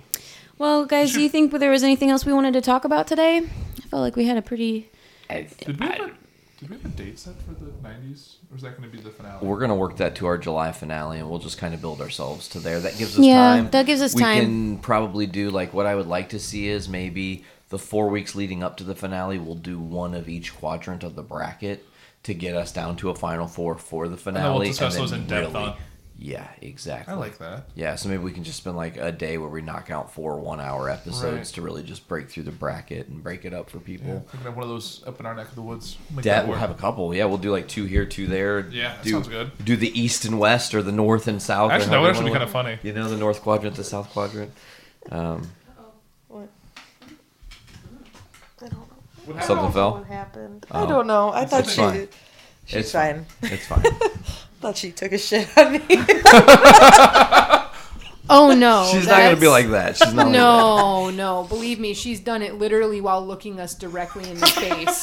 Speaker 8: Well, guys, do you think there was anything else we wanted to talk about today? I felt like we had a pretty.
Speaker 3: Did we have a, did we have a date set for the '90s, or is that going to be the finale?
Speaker 12: We're gonna work that to our July finale, and we'll just kind of build ourselves to there. That gives us
Speaker 8: Yeah,
Speaker 12: time.
Speaker 8: that gives us
Speaker 12: we
Speaker 8: time.
Speaker 12: can probably do like what I would like to see is maybe the four weeks leading up to the finale. We'll do one of each quadrant of the bracket to get us down to a final four for the finale.
Speaker 3: then we'll discuss those in depth
Speaker 12: really-
Speaker 3: on-
Speaker 12: Yeah, exactly.
Speaker 3: I like that.
Speaker 12: Yeah, so maybe we can just spend like a day where we knock out four one-hour episodes
Speaker 3: Right.
Speaker 12: to really just break through the bracket and break it up for people.
Speaker 3: We can have one of those up in our neck of the woods. Make
Speaker 12: That
Speaker 3: that
Speaker 12: we'll
Speaker 3: work.
Speaker 12: have a couple. Yeah, we'll do like two here, two there.
Speaker 3: Yeah, that
Speaker 12: do,
Speaker 3: sounds good.
Speaker 12: Do the east and west, or the north and south. or
Speaker 3: Actually, that would
Speaker 12: however you
Speaker 3: actually be
Speaker 12: wanna-
Speaker 3: kinda funny.
Speaker 12: You know, the north quadrant, the south quadrant. Um, Something fell.
Speaker 6: What happened?
Speaker 12: Oh.
Speaker 6: I don't know. I thought
Speaker 12: It's
Speaker 6: she
Speaker 12: fine.
Speaker 6: did. She's
Speaker 12: It's
Speaker 6: fine.
Speaker 12: It's fine.
Speaker 6: thought she took a shit on me.
Speaker 5: Oh no.
Speaker 12: She's not gonna be
Speaker 5: that's-
Speaker 12: like that. She's not. Like
Speaker 5: No, no. Believe me, she's done it literally while looking us directly in the face.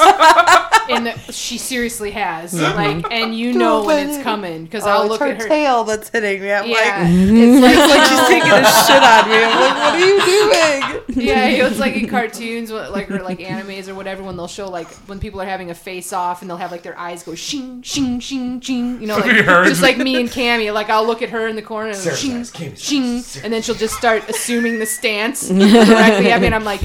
Speaker 5: and the, she seriously has. Like, and you know when it's coming because
Speaker 6: oh,
Speaker 5: I'll
Speaker 6: it's
Speaker 5: look
Speaker 6: her,
Speaker 5: at her.
Speaker 6: tail that's hitting me. I'm
Speaker 5: Yeah,
Speaker 6: like,
Speaker 5: it's like,
Speaker 6: it's like she's taking a shit on me. I'm like, what are you doing?
Speaker 5: yeah, it's like in cartoons, what- like or like animes or whatever, when they'll show like when people are having a face off and they'll have like their eyes go shing shing shing shing, you know, like
Speaker 3: heard?
Speaker 5: just like me and Cammy. Like I'll look at her in the corner and
Speaker 12: Sarah's
Speaker 5: shing
Speaker 12: eyes, Cammy's
Speaker 5: shing, and then she'll just start assuming the stance correctly at me, and I'm like,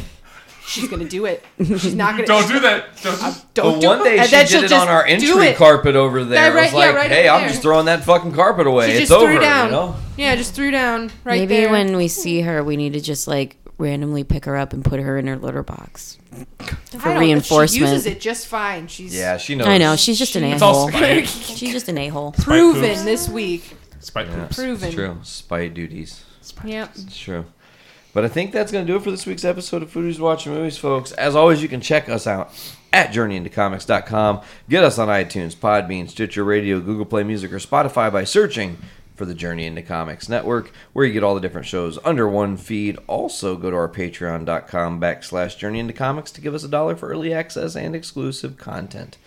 Speaker 5: she's gonna do it. She's not gonna.
Speaker 3: Don't do that. Don't do-
Speaker 5: Don't
Speaker 12: But
Speaker 5: do
Speaker 12: one
Speaker 5: it.
Speaker 12: day
Speaker 5: And
Speaker 12: she
Speaker 5: then
Speaker 12: did
Speaker 5: she'll
Speaker 12: it on
Speaker 5: just
Speaker 12: our
Speaker 5: do
Speaker 12: entry
Speaker 5: it.
Speaker 12: carpet over there.
Speaker 5: Yeah, right-
Speaker 12: it was like,
Speaker 5: yeah, right
Speaker 12: hey,
Speaker 5: over
Speaker 12: I'm
Speaker 5: there.
Speaker 12: just throwing that fucking carpet away.
Speaker 5: She
Speaker 12: it's
Speaker 5: just
Speaker 12: over.
Speaker 5: threw down.
Speaker 12: You know?
Speaker 5: Yeah, just threw down right
Speaker 8: Maybe
Speaker 5: there.
Speaker 8: when we see her, we need to just like randomly pick her up and put her in her litter box for
Speaker 5: I don't- She
Speaker 8: reinforcement.
Speaker 5: uses it just fine. She's
Speaker 12: Yeah, she knows.
Speaker 8: I know she's just an a
Speaker 3: It's all
Speaker 8: hole.
Speaker 3: spite.
Speaker 8: She's just an a hole.
Speaker 5: proven
Speaker 3: poops.
Speaker 5: this week.
Speaker 3: Spite
Speaker 12: Yeah,
Speaker 3: poops.
Speaker 5: Proven.
Speaker 12: It's true. Spite duties.
Speaker 5: Yep.
Speaker 12: It's true. But I think that's going to do it for this week's episode of Foodies Watching Movies, folks. As always, you can check us out at journeyintocomics.com. Get us on iTunes, Podbean, Stitcher Radio, Google Play Music, or Spotify by searching for the Journey into Comics Network, where you get all the different shows under one feed. Also, go to our patreon.com backslash journey into comics to give us a dollar for early access and exclusive content.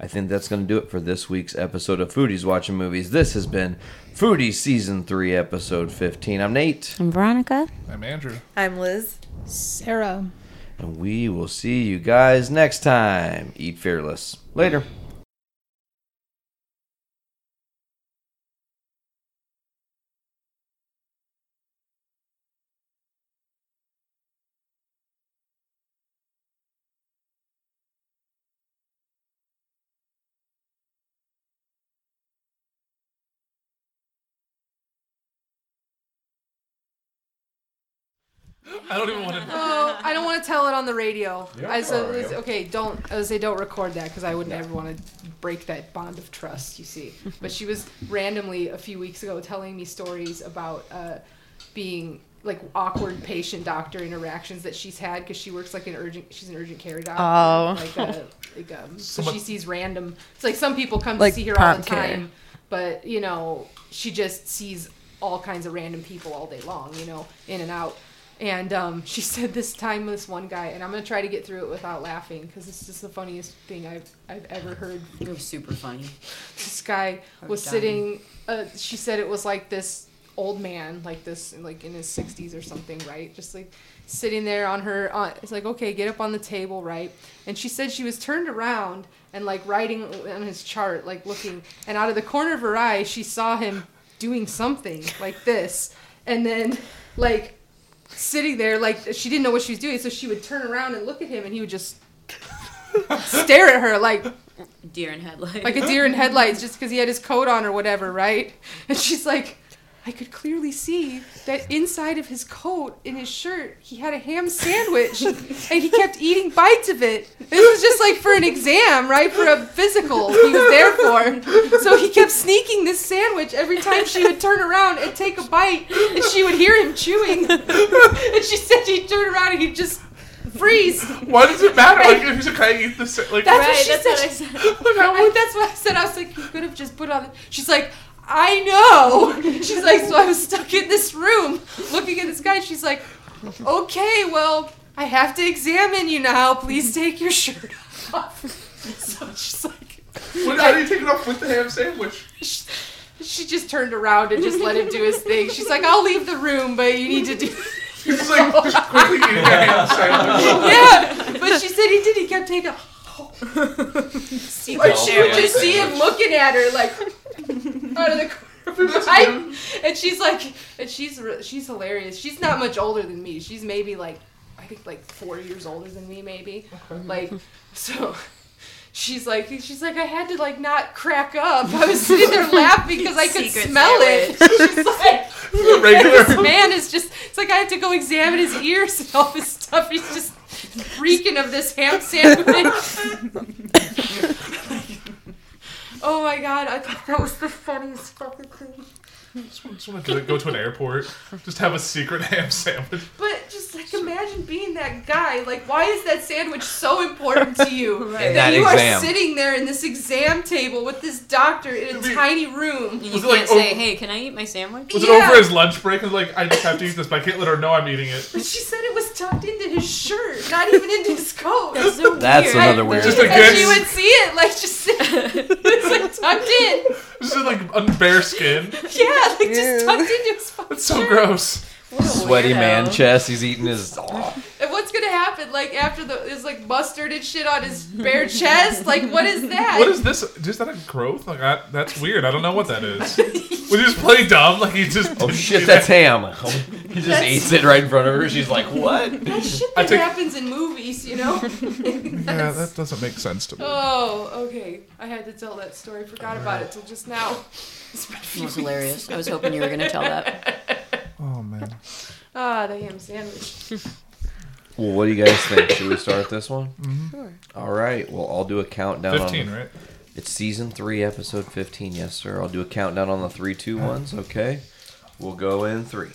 Speaker 12: I think that's going to do it for this week's episode of Foodies Watching Movies. This has been Foodies Season 3, Episode 15. I'm Nate.
Speaker 8: And Veronica.
Speaker 3: I'm Andrew.
Speaker 6: I'm Liz.
Speaker 5: Sarah.
Speaker 12: And we will see you guys next time. Eat fearless. Later.
Speaker 3: I don't even want to.
Speaker 5: Oh, I don't want to tell it on the radio. I was,
Speaker 3: all right.
Speaker 5: okay, don't. I was say don't record that because I would never want to break that bond of trust. You see, but she was randomly a few weeks ago telling me stories about uh, being like awkward patient doctor interactions that she's had because she works like an urgent. She's an urgent care doctor.
Speaker 4: Oh.
Speaker 5: like, a, like um, so
Speaker 3: Someone-
Speaker 5: she sees random. It's like some people come
Speaker 4: Like
Speaker 5: to see her all the
Speaker 4: prompt care.
Speaker 5: time, but you know she just sees all kinds of random people all day long you know in and out and um, she said this time this one guy and i'm gonna try to get through it without laughing because it's just the funniest thing i've, I've ever heard
Speaker 8: You're super funny.
Speaker 5: this guy was
Speaker 8: dying.
Speaker 5: sitting uh, she said it was like this old man like this like in his 60s or something right just like sitting there on her on it's like okay get up on the table right and she said she was turned around and like writing on his chart like looking and out of the corner of her eye she saw him doing something like this and then like sitting there like she didn't know what she was doing so she would turn around and look at him and he would just stare at her like
Speaker 8: Deer in headlights.
Speaker 5: like a deer in headlights just because he had his coat on or whatever, right? And she's like, I could clearly see that inside of his coat, in his shirt, he had a ham sandwich, and he kept eating bites of it. This was just like for an exam, right? For a physical he was there for. So he kept sneaking this sandwich every time she would turn around and take a bite, and she would hear him chewing. And she said she'd turn around and he'd just freeze.
Speaker 3: Why does it matter? Like, if he's okay, I eat the sa- like.
Speaker 5: That's what she said. I- that's what I said. I was like, you could have just put on. The-. She's like, I know. She's like, so I was stuck in this room looking at this guy. She's like, okay, well, I have to examine you now. Please take your shirt off. So she's like,
Speaker 3: Well, how do you take it off with the ham sandwich?
Speaker 5: she just turned around and just let him do his thing. She's like, I'll leave the room, but you need to do.
Speaker 3: He's like quickly eating a ham sandwich.
Speaker 5: yeah, but she said he did. He kept taking. See,
Speaker 3: Like,
Speaker 5: she would
Speaker 3: yeah.
Speaker 5: just see him looking at her like out of the corner of her eye, and she's like, and she's re- she's hilarious. She's not much older than me. She's maybe like, I think like four years older than me, maybe. Like, so she's like, she's like, I had to like not crack up. I was sitting there laughing because I could
Speaker 7: Secret
Speaker 5: smell it. She's like,
Speaker 3: regular.
Speaker 5: this man is just. It's like I had to go examine his ears and all this stuff. He's just reeking of this ham sandwich. oh my god! I thought that was the funniest fucking thing.
Speaker 3: Just want to go to an airport, just have a secret ham sandwich.
Speaker 5: But just like imagine being that guy. Like, why is that sandwich so important to you?
Speaker 12: In
Speaker 5: That
Speaker 12: that
Speaker 5: you
Speaker 12: exam.
Speaker 5: are sitting there in this exam table with this doctor in a tiny room.
Speaker 7: You
Speaker 3: Was
Speaker 7: can't
Speaker 3: it like over-
Speaker 7: say, "Hey, can I eat my sandwich?"
Speaker 3: Was it
Speaker 5: Yeah.
Speaker 3: over his lunch break? And like, I just have to eat this, but I can't let her know I'm eating it.
Speaker 5: But she said it was tucked into his shirt, not even into his coat. That's,
Speaker 7: so
Speaker 12: That's weird. another weird
Speaker 3: Just a
Speaker 5: And
Speaker 3: good-
Speaker 5: she would see it, like just it's like tucked in.
Speaker 3: This is like un- bare skin.
Speaker 5: Yeah, like just tucked into his fucking
Speaker 3: That's so
Speaker 5: shirt.
Speaker 3: gross.
Speaker 12: Sweaty man
Speaker 7: weirdo.
Speaker 12: chest. He's eating his. Oh,
Speaker 5: And what's gonna happen? Like after the is like mustard and shit on his bare chest. Like what is that?
Speaker 3: What is this? Is that a growth? Like, I, that's weird. I don't know what that is. Would you just play dumb? Like, he just.
Speaker 12: Oh shit, that's ham. He just
Speaker 5: That's-
Speaker 12: eats it right in front of her. She's like, what?
Speaker 5: that shit
Speaker 3: I
Speaker 5: that
Speaker 3: think-
Speaker 5: happens in movies? You know.
Speaker 3: Yeah, that doesn't make sense to me.
Speaker 5: Oh, okay. I had to tell that story. Forgot about it till just now. It's been a few
Speaker 8: That was
Speaker 5: weeks.
Speaker 8: hilarious. I was hoping you were going to tell that.
Speaker 3: Oh man.
Speaker 5: Ah, the ham sandwich.
Speaker 12: Well, what do you guys think? Should we start this one?
Speaker 5: Sure.
Speaker 12: All right. Well, I'll do a countdown.
Speaker 3: 15,
Speaker 12: on,
Speaker 3: right?
Speaker 12: It's season three, episode fifteen. Yes, sir. I'll do a countdown on the three, two, ones. Okay. We'll go in three,